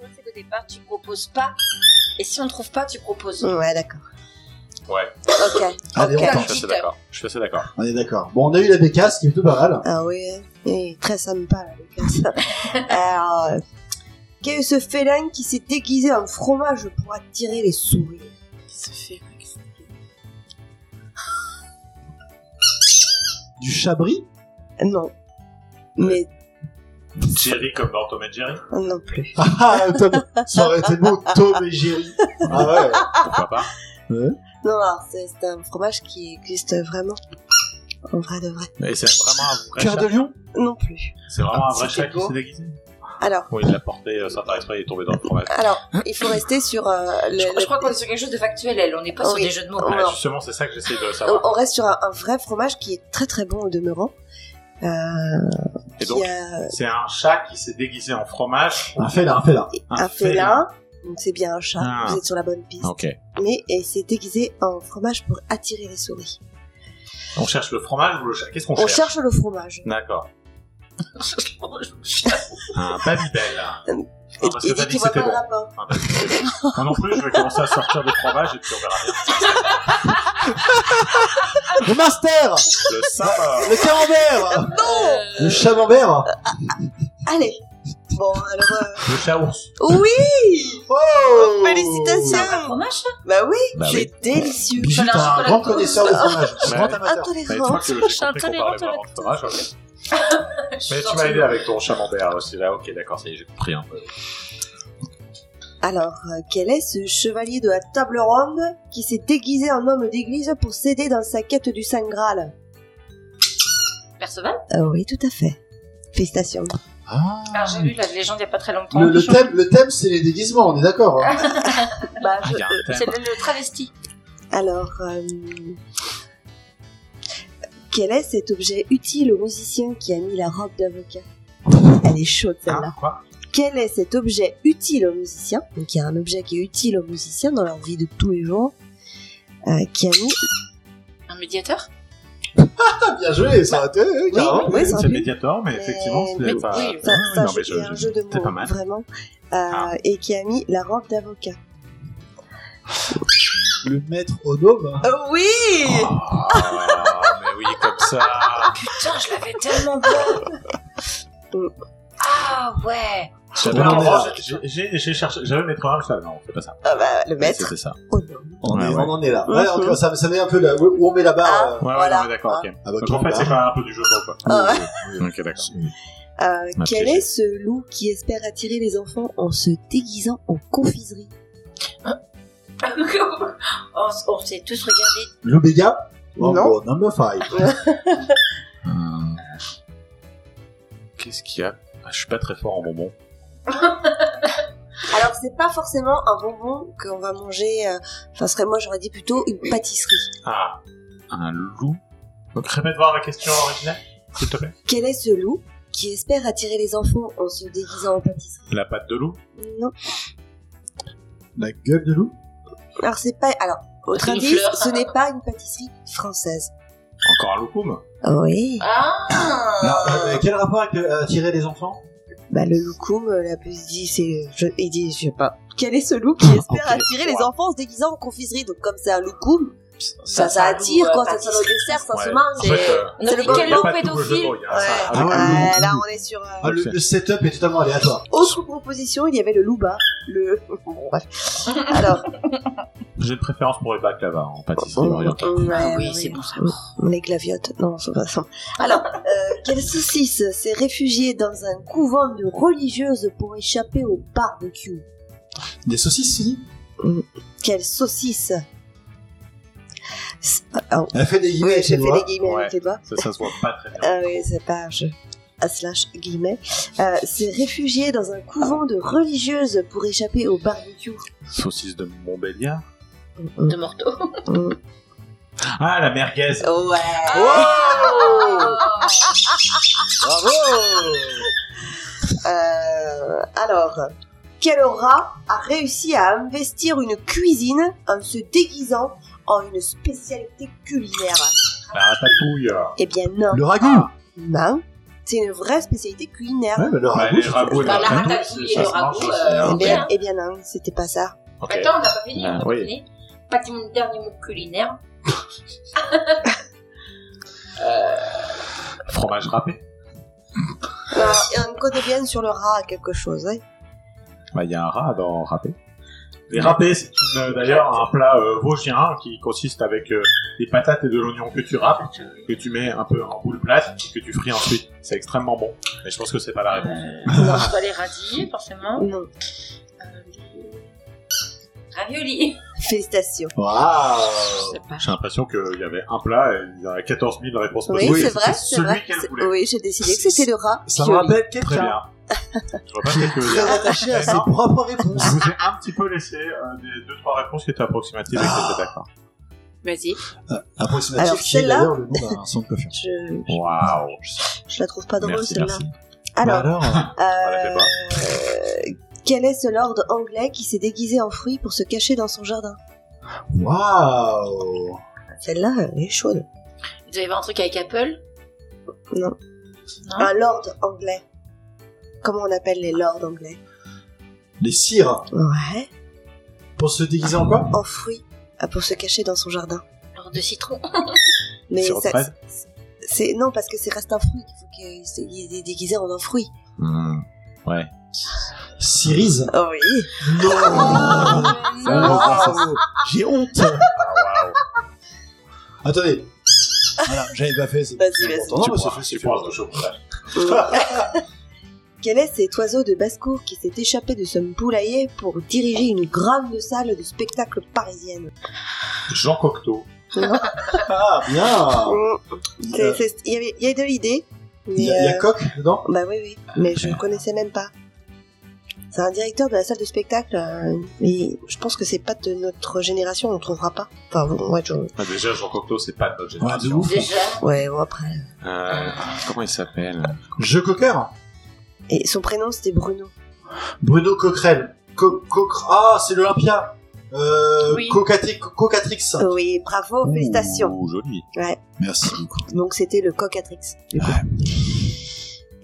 [SPEAKER 5] Moi, c'est qu'au départ, tu proposes pas. Et si on trouve pas, tu proposes.
[SPEAKER 3] Ouais, d'accord.
[SPEAKER 4] Ouais.
[SPEAKER 3] Ok.
[SPEAKER 1] Allez,
[SPEAKER 3] Ok.
[SPEAKER 1] on
[SPEAKER 4] Je
[SPEAKER 1] tente.
[SPEAKER 4] suis assez d'accord. Je suis assez d'accord.
[SPEAKER 1] On est d'accord. Bon, on a eu la bécasse, qui est plutôt pas mal.
[SPEAKER 3] Ah oui, hein. Et très sympa, la Lucas.
[SPEAKER 5] *laughs*
[SPEAKER 3] Alors, euh, quel est ce félin qui s'est déguisé en fromage pour attirer les souris
[SPEAKER 2] se fait
[SPEAKER 1] Du chabris
[SPEAKER 3] Non. Mais
[SPEAKER 4] Jerry comme dans Tom et Jerry,
[SPEAKER 3] non plus.
[SPEAKER 1] Ah, Tom, ça aurait été beau, Tom et Jerry. Ah ouais.
[SPEAKER 4] pourquoi pas
[SPEAKER 3] Non, non, c'est c'est un fromage qui existe vraiment. En vrai de vrai.
[SPEAKER 4] Et c'est vraiment un vrai
[SPEAKER 1] Cœur
[SPEAKER 4] chat.
[SPEAKER 1] de lion
[SPEAKER 3] Non plus.
[SPEAKER 4] C'est vraiment un vrai
[SPEAKER 1] C'était
[SPEAKER 4] chat qui
[SPEAKER 1] beau.
[SPEAKER 4] s'est déguisé.
[SPEAKER 3] Alors,
[SPEAKER 4] Oui, il l'a porté euh, sans faire exprès, il est tombé dans le fromage.
[SPEAKER 3] alors, il faut rester sur euh, le.
[SPEAKER 5] Je,
[SPEAKER 3] le-
[SPEAKER 5] je crois qu'on est sur quelque chose de factuel, elle. On n'est
[SPEAKER 2] Ah
[SPEAKER 5] pas sur
[SPEAKER 3] Oui.
[SPEAKER 5] des jeux de mots.
[SPEAKER 2] *laughs*
[SPEAKER 3] Oh,
[SPEAKER 4] Ouais,
[SPEAKER 3] non.
[SPEAKER 4] justement, c'est ça que j'essaie de
[SPEAKER 3] on,
[SPEAKER 4] savoir.
[SPEAKER 3] on reste sur un, un vrai fromage qui est très très bon au demeurant. Euh,
[SPEAKER 4] Et
[SPEAKER 3] qui
[SPEAKER 4] donc,
[SPEAKER 3] a
[SPEAKER 4] c'est un chat qui s'est déguisé en fromage.
[SPEAKER 1] Un félin, un félin.
[SPEAKER 3] un félin. Donc c'est bien un chat.
[SPEAKER 4] Ah.
[SPEAKER 3] Vous êtes sur la bonne piste.
[SPEAKER 4] Ok.
[SPEAKER 3] Mais et c'est déguisé en fromage pour attirer les souris.
[SPEAKER 4] On cherche le fromage ou le chat Qu'est-ce qu'on
[SPEAKER 3] On
[SPEAKER 4] cherche
[SPEAKER 3] cherche le fromage.
[SPEAKER 4] D'accord.
[SPEAKER 5] Je
[SPEAKER 4] Un Babybel.
[SPEAKER 3] Euh,
[SPEAKER 4] Non,
[SPEAKER 3] Et
[SPEAKER 4] parce
[SPEAKER 3] il
[SPEAKER 4] que
[SPEAKER 3] dit
[SPEAKER 4] Baby,
[SPEAKER 3] qu'il voit
[SPEAKER 4] c'était
[SPEAKER 3] pas le
[SPEAKER 4] bon.
[SPEAKER 3] rapport.
[SPEAKER 4] Un Babybel, c'était bon. Moi non plus, je vais commencer à sortir des fromages et puis on verra bien.
[SPEAKER 5] Ah.
[SPEAKER 1] Le master
[SPEAKER 4] Le saint
[SPEAKER 1] Le camembert Le chamembert
[SPEAKER 3] Allez. Bon, alors. euh,
[SPEAKER 4] Le chat ours.
[SPEAKER 3] Oui
[SPEAKER 1] Oh
[SPEAKER 3] Félicitations
[SPEAKER 5] un fromage
[SPEAKER 3] Bah oui,
[SPEAKER 4] Bah
[SPEAKER 3] c'est délicieux.
[SPEAKER 1] Bijou,
[SPEAKER 5] Voilà,
[SPEAKER 1] t'as un
[SPEAKER 5] chocolat
[SPEAKER 1] grand
[SPEAKER 5] cousse.
[SPEAKER 1] connaisseur de fromage.
[SPEAKER 4] Ouais.
[SPEAKER 1] Grand
[SPEAKER 3] Ah,
[SPEAKER 1] amateur.
[SPEAKER 4] Mais tu vois
[SPEAKER 3] tolérant.
[SPEAKER 4] que j'ai
[SPEAKER 2] Je suis
[SPEAKER 4] compris qu'on parlait
[SPEAKER 2] intolérante à la
[SPEAKER 4] vraiment de fromage. ok. Mais tu m'as aidé avec ton chamembert aussi là. Ok, d'accord, ça y est, j'ai compris hein. un peu.
[SPEAKER 3] Alors, euh, quel est ce chevalier de la table ronde qui s'est déguisé en homme d'église pour s'aider dans sa quête du Saint Graal
[SPEAKER 5] Perceval
[SPEAKER 3] Euh, Oui, tout à fait. Félicitations.
[SPEAKER 1] Ah.
[SPEAKER 5] Alors
[SPEAKER 2] Hmm.
[SPEAKER 5] j'ai lu la légende il n'y a pas très longtemps.
[SPEAKER 1] Le, le thème, le thème, c'est les déguisements, on est d'accord. hein.
[SPEAKER 5] Bah,
[SPEAKER 4] Ah,
[SPEAKER 5] je-
[SPEAKER 4] il y a un thème.
[SPEAKER 5] c'est le, le travesti.
[SPEAKER 3] Alors, euh, quel est cet objet utile au musicien qui a mis la robe d'avocat Elle est chaude celle-là.
[SPEAKER 4] Hein, quoi
[SPEAKER 3] Quel est cet objet utile aux musiciens Donc il y a un objet qui est utile aux musiciens dans leur vie de tous les jours, euh, qui a mis...
[SPEAKER 4] Ah,
[SPEAKER 5] Un médiateur
[SPEAKER 1] Ah, bien joué, ça a été, euh, carrément.
[SPEAKER 3] oui, ça
[SPEAKER 4] Ah, C'est
[SPEAKER 3] aurait pu.
[SPEAKER 4] Mediator, mais effectivement,
[SPEAKER 3] Mais-
[SPEAKER 4] c'est pas.
[SPEAKER 5] oui,
[SPEAKER 3] Ça,
[SPEAKER 4] Ouais,
[SPEAKER 3] ça,
[SPEAKER 4] non, mais
[SPEAKER 3] c'est un jeu de mots,
[SPEAKER 4] c'est pas mal.
[SPEAKER 3] vraiment. Euh,
[SPEAKER 4] Ah.
[SPEAKER 3] Et qui a mis la robe d'avocat.
[SPEAKER 1] Le maître hein. Odome.
[SPEAKER 3] Oh oui
[SPEAKER 4] Ah, mais oui, comme ça.
[SPEAKER 5] Putain, je l'avais tellement pas. *laughs* ah ouais.
[SPEAKER 4] J'avais
[SPEAKER 1] Non,
[SPEAKER 4] un
[SPEAKER 1] mais
[SPEAKER 4] orange,
[SPEAKER 1] là-
[SPEAKER 4] j'ai- j'ai j'ai cherché, j'avais mes trois là, non, on fait pas ça.
[SPEAKER 3] Ah bah, Le maître,
[SPEAKER 4] C'était ça.
[SPEAKER 3] oh non.
[SPEAKER 1] On,
[SPEAKER 4] Ouais,
[SPEAKER 1] est-
[SPEAKER 4] ouais.
[SPEAKER 1] on en est là.
[SPEAKER 3] Mhm.
[SPEAKER 1] Ouais, donc, ça, ça met un peu là, où où on met la barre.
[SPEAKER 4] Ouais, ouais,
[SPEAKER 3] Voilà.
[SPEAKER 4] non, mais d'accord, ok.
[SPEAKER 1] Ah, bah,
[SPEAKER 4] Donc en fait,
[SPEAKER 1] bah.
[SPEAKER 4] c'est pas un peu du jeu de rôle, quoi.
[SPEAKER 3] Ah
[SPEAKER 1] euh,
[SPEAKER 4] Ok, d'accord.
[SPEAKER 3] Euh,
[SPEAKER 4] Ma
[SPEAKER 3] quel
[SPEAKER 4] piégée.
[SPEAKER 3] est ce loup qui espère attirer les enfants en se déguisant en confiserie
[SPEAKER 5] *laughs* on s- on s'est tous regardés.
[SPEAKER 1] L'Obéga
[SPEAKER 3] Non.
[SPEAKER 1] bon, number 5.
[SPEAKER 4] Hum. Qu'est-ce qu'il y a Ah, Je suis pas très fort en bonbons.
[SPEAKER 3] Alors c'est pas forcément un bonbon qu'on va manger. euh, Enfin, ce serait moi j'aurais dit plutôt une pâtisserie.
[SPEAKER 4] Ah, un loup. Donc répète voir la question originale, s'il te plaît.
[SPEAKER 3] Quel est ce loup qui espère attirer les enfants en se déguisant en pâtisserie
[SPEAKER 4] La patte de loup.
[SPEAKER 3] Non.
[SPEAKER 1] La gueule de loup.
[SPEAKER 3] Alors c'est pas. Alors autre
[SPEAKER 5] C'est une
[SPEAKER 3] indice,
[SPEAKER 5] fleur.
[SPEAKER 3] ce n'est pas une pâtisserie française.
[SPEAKER 4] Encore un loukoum.
[SPEAKER 3] Oui.
[SPEAKER 5] Ah
[SPEAKER 1] Euh, quel rapport avec le- attirer les enfants
[SPEAKER 3] Bah le loukoum, euh, la plus dit c'est. Je, il dit je sais pas. Quel est ce loup
[SPEAKER 5] *laughs*
[SPEAKER 3] qui espère
[SPEAKER 4] Ok.
[SPEAKER 3] attirer les
[SPEAKER 4] Ouais.
[SPEAKER 3] enfants en se déguisant en confiserie Donc comme c'est un loukoum, ça,
[SPEAKER 5] Ça,
[SPEAKER 3] ça
[SPEAKER 5] ça
[SPEAKER 3] attire
[SPEAKER 5] loue, euh,
[SPEAKER 3] quand c'est sur le
[SPEAKER 5] pâtisserie.
[SPEAKER 3] dessert, ça se
[SPEAKER 4] Ouais.
[SPEAKER 3] mange.
[SPEAKER 4] En fait, euh,
[SPEAKER 5] C'est
[SPEAKER 3] le
[SPEAKER 5] le quel
[SPEAKER 4] y a
[SPEAKER 5] nom
[SPEAKER 4] pas de double jeu de
[SPEAKER 5] pédophile
[SPEAKER 4] rôle, il y a
[SPEAKER 3] Ouais.
[SPEAKER 4] ça.
[SPEAKER 1] Ah ouais,
[SPEAKER 3] Ouais,
[SPEAKER 1] le
[SPEAKER 3] là,
[SPEAKER 1] loup.
[SPEAKER 3] on est sur. euh,
[SPEAKER 1] Ah, le, le setup est totalement aléatoire.
[SPEAKER 3] Autre proposition, il y avait le louba, le. *laughs* Bon, bref. Alors.
[SPEAKER 4] J'ai une préférence pour les hein. baklava en pâtisserie orientale.
[SPEAKER 5] Ah
[SPEAKER 3] ouais,
[SPEAKER 5] oui,
[SPEAKER 3] ouais,
[SPEAKER 5] c'est bon ça.
[SPEAKER 3] ouais. euh, Les glaviotes, non, c'est pas ça. Alors, euh, quelle saucisse s'est réfugiée dans un couvent de religieuses pour échapper au barbecue
[SPEAKER 1] Des saucisses, si.
[SPEAKER 3] Quelle saucisse C'est- ah,
[SPEAKER 1] Elle fait des guillemets
[SPEAKER 3] Oui,
[SPEAKER 1] avec ses
[SPEAKER 3] j'ai fait
[SPEAKER 1] doigts.
[SPEAKER 3] des guillemets
[SPEAKER 4] Ouais.
[SPEAKER 3] avec les doigts.
[SPEAKER 4] Ça, ça se voit pas très bien.
[SPEAKER 3] Ah oui, c'est pas un jeu. À slash guillemets. Euh, s'est réfugiée dans un couvent de religieuses pour échapper au barbecue.
[SPEAKER 4] Saucisse de Montbéliard.
[SPEAKER 5] De Morteau.
[SPEAKER 4] Ah, la merguez.
[SPEAKER 3] Ouais.
[SPEAKER 1] Oh Bravo
[SPEAKER 3] Euh, alors, quel rat a réussi à investir une cuisine en se déguisant en une spécialité culinaire
[SPEAKER 4] La ratatouille.
[SPEAKER 5] Ah,
[SPEAKER 3] Eh bien non,
[SPEAKER 1] Le ragoût
[SPEAKER 3] non, c'est une vraie spécialité culinaire.
[SPEAKER 1] Ouais, bah, le
[SPEAKER 4] Bah,
[SPEAKER 1] ragoût.
[SPEAKER 4] les ragoûts et
[SPEAKER 5] Bah,
[SPEAKER 4] la
[SPEAKER 5] la
[SPEAKER 4] ratatouille,
[SPEAKER 5] ratatouille et
[SPEAKER 4] ça
[SPEAKER 5] le
[SPEAKER 4] se mange
[SPEAKER 5] ragoût,
[SPEAKER 4] aussi,
[SPEAKER 5] euh,
[SPEAKER 4] hein.
[SPEAKER 3] Eh
[SPEAKER 5] ok.
[SPEAKER 3] bien, eh bien non, c'était pas ça.
[SPEAKER 4] Ok.
[SPEAKER 5] Attends, on n'a pas fini.
[SPEAKER 4] Ah,
[SPEAKER 5] on n'a pas
[SPEAKER 4] oui.
[SPEAKER 5] fini. Pas dit mon dernier mot culinaire.
[SPEAKER 4] Fromage râpé.
[SPEAKER 3] Alors, il y a un code bien sur le rat à quelque chose, hein.
[SPEAKER 4] Bah, il y a un rat dans râpé. Les râpés, c'est une, euh, d'ailleurs un plat euh, vosgien qui consiste avec euh, des patates et de l'oignon que tu râpes, que tu mets un peu en boule plate, et que tu frites ensuite. C'est extrêmement bon. Mais je pense que c'est pas
[SPEAKER 1] Ah.
[SPEAKER 4] la réponse.
[SPEAKER 2] On va les radis, forcément.
[SPEAKER 3] Non.
[SPEAKER 5] Ravioli.
[SPEAKER 3] Félicitations.
[SPEAKER 1] Waouh
[SPEAKER 2] Je sais pas.
[SPEAKER 4] J'ai l'impression qu'il y avait un plat et il y a 14 000 réponses
[SPEAKER 3] Oui,
[SPEAKER 4] possibles.
[SPEAKER 3] c'est
[SPEAKER 4] C'était
[SPEAKER 3] vrai, c'est
[SPEAKER 4] Celui
[SPEAKER 3] vrai.
[SPEAKER 4] qu'elle
[SPEAKER 3] C'est-
[SPEAKER 4] voulait.
[SPEAKER 3] Oui, j'ai décidé que c'était le rat.
[SPEAKER 1] Ça me
[SPEAKER 3] Pioli.
[SPEAKER 1] rappelle
[SPEAKER 4] Très
[SPEAKER 1] quelqu'un
[SPEAKER 4] bien. Je vois pas
[SPEAKER 1] qui est
[SPEAKER 4] quelques-
[SPEAKER 1] très attaché à ses
[SPEAKER 4] Non.
[SPEAKER 1] propres réponses.
[SPEAKER 4] Je *laughs* vous ai un petit peu laissé euh, des deux trois réponses qui étaient approximatives et qui étaient d'accord.
[SPEAKER 2] Vas-y.
[SPEAKER 1] Approximatif
[SPEAKER 3] Alors,
[SPEAKER 1] qui est
[SPEAKER 3] celle-là-
[SPEAKER 1] d'ailleurs le nom d'un centre de coiffure.
[SPEAKER 3] Je,
[SPEAKER 4] Waouh.
[SPEAKER 3] je la trouve pas drôle,
[SPEAKER 4] Merci,
[SPEAKER 3] celle-là.
[SPEAKER 4] merci.
[SPEAKER 1] Bah
[SPEAKER 3] Alors,
[SPEAKER 1] alors euh,
[SPEAKER 4] la fait
[SPEAKER 3] euh, quel est ce lord anglais qui s'est déguisé en fruit pour se cacher dans son jardin
[SPEAKER 1] Waouh
[SPEAKER 3] Celle-là, elle est chaude.
[SPEAKER 2] Il doit y avoir un truc avec Apple.
[SPEAKER 3] Non.
[SPEAKER 2] Non.
[SPEAKER 3] Un lord anglais. Comment on appelle les lords anglais
[SPEAKER 1] Les cires
[SPEAKER 3] Ouais.
[SPEAKER 1] Pour se déguiser en quoi
[SPEAKER 3] En fruit, ah, pour se cacher dans son jardin.
[SPEAKER 5] Alors de citron.
[SPEAKER 3] Mais
[SPEAKER 4] Sur
[SPEAKER 3] ça-
[SPEAKER 4] le prêtre
[SPEAKER 3] c'est non parce que c'est reste un fruit. Il faut qu'il se- il est déguisé en un fruit.
[SPEAKER 4] Euh,
[SPEAKER 1] Cerise
[SPEAKER 3] Oh oui.
[SPEAKER 2] ah,
[SPEAKER 1] Non Waouh J'ai honte
[SPEAKER 4] Waouh.
[SPEAKER 1] Attendez Voilà, j'avais pas fait. c'est-
[SPEAKER 3] Vas-y,
[SPEAKER 1] c'est
[SPEAKER 3] vas-y. Mm.
[SPEAKER 1] important. Non,
[SPEAKER 4] Tu
[SPEAKER 1] mais c'est
[SPEAKER 4] pourras-
[SPEAKER 1] fait, c'est
[SPEAKER 4] tu
[SPEAKER 1] fait.
[SPEAKER 4] pourras te chauffer.
[SPEAKER 3] *laughs* Quel est cet oiseau de basse-cour qui s'est échappé de son poulailler pour diriger une grande salle de spectacle parisienne
[SPEAKER 4] Jean Cocteau.
[SPEAKER 1] Ah, bien
[SPEAKER 3] Oh. C'est-
[SPEAKER 1] Il y a-
[SPEAKER 3] c'est- Il y avait- il y a de l'idée, mais
[SPEAKER 1] Euh. il y a il y a
[SPEAKER 3] euh,
[SPEAKER 1] coq dedans
[SPEAKER 3] bah oui oui, mais je ne connaissais même pas. C'est un directeur de la salle de spectacle, euh, mais je pense que c'est pas de notre génération, on ne trouvera pas. Enfin bon, ouais, je...
[SPEAKER 4] Ah, déjà Jean Cocteau, Ah, c'est pas de notre
[SPEAKER 1] Ouais, de
[SPEAKER 4] génération.
[SPEAKER 1] ouf
[SPEAKER 5] Déjà.
[SPEAKER 3] ouais, bon, après.
[SPEAKER 4] Euh, comment il s'appelle
[SPEAKER 1] Jeu coqueur
[SPEAKER 3] Et son prénom c'était Bruno.
[SPEAKER 1] Bruno Coquerel. Co Coquer- ah, c'est l'Olympia. Euh,
[SPEAKER 2] Oui.
[SPEAKER 1] Cocati- Cocatrix.
[SPEAKER 3] Oui,
[SPEAKER 1] Oh.
[SPEAKER 3] bravo, félicitations.
[SPEAKER 4] Ouh, joli.
[SPEAKER 1] Merci beaucoup.
[SPEAKER 3] Donc c'était le cocatrix. du coup.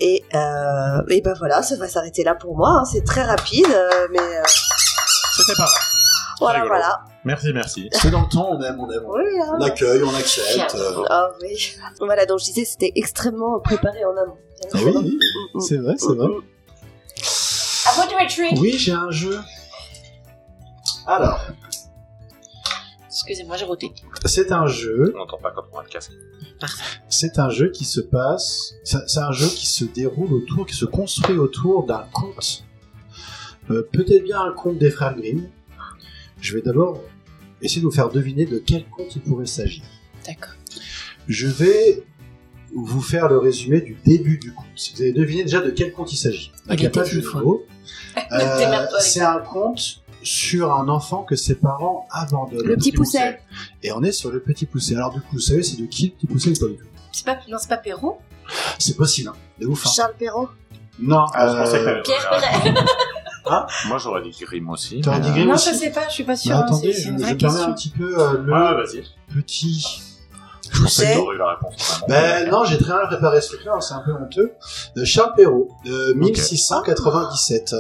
[SPEAKER 3] Et, euh, et ben voilà, ça va s'arrêter là pour moi. hein. C'est très rapide, euh, mais euh,
[SPEAKER 4] C'était pas mal.
[SPEAKER 3] voilà,
[SPEAKER 4] rigolo.
[SPEAKER 3] voilà.
[SPEAKER 4] Merci, merci.
[SPEAKER 1] C'est dans le temps, on aime, on aime.
[SPEAKER 3] Oui, hein.
[SPEAKER 1] On accueille, on accepte. euh,
[SPEAKER 3] Ah oui. Voilà, donc je disais, c'était extrêmement préparé en amont.
[SPEAKER 1] ah oui, oui,
[SPEAKER 3] Mm.
[SPEAKER 1] c'est vrai, c'est vrai.
[SPEAKER 5] À vous de retreat.
[SPEAKER 1] Oui, j'ai un jeu. Alors,
[SPEAKER 2] ah. Excusez-moi, j'ai roté.
[SPEAKER 1] c'est un jeu.
[SPEAKER 4] On n'entend pas quand on a le casque.
[SPEAKER 1] C'est un jeu qui se passe. C'est c'est un jeu qui se déroule autour, qui se construit autour d'un conte. Euh, Peut-être bien un conte des frères Grimm. Je vais d'abord essayer de vous faire deviner de quel conte il pourrait s'agir.
[SPEAKER 2] D'accord.
[SPEAKER 1] Je vais vous faire le résumé du début du conte. Si Vous avez deviné déjà de quel conte il s'agit.
[SPEAKER 2] Il
[SPEAKER 1] Il y a
[SPEAKER 2] était
[SPEAKER 1] pas de
[SPEAKER 2] une
[SPEAKER 1] jeu de
[SPEAKER 2] fois.
[SPEAKER 1] mots.
[SPEAKER 2] *laughs*
[SPEAKER 1] Euh,
[SPEAKER 5] démerde-toi avec
[SPEAKER 1] C'est un conte sur un enfant que ses parents abandonnent.
[SPEAKER 3] Le petit pousset.
[SPEAKER 1] Et on est sur le petit poussé. Alors du coup, vous savez, c'est de qui le petit poussé ou pas du tout
[SPEAKER 2] C'est pas, non, c'est pas Pérou.
[SPEAKER 1] C'est possible, hein. de ouf. hein.
[SPEAKER 3] Charles Perrault.
[SPEAKER 1] Non,
[SPEAKER 4] Ah, je pensais que
[SPEAKER 1] euh,
[SPEAKER 4] t'avais
[SPEAKER 5] Pierre
[SPEAKER 4] trouvé la
[SPEAKER 5] Perret.
[SPEAKER 4] réponse. Moi, j'aurais dit Grimm aussi.
[SPEAKER 1] T'aurais
[SPEAKER 4] mais,
[SPEAKER 1] dit
[SPEAKER 4] euh,
[SPEAKER 1] Grimm
[SPEAKER 2] Non,
[SPEAKER 1] aussi.
[SPEAKER 2] je sais pas, je suis pas sûre.
[SPEAKER 1] mais
[SPEAKER 2] hein,
[SPEAKER 1] attendez,
[SPEAKER 2] c'est- c'est
[SPEAKER 1] je,
[SPEAKER 2] une
[SPEAKER 1] je
[SPEAKER 2] vraie
[SPEAKER 1] permets un
[SPEAKER 2] question.
[SPEAKER 1] petit peu euh, le
[SPEAKER 4] Ouais, Ah, vas-y.
[SPEAKER 1] petit.
[SPEAKER 4] Je pensais
[SPEAKER 3] sais.
[SPEAKER 4] que t'aurais eu la réponse.
[SPEAKER 1] Ben non, j'ai très mal préparé ce truc-là, hein, c'est un peu honteux. Euh, De Charles Perrault, de 1697.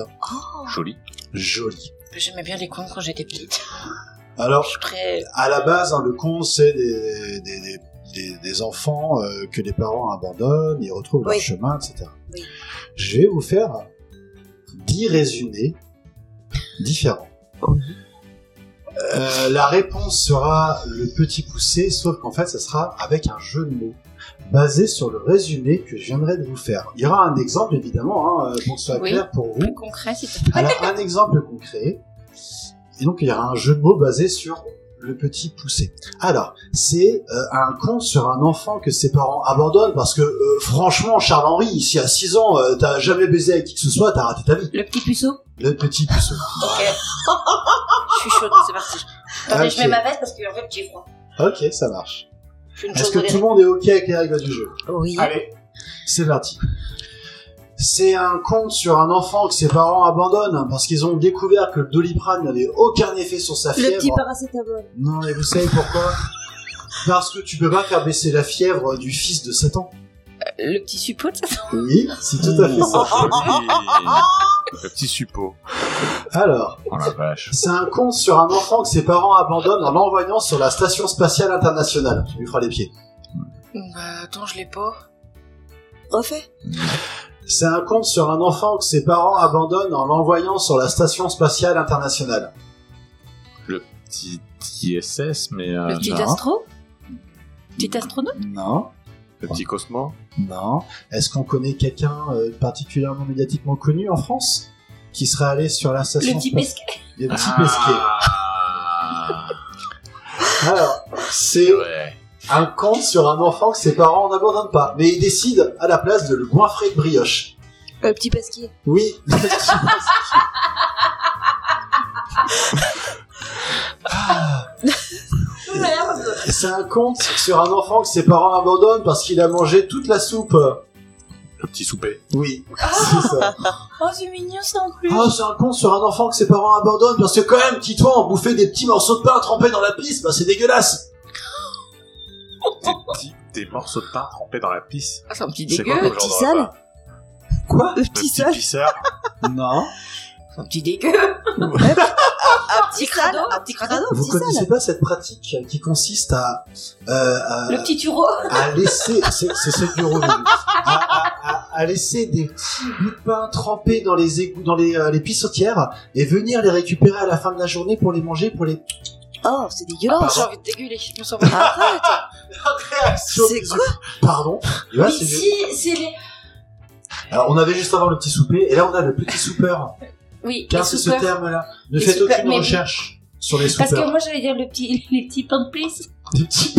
[SPEAKER 4] Joli.
[SPEAKER 1] Joli.
[SPEAKER 2] J'aimais bien les contes quand j'étais petite.
[SPEAKER 1] Alors,
[SPEAKER 2] Je suis très.
[SPEAKER 1] à la base, hein, le con, c'est des, des, des- des- des enfants euh, que les parents abandonnent, ils retrouvent
[SPEAKER 3] Oui.
[SPEAKER 1] leur chemin, etc.
[SPEAKER 3] Oui.
[SPEAKER 1] Je vais vous faire 10 résumés différents. Euh, la réponse sera le petit poussé, sauf qu'en fait, ça sera avec un jeu de mots basé sur le résumé que je viendrai de vous faire. Il y aura un exemple, évidemment, hein, pour que ce soit
[SPEAKER 2] Oui.
[SPEAKER 1] clair pour vous.
[SPEAKER 2] Plus concret, si t'as
[SPEAKER 1] Alors, un exemple concret. Et donc, il y aura un jeu de mots basé sur le petit poussé. Alors, c'est euh, un conte sur un enfant que ses parents abandonnent parce que, euh, franchement, Charles-Henri, ici à 6 ans, euh, t'as jamais baisé avec qui que ce soit, t'as raté ta vie.
[SPEAKER 2] Le petit puceau.
[SPEAKER 1] Le petit poussé.
[SPEAKER 2] Ok. je suis chaude, c'est parti.
[SPEAKER 5] Attendez, je
[SPEAKER 1] Ok.
[SPEAKER 5] mets ma veste parce qu'en fait j'ai froid.
[SPEAKER 1] Ok, ça marche.
[SPEAKER 5] Je suis une
[SPEAKER 1] Est-ce
[SPEAKER 5] chose
[SPEAKER 1] que tout le monde est ok avec les règles du jeu
[SPEAKER 3] Oui.
[SPEAKER 4] Allez.
[SPEAKER 1] C'est parti. C'est un conte sur un enfant que ses parents abandonnent parce qu'ils ont découvert que le doliprane n'avait aucun effet sur sa fièvre.
[SPEAKER 3] Le petit paracétamol.
[SPEAKER 1] Non, mais vous savez pourquoi Parce que tu peux pas faire baisser la fièvre du fils de Satan.
[SPEAKER 2] Le Euh, petit suppôt, ça
[SPEAKER 3] Ah, *laughs*
[SPEAKER 1] Oui, c'est tout à fait ça.
[SPEAKER 4] Joli. Le petit suppôt.
[SPEAKER 1] Alors,
[SPEAKER 4] Oh la vache.
[SPEAKER 1] c'est un conte sur un enfant que ses parents abandonnent en l'envoyant sur la station spatiale internationale. Tu lui feras les pieds.
[SPEAKER 2] Bah, attends, je l'ai pas.
[SPEAKER 3] Refais.
[SPEAKER 1] C'est un conte sur un enfant que ses parents abandonnent en l'envoyant sur la station spatiale internationale.
[SPEAKER 4] Petit ISS, mais. euh,
[SPEAKER 2] Le petit
[SPEAKER 4] non.
[SPEAKER 2] astro Petit astronaute
[SPEAKER 1] Non,
[SPEAKER 4] Le petit Cosmo
[SPEAKER 1] non. Est-ce qu'on connaît quelqu'un euh, particulièrement médiatiquement connu en France qui serait allé sur la station
[SPEAKER 5] Le type
[SPEAKER 1] spatiale
[SPEAKER 5] esquet.
[SPEAKER 1] Le petit pesquet.
[SPEAKER 4] Ah.
[SPEAKER 1] Alors, c'est
[SPEAKER 4] Ouais.
[SPEAKER 1] un conte sur un enfant que ses parents n'abandonnent pas, mais il décide à la place de le goinfrer de brioche.
[SPEAKER 3] Le petit pesquier.
[SPEAKER 1] Oui. *laughs* le petit basque. Ah,
[SPEAKER 5] Merde.
[SPEAKER 1] C'est un conte sur un enfant que ses parents abandonnent parce qu'il a mangé toute la soupe.
[SPEAKER 4] Le petit souper.
[SPEAKER 1] Oui,
[SPEAKER 5] Ah.
[SPEAKER 1] c'est ça.
[SPEAKER 5] Oh, c'est mignon ça en plus.
[SPEAKER 1] Ah, c'est un conte sur un enfant que ses parents abandonnent parce que quand même, petit toi, on bouffait des petits morceaux de pain trempés dans la pisse, bah c'est dégueulasse.
[SPEAKER 4] Des petits des morceaux de pain trempés dans la pisse.
[SPEAKER 2] Ah, c'est un petit
[SPEAKER 4] C'est quoi
[SPEAKER 2] dégueu.
[SPEAKER 4] comme
[SPEAKER 3] petit
[SPEAKER 4] genre de
[SPEAKER 3] sale.
[SPEAKER 4] repas
[SPEAKER 1] Quoi
[SPEAKER 3] Le
[SPEAKER 4] Le
[SPEAKER 3] petit
[SPEAKER 4] petit
[SPEAKER 3] sale.
[SPEAKER 4] pisseur.
[SPEAKER 1] Non.
[SPEAKER 2] Un petit dégueu.
[SPEAKER 5] bah,
[SPEAKER 3] Un petit
[SPEAKER 5] crado,
[SPEAKER 3] sale.
[SPEAKER 5] un petit crado.
[SPEAKER 3] Un
[SPEAKER 1] Eh, Vous
[SPEAKER 3] petit sale.
[SPEAKER 1] connaissez pas cette pratique qui consiste à, euh, à-
[SPEAKER 5] Le petit turo.
[SPEAKER 1] à laisser, c'est c'est celle du rôle, à, à- à- à laisser des petits bouts de pain trempés dans les égouts, dans les, euh, les pissotières, et venir les récupérer à la fin de la journée pour les manger, pour les.
[SPEAKER 3] Oh, c'est
[SPEAKER 2] Oh,
[SPEAKER 3] dégueulasse.
[SPEAKER 2] j'ai envie de dégueuler. Je me sens pas.
[SPEAKER 3] Arrête. C'est quoi
[SPEAKER 1] Pardon. Et voilà,
[SPEAKER 5] Mais
[SPEAKER 1] c'est-
[SPEAKER 5] si, c'est les.
[SPEAKER 1] Alors, on avait juste avant le petit souper, et là on a le petit soupeur.
[SPEAKER 5] Oui,
[SPEAKER 1] Car
[SPEAKER 5] les
[SPEAKER 1] c'est ce
[SPEAKER 5] soupeurs.
[SPEAKER 1] terme-là. Ne
[SPEAKER 5] Les
[SPEAKER 1] faites
[SPEAKER 5] soupeurs,
[SPEAKER 1] aucune
[SPEAKER 5] mais-
[SPEAKER 1] recherche sur les
[SPEAKER 5] Parce que
[SPEAKER 1] *laughs* soupeurs.
[SPEAKER 5] moi j'allais dire le petit, les petits pains de place.
[SPEAKER 1] Des petits-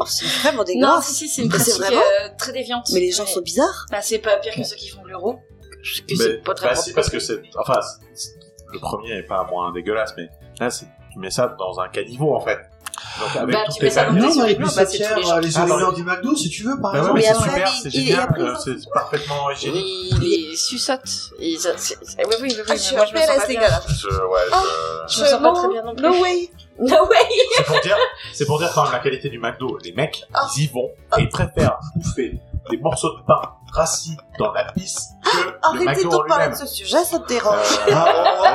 [SPEAKER 3] Oh, C'est vraiment
[SPEAKER 2] Non,
[SPEAKER 3] dégueulasse.
[SPEAKER 2] si, si, c'est une
[SPEAKER 3] Mais c'est
[SPEAKER 2] pratique
[SPEAKER 3] vraiment
[SPEAKER 2] euh, très déviante.
[SPEAKER 3] Mais les gens
[SPEAKER 2] Ouais.
[SPEAKER 3] sont bizarres.
[SPEAKER 2] Bah, c'est pas pire que ceux qui font de l'euro. Je- que C'est
[SPEAKER 4] Mais-
[SPEAKER 2] pas très
[SPEAKER 4] bah
[SPEAKER 2] bon.
[SPEAKER 4] si, parce que c'est. Enfin, c'est- c'est- le premier est pas moins dégueulasse, mais là, c'est- tu mets ça dans un caniveau en fait. Donc avec
[SPEAKER 2] Bah,
[SPEAKER 4] toutes
[SPEAKER 2] tu
[SPEAKER 4] les
[SPEAKER 2] mets ça dans
[SPEAKER 4] familles.
[SPEAKER 2] tes-
[SPEAKER 1] Non, dans les
[SPEAKER 2] Bah, c'est tous les gens.
[SPEAKER 1] pissotières, euh, les
[SPEAKER 4] Ah, dans
[SPEAKER 1] oreillers du McDo, si tu veux, par
[SPEAKER 4] Bah ouais,
[SPEAKER 1] exemple.
[SPEAKER 4] mais
[SPEAKER 3] Mais
[SPEAKER 4] c'est
[SPEAKER 3] après,
[SPEAKER 4] super,
[SPEAKER 3] il-
[SPEAKER 4] c'est
[SPEAKER 3] il-
[SPEAKER 4] génial,
[SPEAKER 3] après,
[SPEAKER 4] euh, c'est parfaitement hygiénique.
[SPEAKER 2] Il est suçote. Et ça- c'est- c'est- Oui, oui, oui,
[SPEAKER 3] Ah,
[SPEAKER 2] oui.
[SPEAKER 3] je
[SPEAKER 2] mais Moi, je me
[SPEAKER 3] suis
[SPEAKER 2] sens
[SPEAKER 3] appelée à
[SPEAKER 2] pas
[SPEAKER 3] la
[SPEAKER 2] bien.
[SPEAKER 4] Je- ouais, je-
[SPEAKER 2] Je me sens pas très bien non plus.
[SPEAKER 3] way.
[SPEAKER 5] No way.
[SPEAKER 4] C'est pour dire, c'est pour dire quand même la qualité du McDo. Les mecs,
[SPEAKER 2] Oh.
[SPEAKER 4] ils y vont et ils préfèrent bouffer des morceaux de pain rassis dans la pisse que
[SPEAKER 2] Ah,
[SPEAKER 4] le
[SPEAKER 3] Arrêtez
[SPEAKER 4] McDo en
[SPEAKER 3] de parler
[SPEAKER 4] lui-même.
[SPEAKER 3] de ce sujet, ça me dérange.
[SPEAKER 4] Euh,
[SPEAKER 2] *laughs*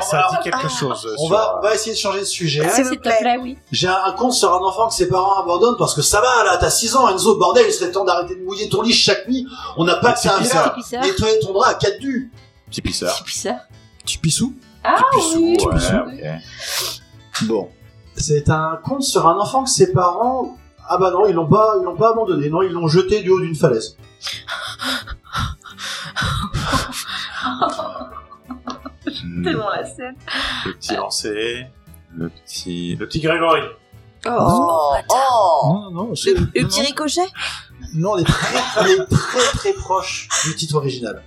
[SPEAKER 1] Ah,
[SPEAKER 4] ça dit quelque chose.
[SPEAKER 1] On
[SPEAKER 4] sur- euh,
[SPEAKER 1] va, on va essayer de changer de sujet.
[SPEAKER 3] Ah, S'il
[SPEAKER 5] S'il
[SPEAKER 3] vous
[SPEAKER 5] te
[SPEAKER 3] plaît.
[SPEAKER 5] plaît, oui.
[SPEAKER 1] J'ai un, un compte sur un enfant que ses parents abandonnent parce que ça va, là, t'as 6 ans, Enzo, bordel, il serait temps d'arrêter de mouiller ton lit chaque nuit. On n'a pas que ça à
[SPEAKER 4] C'est
[SPEAKER 5] C'est
[SPEAKER 1] faire.
[SPEAKER 5] bizarre.
[SPEAKER 1] Nettoyer ton drap à 4 du.
[SPEAKER 4] Petit pisseur.
[SPEAKER 5] C'est bizarre.
[SPEAKER 1] Tu pissou
[SPEAKER 5] Ah
[SPEAKER 4] Pissou,
[SPEAKER 5] oui.
[SPEAKER 4] ouais,
[SPEAKER 1] pissou.
[SPEAKER 4] ok.
[SPEAKER 1] Bon. C'est un compte sur un enfant que ses parents... Ah bah non, ils l'ont pas, ils l'ont pas abandonné. Non, ils l'ont jeté du haut d'une falaise.
[SPEAKER 4] Le
[SPEAKER 5] Tellement la scène.
[SPEAKER 4] petit lancé. Le petit. Le petit Grégory.
[SPEAKER 3] Oh, oh.
[SPEAKER 1] non, non,
[SPEAKER 3] Le, le petit ricochet
[SPEAKER 1] Non, on est très, on est très, très proche du titre original.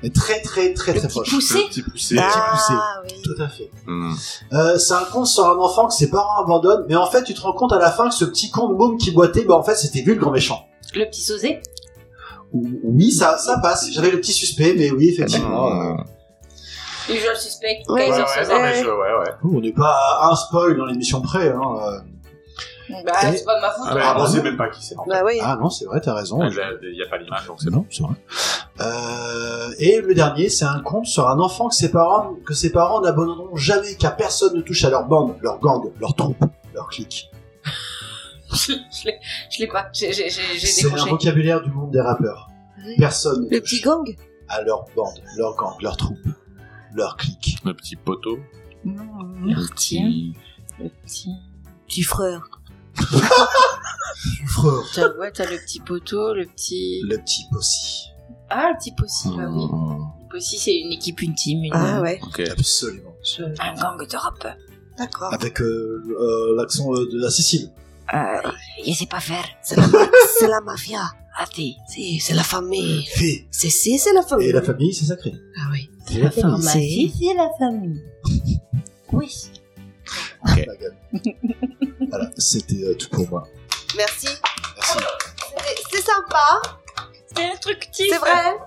[SPEAKER 1] On est très, très, très,
[SPEAKER 5] Le
[SPEAKER 1] très
[SPEAKER 5] petit
[SPEAKER 1] proche.
[SPEAKER 4] Le
[SPEAKER 5] poussé.
[SPEAKER 4] petit poussé.
[SPEAKER 3] Ah oui.
[SPEAKER 1] Tout à fait.
[SPEAKER 4] Hmm.
[SPEAKER 1] Euh, c'est un con sur un enfant que ses parents abandonnent, mais en fait, tu te rends compte à la fin que ce petit con de môme qui boitait, bah en fait, c'était lui le grand méchant.
[SPEAKER 5] Le petit sosé.
[SPEAKER 1] Oui, ça, ça passe. J'avais le petit suspect, mais oui, effectivement. euh,
[SPEAKER 4] Hmm.
[SPEAKER 5] Et je le suspecte.
[SPEAKER 3] Ouais,
[SPEAKER 4] Ouais,
[SPEAKER 5] Kaiser
[SPEAKER 4] ouais,
[SPEAKER 5] Soze.
[SPEAKER 4] non, mais je- ouais, ouais.
[SPEAKER 1] on n'est pas à un spoil dans l'émission près. Hein. euh.
[SPEAKER 2] Bah,
[SPEAKER 1] Et-
[SPEAKER 2] c'est pas de ma faute. *laughs*
[SPEAKER 4] Ah, ouais,
[SPEAKER 1] Ah,
[SPEAKER 4] on
[SPEAKER 1] bon
[SPEAKER 4] sait même pas qui c'est. en fait.
[SPEAKER 3] Bah oui.
[SPEAKER 1] Ah non, c'est vrai, t'as raison.
[SPEAKER 4] Il n'y a pas l'image, donc c'est bon.
[SPEAKER 1] non, c'est vrai. Euh, et le dernier, c'est un conte sur un enfant que ses parents, que ses parents n'abandonneront jamais, car personne ne touche à leur bande, leur gang, leur troupe, leur clique.
[SPEAKER 2] Je je l'ai- je l'ai pas. J'ai j'ai- j'ai- j'ai
[SPEAKER 1] C'est un
[SPEAKER 2] décroché.
[SPEAKER 1] vocabulaire du monde des rappeurs. Personne ne
[SPEAKER 3] Le
[SPEAKER 1] touche
[SPEAKER 3] petit gang
[SPEAKER 1] à leur bande, leur gang, leur troupe, leur clique.
[SPEAKER 4] Le petit poteau.
[SPEAKER 2] Le petit. Le petit.
[SPEAKER 3] Du frère.
[SPEAKER 1] Frère,
[SPEAKER 2] T'as ouais, t'as le petit poteau, le petit.
[SPEAKER 1] le petit possi.
[SPEAKER 2] Ah, le petit possi, bah oui. Le possi, c'est une équipe, une team, une-
[SPEAKER 3] Ah ouais.
[SPEAKER 4] Ok.
[SPEAKER 1] Absolument.
[SPEAKER 2] un gang de rap.
[SPEAKER 3] D'accord.
[SPEAKER 1] Avec euh, euh, l'accent euh, de la Sicile.
[SPEAKER 2] Euh, je sais pas faire.
[SPEAKER 3] C'est la, c'est la mafia.
[SPEAKER 2] Ah, t'es.
[SPEAKER 3] Si, c'est la famille.
[SPEAKER 1] Fée.
[SPEAKER 3] C'est si, c'est la famille.
[SPEAKER 1] Et la famille, c'est sacré.
[SPEAKER 3] Ah oui.
[SPEAKER 1] C'est la famille.
[SPEAKER 3] Si,
[SPEAKER 2] c'est la famille. Oui.
[SPEAKER 1] Ma gueule. *laughs* voilà, c'était euh, tout pour moi.
[SPEAKER 3] Merci.
[SPEAKER 1] Merci.
[SPEAKER 3] C'était- C'est sympa.
[SPEAKER 5] C'est instructif.
[SPEAKER 3] C'est vrai.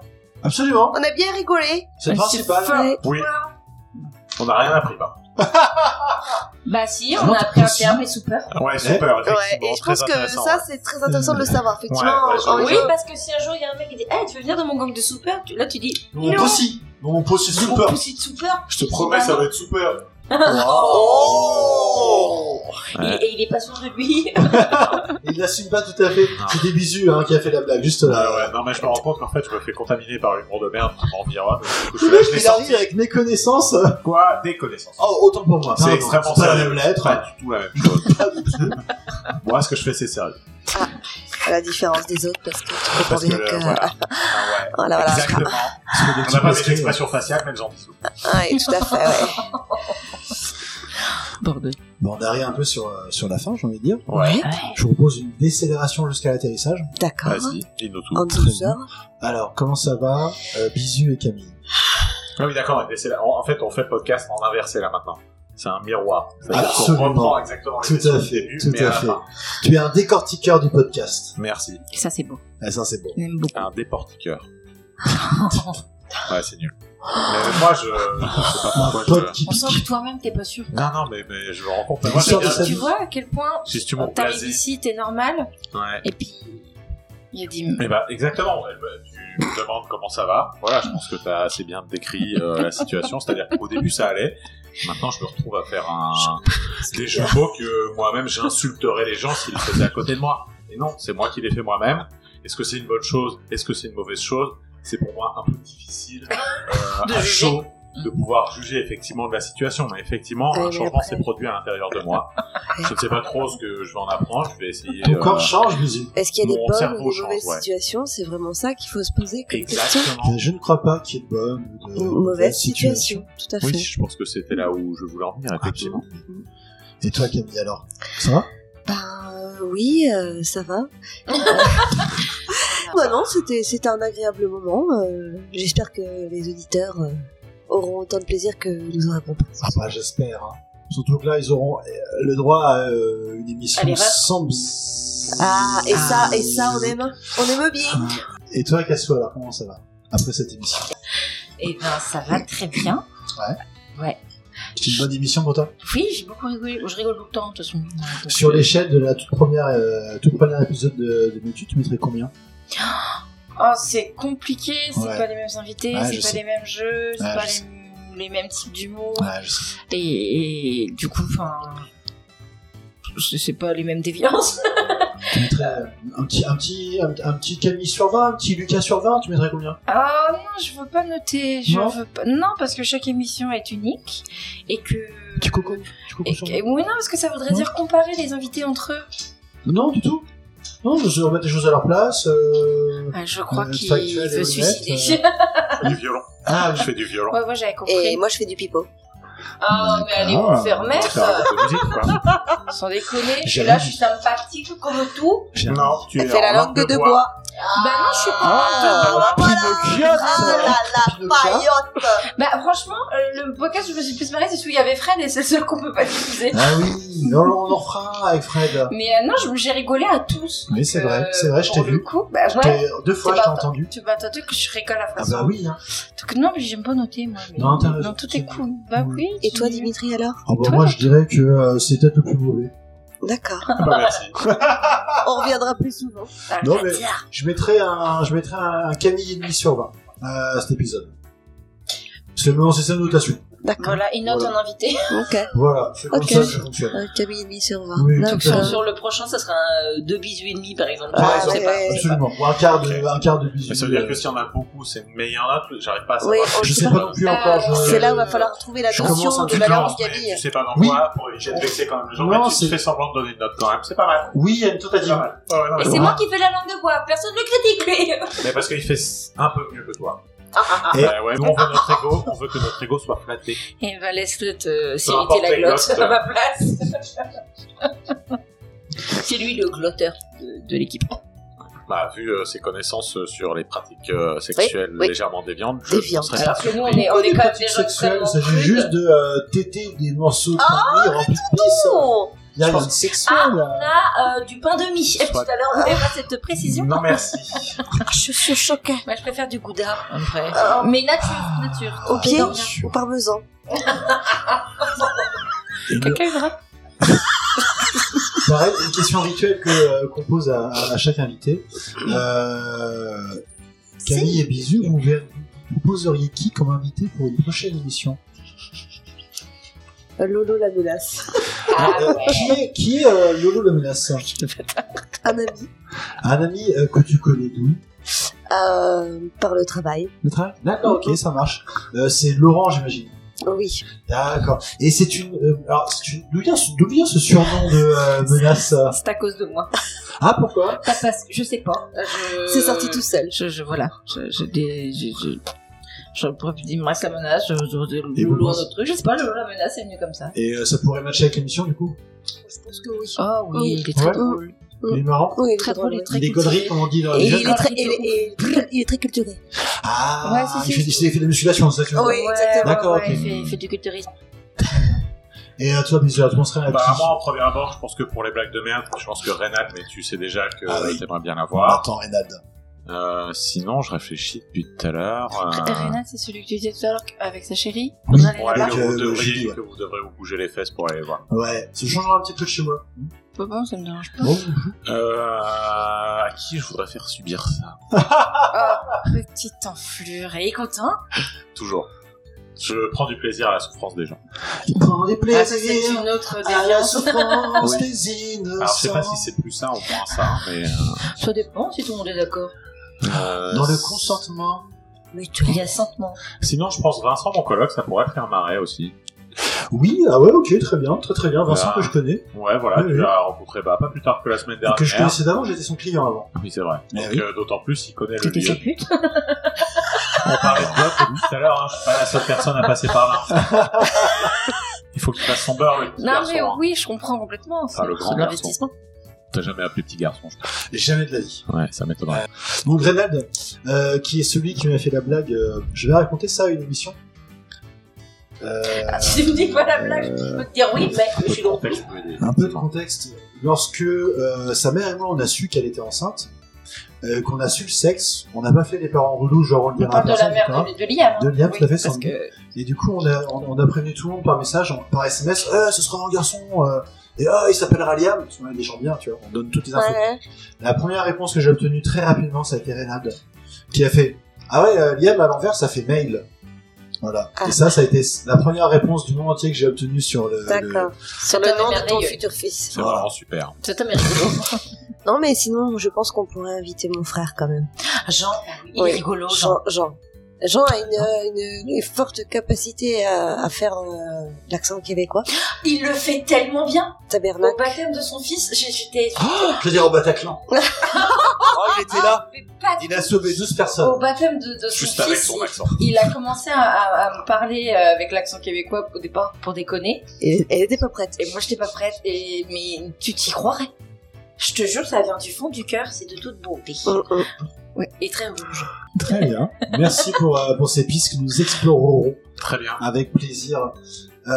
[SPEAKER 1] Absolument.
[SPEAKER 3] On a bien rigolé.
[SPEAKER 2] Bah,
[SPEAKER 1] C'est le
[SPEAKER 2] Ah,
[SPEAKER 1] principal.
[SPEAKER 3] Ouais.
[SPEAKER 4] Oui. On n'a rien appris, par
[SPEAKER 5] Bah si, on
[SPEAKER 1] Non,
[SPEAKER 5] a
[SPEAKER 1] t'es
[SPEAKER 5] appris un
[SPEAKER 1] possible.
[SPEAKER 5] terme et soupeur.
[SPEAKER 4] contre. Ouais, super,
[SPEAKER 3] Ouais.
[SPEAKER 4] effectivement.
[SPEAKER 3] Et je
[SPEAKER 4] très
[SPEAKER 3] pense que
[SPEAKER 4] intéressant,
[SPEAKER 3] ça,
[SPEAKER 4] ouais.
[SPEAKER 3] c'est très intéressant de le savoir. Effectivement,
[SPEAKER 4] Ouais, ouais,
[SPEAKER 2] Euh,
[SPEAKER 3] en- en
[SPEAKER 4] ouais.
[SPEAKER 5] Oui,
[SPEAKER 3] jeu.
[SPEAKER 5] parce que si un jour il y a un mec qui dit Eh, tu veux venir dans mon gang de soupeurs Tu- Là, tu dis
[SPEAKER 1] Mon
[SPEAKER 5] Non.
[SPEAKER 1] possi. Mon pot, c'est
[SPEAKER 2] Mon
[SPEAKER 1] super.
[SPEAKER 2] petit super.
[SPEAKER 4] Je te
[SPEAKER 2] *laughs*
[SPEAKER 4] promets, ça va être super.
[SPEAKER 1] Oh
[SPEAKER 2] Et, et il est pas sûr de lui.
[SPEAKER 1] *laughs* Il l'assume pas tout à fait. C'est des bisous hein, qui a fait la blague, juste là.
[SPEAKER 4] Ah ouais, non, mais je me rends compte qu'en fait, je me fais contaminer par l'humour de merde qui m'environne. Du coup,
[SPEAKER 3] *laughs*
[SPEAKER 4] je
[SPEAKER 1] Le mec,
[SPEAKER 4] suis là, je l'ai
[SPEAKER 1] il arrive avec mes connaissances.
[SPEAKER 4] sorti. quoi Des connaissances.
[SPEAKER 1] Oh, autant pour moi.
[SPEAKER 4] c'est
[SPEAKER 1] Pardon,
[SPEAKER 4] extrêmement
[SPEAKER 1] pas la
[SPEAKER 4] sérieux.
[SPEAKER 1] même lettre.
[SPEAKER 4] Pas du tout la même chose. *laughs* Moi, ce que je fais, c'est sérieux.
[SPEAKER 3] à la différence des autres parce que tu comprends
[SPEAKER 4] Parce que,
[SPEAKER 3] bien
[SPEAKER 4] euh,
[SPEAKER 3] que
[SPEAKER 4] voilà. Ah ouais.
[SPEAKER 3] *laughs* voilà voilà
[SPEAKER 4] Exactement. On n'a pas des expressions faciales, mais le genre bisous.
[SPEAKER 3] Ouais, tout à fait ouais.
[SPEAKER 5] Bordel.
[SPEAKER 1] euh, Bon, on arrive un peu sur, euh, sur la fin, j'ai envie de dire.
[SPEAKER 4] Ouais.
[SPEAKER 1] Je vous propose une décélération jusqu'à l'atterrissage.
[SPEAKER 3] d'accord
[SPEAKER 4] Vas-y, dis-nous tout.
[SPEAKER 3] en
[SPEAKER 1] Très bien.
[SPEAKER 3] douceur
[SPEAKER 1] Alors, comment ça va euh, Bisous et Camille.
[SPEAKER 4] Ah oui, d'accord. mais c'est la- En en fait, on fait le podcast en inversé là maintenant. C'est un miroir. C'est-à-dire qu'on
[SPEAKER 1] Absolument.
[SPEAKER 4] reprend exactement
[SPEAKER 1] Tout
[SPEAKER 4] les
[SPEAKER 1] à
[SPEAKER 4] questions du
[SPEAKER 1] fait,
[SPEAKER 4] début,
[SPEAKER 1] tout
[SPEAKER 4] mais
[SPEAKER 1] à
[SPEAKER 4] la
[SPEAKER 1] fait.
[SPEAKER 4] fin.
[SPEAKER 1] Tu es un décortiqueur du podcast.
[SPEAKER 4] Merci.
[SPEAKER 5] Ça, c'est beau.
[SPEAKER 1] Ah, ça, c'est bon.
[SPEAKER 5] J'aime beaucoup.
[SPEAKER 4] Un
[SPEAKER 1] *laughs*
[SPEAKER 4] déportiqueur. ouais, c'est nul. Mais moi, je. Je sais pas pourquoi
[SPEAKER 1] Un pote
[SPEAKER 4] je.
[SPEAKER 1] qui
[SPEAKER 2] On sent
[SPEAKER 1] pique.
[SPEAKER 2] que toi-même, t'es pas sûr.
[SPEAKER 4] Non, non, mais, mais je me rends compte.
[SPEAKER 1] Il
[SPEAKER 4] Mais moi,
[SPEAKER 1] sort
[SPEAKER 4] j'aime
[SPEAKER 1] de
[SPEAKER 4] bien.
[SPEAKER 1] sa-
[SPEAKER 2] Tu vois à quel point
[SPEAKER 4] Si tu m'en
[SPEAKER 2] t'arrives ici, t'es normal,
[SPEAKER 4] Ouais.
[SPEAKER 2] et puis il y a des.
[SPEAKER 4] Eh ben, exactement. Eh ben, tu me demandes comment ça va. Voilà, je pense que t'as assez bien décrit euh, la situation. C'est-à-dire qu'au début, ça allait. Maintenant, je me retrouve à faire un. des jeux de mots que moi-même j'insulterais les gens s'ils le faisaient à côté de moi. Et non, c'est moi qui les fais moi-même. Est-ce que c'est une bonne chose Est-ce que c'est une mauvaise chose C'est pour moi un peu difficile euh,
[SPEAKER 5] De
[SPEAKER 4] à
[SPEAKER 5] juger.
[SPEAKER 4] chaud de pouvoir juger effectivement de la situation. Mais effectivement,
[SPEAKER 3] Ouais,
[SPEAKER 4] un
[SPEAKER 3] mais
[SPEAKER 4] changement
[SPEAKER 3] après-
[SPEAKER 4] s'est produit à l'intérieur de moi. Je ne sais pas trop ce que je vais en apprendre. Je vais essayer.
[SPEAKER 1] Ton
[SPEAKER 4] euh,
[SPEAKER 1] corps change, bisous.
[SPEAKER 3] est-ce qu'il y a des
[SPEAKER 4] Mon
[SPEAKER 3] bonnes
[SPEAKER 4] cerveau
[SPEAKER 3] ou des
[SPEAKER 4] change,
[SPEAKER 3] mauvaises
[SPEAKER 4] ouais.
[SPEAKER 3] situations c'est vraiment ça qu'il faut se poser comme question
[SPEAKER 4] Exactement.
[SPEAKER 1] Je ne crois pas qu'il y ait de bonne ou de
[SPEAKER 3] Une mauvaise situation tout à fait
[SPEAKER 4] Oui, je pense que c'était là où je voulais en
[SPEAKER 1] Ah,
[SPEAKER 4] venir, effectivement.
[SPEAKER 1] Et toi, Camille, alors Ça va
[SPEAKER 3] ben euh, oui euh, ça va bah non c'était c'était un agréable moment euh, j'espère que les auditeurs euh, auront autant de plaisir que nous en avons pris
[SPEAKER 1] Ah bah j'espère. hein. Surtout que là, ils auront euh, le droit à euh, une émission
[SPEAKER 2] À l'erreur.
[SPEAKER 1] sans bzzz.
[SPEAKER 3] ah et ça et ça on aime on aime bien
[SPEAKER 1] Ah. Et toi, Casso, alors comment ça va après cette émission
[SPEAKER 2] Et ben ça va très
[SPEAKER 5] *laughs*
[SPEAKER 2] bien.
[SPEAKER 1] C'est une bonne émission pour toi
[SPEAKER 2] Oui, j'ai beaucoup rigolé. Je rigole tout le temps, de toute façon.
[SPEAKER 1] Sur l'échelle de la toute première, euh, tout premier épisode de, de Mutu, tu mettrais combien
[SPEAKER 2] Oh, c'est compliqué, c'est
[SPEAKER 1] Ouais.
[SPEAKER 2] pas les mêmes invités,
[SPEAKER 1] Ouais,
[SPEAKER 2] c'est
[SPEAKER 1] je
[SPEAKER 2] pas
[SPEAKER 1] sais.
[SPEAKER 2] les mêmes jeux, c'est
[SPEAKER 1] Ouais,
[SPEAKER 2] pas
[SPEAKER 1] je
[SPEAKER 2] les, les mêmes types d'humour.
[SPEAKER 1] Ouais, je sais.
[SPEAKER 2] Et, et du coup, enfin. C'est c'est pas les mêmes déviances. *laughs*
[SPEAKER 1] Tu mettrais euh, un petit, un petit, un, un petit Camille sur 20, un petit Lucas sur 20, tu mettrais combien
[SPEAKER 2] Ah non, je veux pas noter. Je
[SPEAKER 1] Non
[SPEAKER 2] veux pas. Non, parce que chaque émission est unique et que.
[SPEAKER 1] Tu coco Tu coco
[SPEAKER 2] Et
[SPEAKER 1] sur
[SPEAKER 2] que-
[SPEAKER 1] moi
[SPEAKER 2] oui, non, parce que ça voudrait
[SPEAKER 1] Non.
[SPEAKER 2] dire comparer les invités entre eux.
[SPEAKER 1] Non, du tout. Non, je vais remettre les choses à leur place. euh,
[SPEAKER 2] Ah, je crois
[SPEAKER 1] Euh,
[SPEAKER 2] qu'il
[SPEAKER 1] factuel et
[SPEAKER 2] veut
[SPEAKER 1] honnête,
[SPEAKER 2] suicider.
[SPEAKER 4] Du violon.
[SPEAKER 1] Ah,
[SPEAKER 4] Je fais du violon.
[SPEAKER 2] ouais, ouais, j'avais
[SPEAKER 3] et
[SPEAKER 2] compris.
[SPEAKER 3] moi je fais du pipeau
[SPEAKER 2] Ah, mais allez
[SPEAKER 1] D'accord.
[SPEAKER 2] vous faire
[SPEAKER 4] On va faire un
[SPEAKER 2] mettre.
[SPEAKER 4] groupe de musique,
[SPEAKER 3] *laughs*
[SPEAKER 4] quoi.
[SPEAKER 2] Sans déconner, je suis
[SPEAKER 1] J'avoue.
[SPEAKER 2] là, je suis sympathique comme tout.
[SPEAKER 1] j'ai un-
[SPEAKER 4] Non, tu es
[SPEAKER 3] elle fait la
[SPEAKER 4] en
[SPEAKER 3] langue de deux bois
[SPEAKER 2] Bah non, je suis pas.
[SPEAKER 1] Ah,
[SPEAKER 3] Ah,
[SPEAKER 1] la Pinocchiote
[SPEAKER 3] Ah la la paillotte
[SPEAKER 2] Bah franchement, euh, le podcast où je me suis plus marrée, c'est celui où il y avait Fred et c'est le seul qu'on peut pas diffuser.
[SPEAKER 1] Ah oui, non, non, on en refera avec Fred.
[SPEAKER 2] Mais euh, non, je- j'ai rigolé à tous.
[SPEAKER 1] Mais c'est vrai,
[SPEAKER 2] Euh,
[SPEAKER 1] c'est vrai, je t'ai
[SPEAKER 2] pour le
[SPEAKER 1] vu.
[SPEAKER 2] coup, bah
[SPEAKER 1] Je
[SPEAKER 2] ouais.
[SPEAKER 1] t'ai- Deux fois,
[SPEAKER 2] C'est
[SPEAKER 1] je t'ai
[SPEAKER 2] pas-
[SPEAKER 1] entendu.
[SPEAKER 2] Tu vas t'attendre que je rigole à
[SPEAKER 1] Ah
[SPEAKER 2] façon.
[SPEAKER 1] bah oui, hein.
[SPEAKER 2] Donc non, mais j'aime pas noter, moi. mais-
[SPEAKER 1] Non, t'as raison.
[SPEAKER 2] Non, tout est cool. Bah oui.
[SPEAKER 3] Et
[SPEAKER 2] tu-
[SPEAKER 3] toi Dimitri alors
[SPEAKER 1] Ah bah,
[SPEAKER 2] Toi
[SPEAKER 1] moi, je dirais que euh, c'est peut-être le plus mauvais.
[SPEAKER 3] D'accord.
[SPEAKER 4] Ah bah, merci.
[SPEAKER 3] *laughs* On reviendra plus souvent.
[SPEAKER 2] Ah,
[SPEAKER 1] Non,
[SPEAKER 2] bah,
[SPEAKER 1] mais-
[SPEAKER 2] tiens.
[SPEAKER 1] Je mettrais un, je mettrais un Camille et demi sur 20 euh, à cet épisode. C'est mon c'est sa notation.
[SPEAKER 3] D'accord.
[SPEAKER 2] Voilà, une note
[SPEAKER 1] Voilà.
[SPEAKER 2] en invité.
[SPEAKER 3] Ok.
[SPEAKER 1] Voilà, c'est comme
[SPEAKER 3] Ok. Euh,
[SPEAKER 1] ça que je fonctionne.
[SPEAKER 3] Un Camille et demi sur 20.
[SPEAKER 1] Oui,
[SPEAKER 3] D'accord.
[SPEAKER 2] Euh.
[SPEAKER 1] tout à fait.
[SPEAKER 5] Sur le prochain, ça sera un 2 bisous et demi, par exemple.
[SPEAKER 1] Par
[SPEAKER 3] Ah,
[SPEAKER 1] exemple,
[SPEAKER 3] ouais, ouais.
[SPEAKER 1] absolument. Ou un quart de,
[SPEAKER 4] Ok.
[SPEAKER 1] un quart de bisous.
[SPEAKER 4] Mais ça veut dire
[SPEAKER 1] euh,
[SPEAKER 4] que si on a beaucoup, c'est une meilleure note. J'arrive pas à
[SPEAKER 3] Oui,
[SPEAKER 4] savoir.
[SPEAKER 3] on-
[SPEAKER 1] je sais pas non plus encore. je-
[SPEAKER 3] Euh, C'est là où va falloir trouver la
[SPEAKER 1] Je commence
[SPEAKER 3] notion
[SPEAKER 1] un
[SPEAKER 3] de
[SPEAKER 1] petit
[SPEAKER 3] la
[SPEAKER 1] plan,
[SPEAKER 3] langue
[SPEAKER 4] mais
[SPEAKER 3] Camille.
[SPEAKER 4] Tu sais pas dans
[SPEAKER 1] Oui.
[SPEAKER 4] quoi pour éviter de vexer quand même les gens.
[SPEAKER 1] Non,
[SPEAKER 4] mais tu
[SPEAKER 1] c'est-
[SPEAKER 4] te fais semblant de donner une note quand même. C'est pas mal.
[SPEAKER 1] Oui, il y a une
[SPEAKER 4] C'est
[SPEAKER 1] tentative.
[SPEAKER 4] pas mal. Ouais, ouais,
[SPEAKER 1] Ah,
[SPEAKER 4] non,
[SPEAKER 2] Et
[SPEAKER 4] mais
[SPEAKER 2] c'est
[SPEAKER 4] bon.
[SPEAKER 2] moi qui fais la langue de bois, personne ne critique lui.
[SPEAKER 4] Mais parce qu'il fait un peu mieux que toi.
[SPEAKER 1] Et-
[SPEAKER 4] Bah ouais, nous, on veut notre ego, on veut que notre ego soit flatté.
[SPEAKER 1] Eh
[SPEAKER 5] Et
[SPEAKER 1] ben,
[SPEAKER 5] bah, laisse-le te
[SPEAKER 4] importe
[SPEAKER 5] s'irriter la
[SPEAKER 4] les
[SPEAKER 5] glotte
[SPEAKER 4] glottes.
[SPEAKER 5] à ma place. c'est lui le glotteur de, de l'équipe.
[SPEAKER 4] Bah, vu euh, ses connaissances euh, sur les pratiques euh, sexuelles
[SPEAKER 3] oui.
[SPEAKER 4] légèrement déviantes, je
[SPEAKER 3] Déviantes.
[SPEAKER 4] serais pas
[SPEAKER 2] Alors que nous, on
[SPEAKER 4] surpris.
[SPEAKER 2] est, on est quand même des
[SPEAKER 1] Pratique
[SPEAKER 2] gens Ah,
[SPEAKER 1] sexuelle,
[SPEAKER 2] extrêmement
[SPEAKER 1] il s'agit
[SPEAKER 2] prudes.
[SPEAKER 1] juste de euh, téter des morceaux de Camille remplis de pisse.
[SPEAKER 3] Oh
[SPEAKER 1] Il y a une sexuelle.
[SPEAKER 2] On a euh, du pain de mie. Et tout à l'heure, on n'avait pas cette précision.
[SPEAKER 4] Non,
[SPEAKER 1] *laughs*
[SPEAKER 4] merci.
[SPEAKER 3] Je suis choquée.
[SPEAKER 2] Moi, je préfère du goudard.
[SPEAKER 5] Après.
[SPEAKER 2] Euh, mais nature, nature.
[SPEAKER 3] Au pied
[SPEAKER 2] Non,
[SPEAKER 3] ou parmesan
[SPEAKER 1] Et le-
[SPEAKER 5] Quelqu'un verra.
[SPEAKER 1] Pareil, une question rituelle que, euh, qu'on pose à, à chaque invité. Euh, Camille et Bisous, vous, ver- vous poseriez qui comme invité pour une prochaine émission
[SPEAKER 3] Euh, Lolo la menace.
[SPEAKER 2] Ah
[SPEAKER 1] Euh, Qui est, qui est euh, Yolo la menace
[SPEAKER 3] Un ami.
[SPEAKER 1] Un ami euh, que tu connais d'où
[SPEAKER 3] Euh, par le travail.
[SPEAKER 1] Le travail D'accord, ok, ça marche. Euh, c'est Laurent, j'imagine.
[SPEAKER 3] Oui.
[SPEAKER 1] D'accord. Et c'est une. euh, alors, c'est une. D'où vient, ce- d'où vient ce surnom de euh, menace euh
[SPEAKER 2] C'est à cause de moi.
[SPEAKER 1] Ah, pourquoi
[SPEAKER 2] Pas parce que je sais pas. Je-
[SPEAKER 3] C'est sorti tout seul.
[SPEAKER 5] euh, Je, je- voilà, je, je, des- je, je, je- je- il me reste la menace, je, je, je,
[SPEAKER 1] Et
[SPEAKER 5] je
[SPEAKER 1] vous
[SPEAKER 5] loue un
[SPEAKER 1] pensez-
[SPEAKER 5] autre truc, je sais pas, je la menace, c'est mieux comme ça.
[SPEAKER 1] Et euh, ça pourrait matcher avec l'émission, du coup
[SPEAKER 3] Je pense que oui.
[SPEAKER 5] Oh oui,
[SPEAKER 3] Oui.
[SPEAKER 5] il est très
[SPEAKER 1] Ouais.
[SPEAKER 5] drôle.
[SPEAKER 1] Il est marrant.
[SPEAKER 3] Oui, il est
[SPEAKER 5] Très drôle, il est très
[SPEAKER 1] il est
[SPEAKER 5] cultivé.
[SPEAKER 1] conneries, comme on dit dans
[SPEAKER 3] Et
[SPEAKER 1] les
[SPEAKER 5] il
[SPEAKER 3] il
[SPEAKER 1] jeunes.
[SPEAKER 3] est très, et- et- et- il est très culturé.
[SPEAKER 1] Ah,
[SPEAKER 5] Ouais, si,
[SPEAKER 1] il,
[SPEAKER 5] si.
[SPEAKER 1] fait, il fait de la musculation, c'est ça que tu veux
[SPEAKER 3] Oui,
[SPEAKER 1] dire.
[SPEAKER 3] exactement.
[SPEAKER 1] D'accord, ok.
[SPEAKER 5] il fait, il fait du culturisme.
[SPEAKER 1] Et euh, toi, Bizarre, tu penserais à qui
[SPEAKER 4] Bah, moi, en premier abord, je pense que pour les blagues de merde, je pense que Reynald, mais tu sais déjà que
[SPEAKER 1] Ah oui.
[SPEAKER 4] t'aimerais bien
[SPEAKER 1] Bon,
[SPEAKER 4] l'avoir.
[SPEAKER 1] Attends, Reynald.
[SPEAKER 4] Euh, sinon, je réfléchis depuis tout à l'heure.
[SPEAKER 2] Après,
[SPEAKER 4] Euh,
[SPEAKER 2] Renat, c'est celui que tu disais tout à l'heure avec sa chérie.
[SPEAKER 1] Oui.
[SPEAKER 2] On allait
[SPEAKER 4] ouais,
[SPEAKER 2] là-bas.
[SPEAKER 4] que,
[SPEAKER 1] Euh,
[SPEAKER 4] vous
[SPEAKER 1] Julie,
[SPEAKER 4] devriez,
[SPEAKER 1] ouais.
[SPEAKER 4] que vous devrez vous bouger les fesses pour aller voir.
[SPEAKER 1] Ouais, ça changera un petit peu de chez moi.
[SPEAKER 2] Bon, bon, ça me dérange pas.
[SPEAKER 1] Bon.
[SPEAKER 4] Euh, à qui je voudrais faire subir ça
[SPEAKER 2] Petite enflure. Et il est content
[SPEAKER 4] Toujours. Je prends du plaisir à la souffrance des gens.
[SPEAKER 1] Il prend des
[SPEAKER 2] Ah, ça, C'est
[SPEAKER 1] plaisirs
[SPEAKER 2] une autre
[SPEAKER 1] à la
[SPEAKER 2] déviance.
[SPEAKER 1] souffrance
[SPEAKER 4] Oui.
[SPEAKER 1] des innocents.
[SPEAKER 4] Alors, je sais pas si c'est plus ça ou moins ça, hein, mais...
[SPEAKER 5] Ça dépend si tout le monde est d'accord.
[SPEAKER 4] euh,
[SPEAKER 1] Dans le consentement.
[SPEAKER 5] Mais tout il y a sentement.
[SPEAKER 4] Sinon, je pense Vincent, mon coloc, ça pourrait faire marrer aussi.
[SPEAKER 1] Oui, ah ouais, ok, très bien, très très bien. Vincent
[SPEAKER 4] Ah.
[SPEAKER 1] que je connais,
[SPEAKER 4] Ouais, voilà,
[SPEAKER 1] Oui,
[SPEAKER 4] tu
[SPEAKER 1] oui.
[SPEAKER 4] l'as rencontré bah, pas plus tard que la semaine dernière. Ah
[SPEAKER 1] que je connaissais d'avant, j'étais son client avant.
[SPEAKER 4] Oui, c'est vrai.
[SPEAKER 1] Mais
[SPEAKER 4] Donc,
[SPEAKER 1] oui.
[SPEAKER 4] euh, d'autant plus, il connaît le
[SPEAKER 5] T'étais sa
[SPEAKER 4] lieu.
[SPEAKER 5] pute
[SPEAKER 4] On parlait de toi depuis tout à l'heure, hein, je suis pas la seule personne à passer par là. *laughs* Il faut qu'il fasse son beurre, le petit
[SPEAKER 2] Non,
[SPEAKER 4] garçon.
[SPEAKER 2] mais
[SPEAKER 4] hein.
[SPEAKER 2] oui, je comprends complètement. C'est
[SPEAKER 4] Enfin, le grand
[SPEAKER 2] c'est de
[SPEAKER 4] garçon.
[SPEAKER 2] l'investissement.
[SPEAKER 4] T'as jamais appelé petit garçon, je crois.
[SPEAKER 1] Jamais de la vie.
[SPEAKER 4] Ouais, ça m'étonnerait.
[SPEAKER 1] Donc Reynald, euh, qui est celui qui m'a fait la blague, euh, je vais raconter ça à une émission. Euh,
[SPEAKER 2] Ah, Tu me dis pas la blague, je peux te dire oui, mais je suis drôle.
[SPEAKER 4] Peut-être que je peux aider.
[SPEAKER 1] un peu de contexte. Lorsque euh, sa mère et moi on a su qu'elle était enceinte, euh, qu'on a su le sexe, on n'a pas fait des parents relous, genre on le
[SPEAKER 2] On
[SPEAKER 1] dira à
[SPEAKER 2] parle de la
[SPEAKER 1] personne,
[SPEAKER 2] mère
[SPEAKER 1] etc.
[SPEAKER 2] de, de Liam. hein.
[SPEAKER 1] De Liam,
[SPEAKER 2] Oui,
[SPEAKER 1] tout à fait, sans
[SPEAKER 2] Parce que
[SPEAKER 1] Et du coup on a, on, on a prévenu tout le monde par message, en- par SMS, euh, ce sera un garçon, euh, et ah il s'appellera Liam, parce qu'on a des gens bien, tu vois, on donne toutes les infos.
[SPEAKER 3] Ouais.
[SPEAKER 1] La première réponse que j'ai obtenue très rapidement, ça a été Reynald, qui a fait Ah ouais, euh, Liam à l'envers, ça fait mail. Voilà.
[SPEAKER 3] Ah.
[SPEAKER 1] Et ça, ça a été la première réponse du monde entier que j'ai obtenue sur le.
[SPEAKER 3] D'accord. Sur
[SPEAKER 2] Cet
[SPEAKER 3] le
[SPEAKER 2] homme
[SPEAKER 3] nom
[SPEAKER 2] est
[SPEAKER 3] de ton
[SPEAKER 2] merveilleux.
[SPEAKER 3] futur fils.
[SPEAKER 4] C'est vraiment super.
[SPEAKER 2] c'est un rigolo.
[SPEAKER 3] Non, mais sinon, je pense qu'on pourrait inviter mon frère quand même.
[SPEAKER 2] *laughs* Jean, il
[SPEAKER 3] Oui.
[SPEAKER 2] est rigolo, Jean.
[SPEAKER 3] Jean. Jean. Jean a une, euh, une, une forte capacité à, à faire euh, l'accent québécois.
[SPEAKER 2] Il le fait tellement bien. Au
[SPEAKER 3] Tabernacle.
[SPEAKER 2] baptême de son fils, j'ai- j'étais.
[SPEAKER 1] le- Je veux dire, au Bataclan.
[SPEAKER 5] *laughs*
[SPEAKER 1] oh, il était là.
[SPEAKER 2] Mais pas du
[SPEAKER 1] Il a sauvé 12 personnes.
[SPEAKER 2] Au
[SPEAKER 5] Oh.
[SPEAKER 2] baptême de, de son
[SPEAKER 4] Juste avec
[SPEAKER 2] fils,
[SPEAKER 4] son
[SPEAKER 2] il,
[SPEAKER 4] accent.
[SPEAKER 2] il a commencé à, à- à me parler euh, avec l'accent québécois au départ pour déconner.
[SPEAKER 3] Elle elle était pas prête.
[SPEAKER 2] Et moi, j'étais pas prête. Et mais tu t'y croirais. Je te jure, ça vient du fond du cœur. C'est de toute bonté.
[SPEAKER 3] Hum, hum.
[SPEAKER 2] Oui. Et très rouge.
[SPEAKER 1] Très bien. Merci pour, euh, pour ces pistes que nous explorerons
[SPEAKER 4] Très bien.
[SPEAKER 1] avec plaisir. Euh,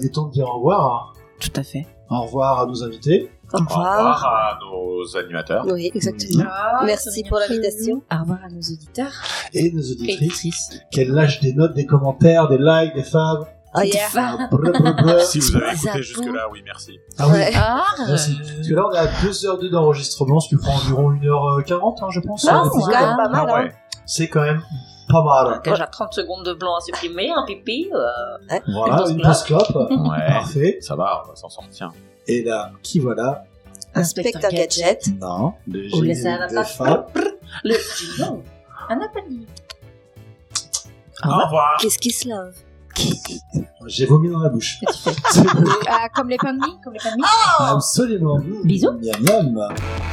[SPEAKER 1] il est temps de dire au revoir.
[SPEAKER 5] Tout à fait.
[SPEAKER 1] Au revoir à nos invités.
[SPEAKER 3] Au
[SPEAKER 4] Au
[SPEAKER 3] revoir. Mm.
[SPEAKER 4] revoir à nos animateurs.
[SPEAKER 3] Oui, exactement.
[SPEAKER 2] Ah,
[SPEAKER 3] Merci pour l'invitation.
[SPEAKER 5] Au revoir à nos auditeurs
[SPEAKER 1] Et nos
[SPEAKER 5] et
[SPEAKER 1] auditrices.
[SPEAKER 5] auditrices.
[SPEAKER 1] Qu'elles lâchent des notes, des commentaires, des likes, des faves.
[SPEAKER 3] Oh yeah.
[SPEAKER 5] Bah.
[SPEAKER 1] Ah, brr, brr,
[SPEAKER 5] *laughs*
[SPEAKER 1] brr.
[SPEAKER 4] Si vous avez
[SPEAKER 5] Zapon.
[SPEAKER 4] écouté jusque-là, oui, merci.
[SPEAKER 1] Ah oui,
[SPEAKER 3] Ouais.
[SPEAKER 5] Ah
[SPEAKER 1] Merci. Parce que là, on est à 2h02 d'enregistrement, ce qui prend environ 1h40, hein, je pense.
[SPEAKER 3] Non,
[SPEAKER 1] euh,
[SPEAKER 3] c'est quand
[SPEAKER 1] l'épisode.
[SPEAKER 3] même pas mal.
[SPEAKER 4] Ah
[SPEAKER 3] hein.
[SPEAKER 4] ouais.
[SPEAKER 1] C'est quand même pas mal.
[SPEAKER 5] Déjà 30 secondes de blanc à supprimer, un euh. pipi.
[SPEAKER 1] Voilà,
[SPEAKER 5] Une
[SPEAKER 1] une grosse clope.
[SPEAKER 4] Ouais.
[SPEAKER 1] Parfait.
[SPEAKER 4] Ça va, on va s'en sortir.
[SPEAKER 1] Et là, qui voilà
[SPEAKER 3] Inspecteur Gadget.
[SPEAKER 1] Non, le
[SPEAKER 5] On laisse à la
[SPEAKER 1] générique de
[SPEAKER 5] place.
[SPEAKER 1] fin.
[SPEAKER 5] Le jingle. Un appel.
[SPEAKER 4] Au revoir.
[SPEAKER 3] Qu'est-ce qui se lave
[SPEAKER 1] J'ai vomi dans la bouche. *laughs* C'est bon.
[SPEAKER 2] Ah, comme les pains de mie, comme les pains de mie.
[SPEAKER 1] Absolument.
[SPEAKER 5] Bisous.
[SPEAKER 1] Miam, miam.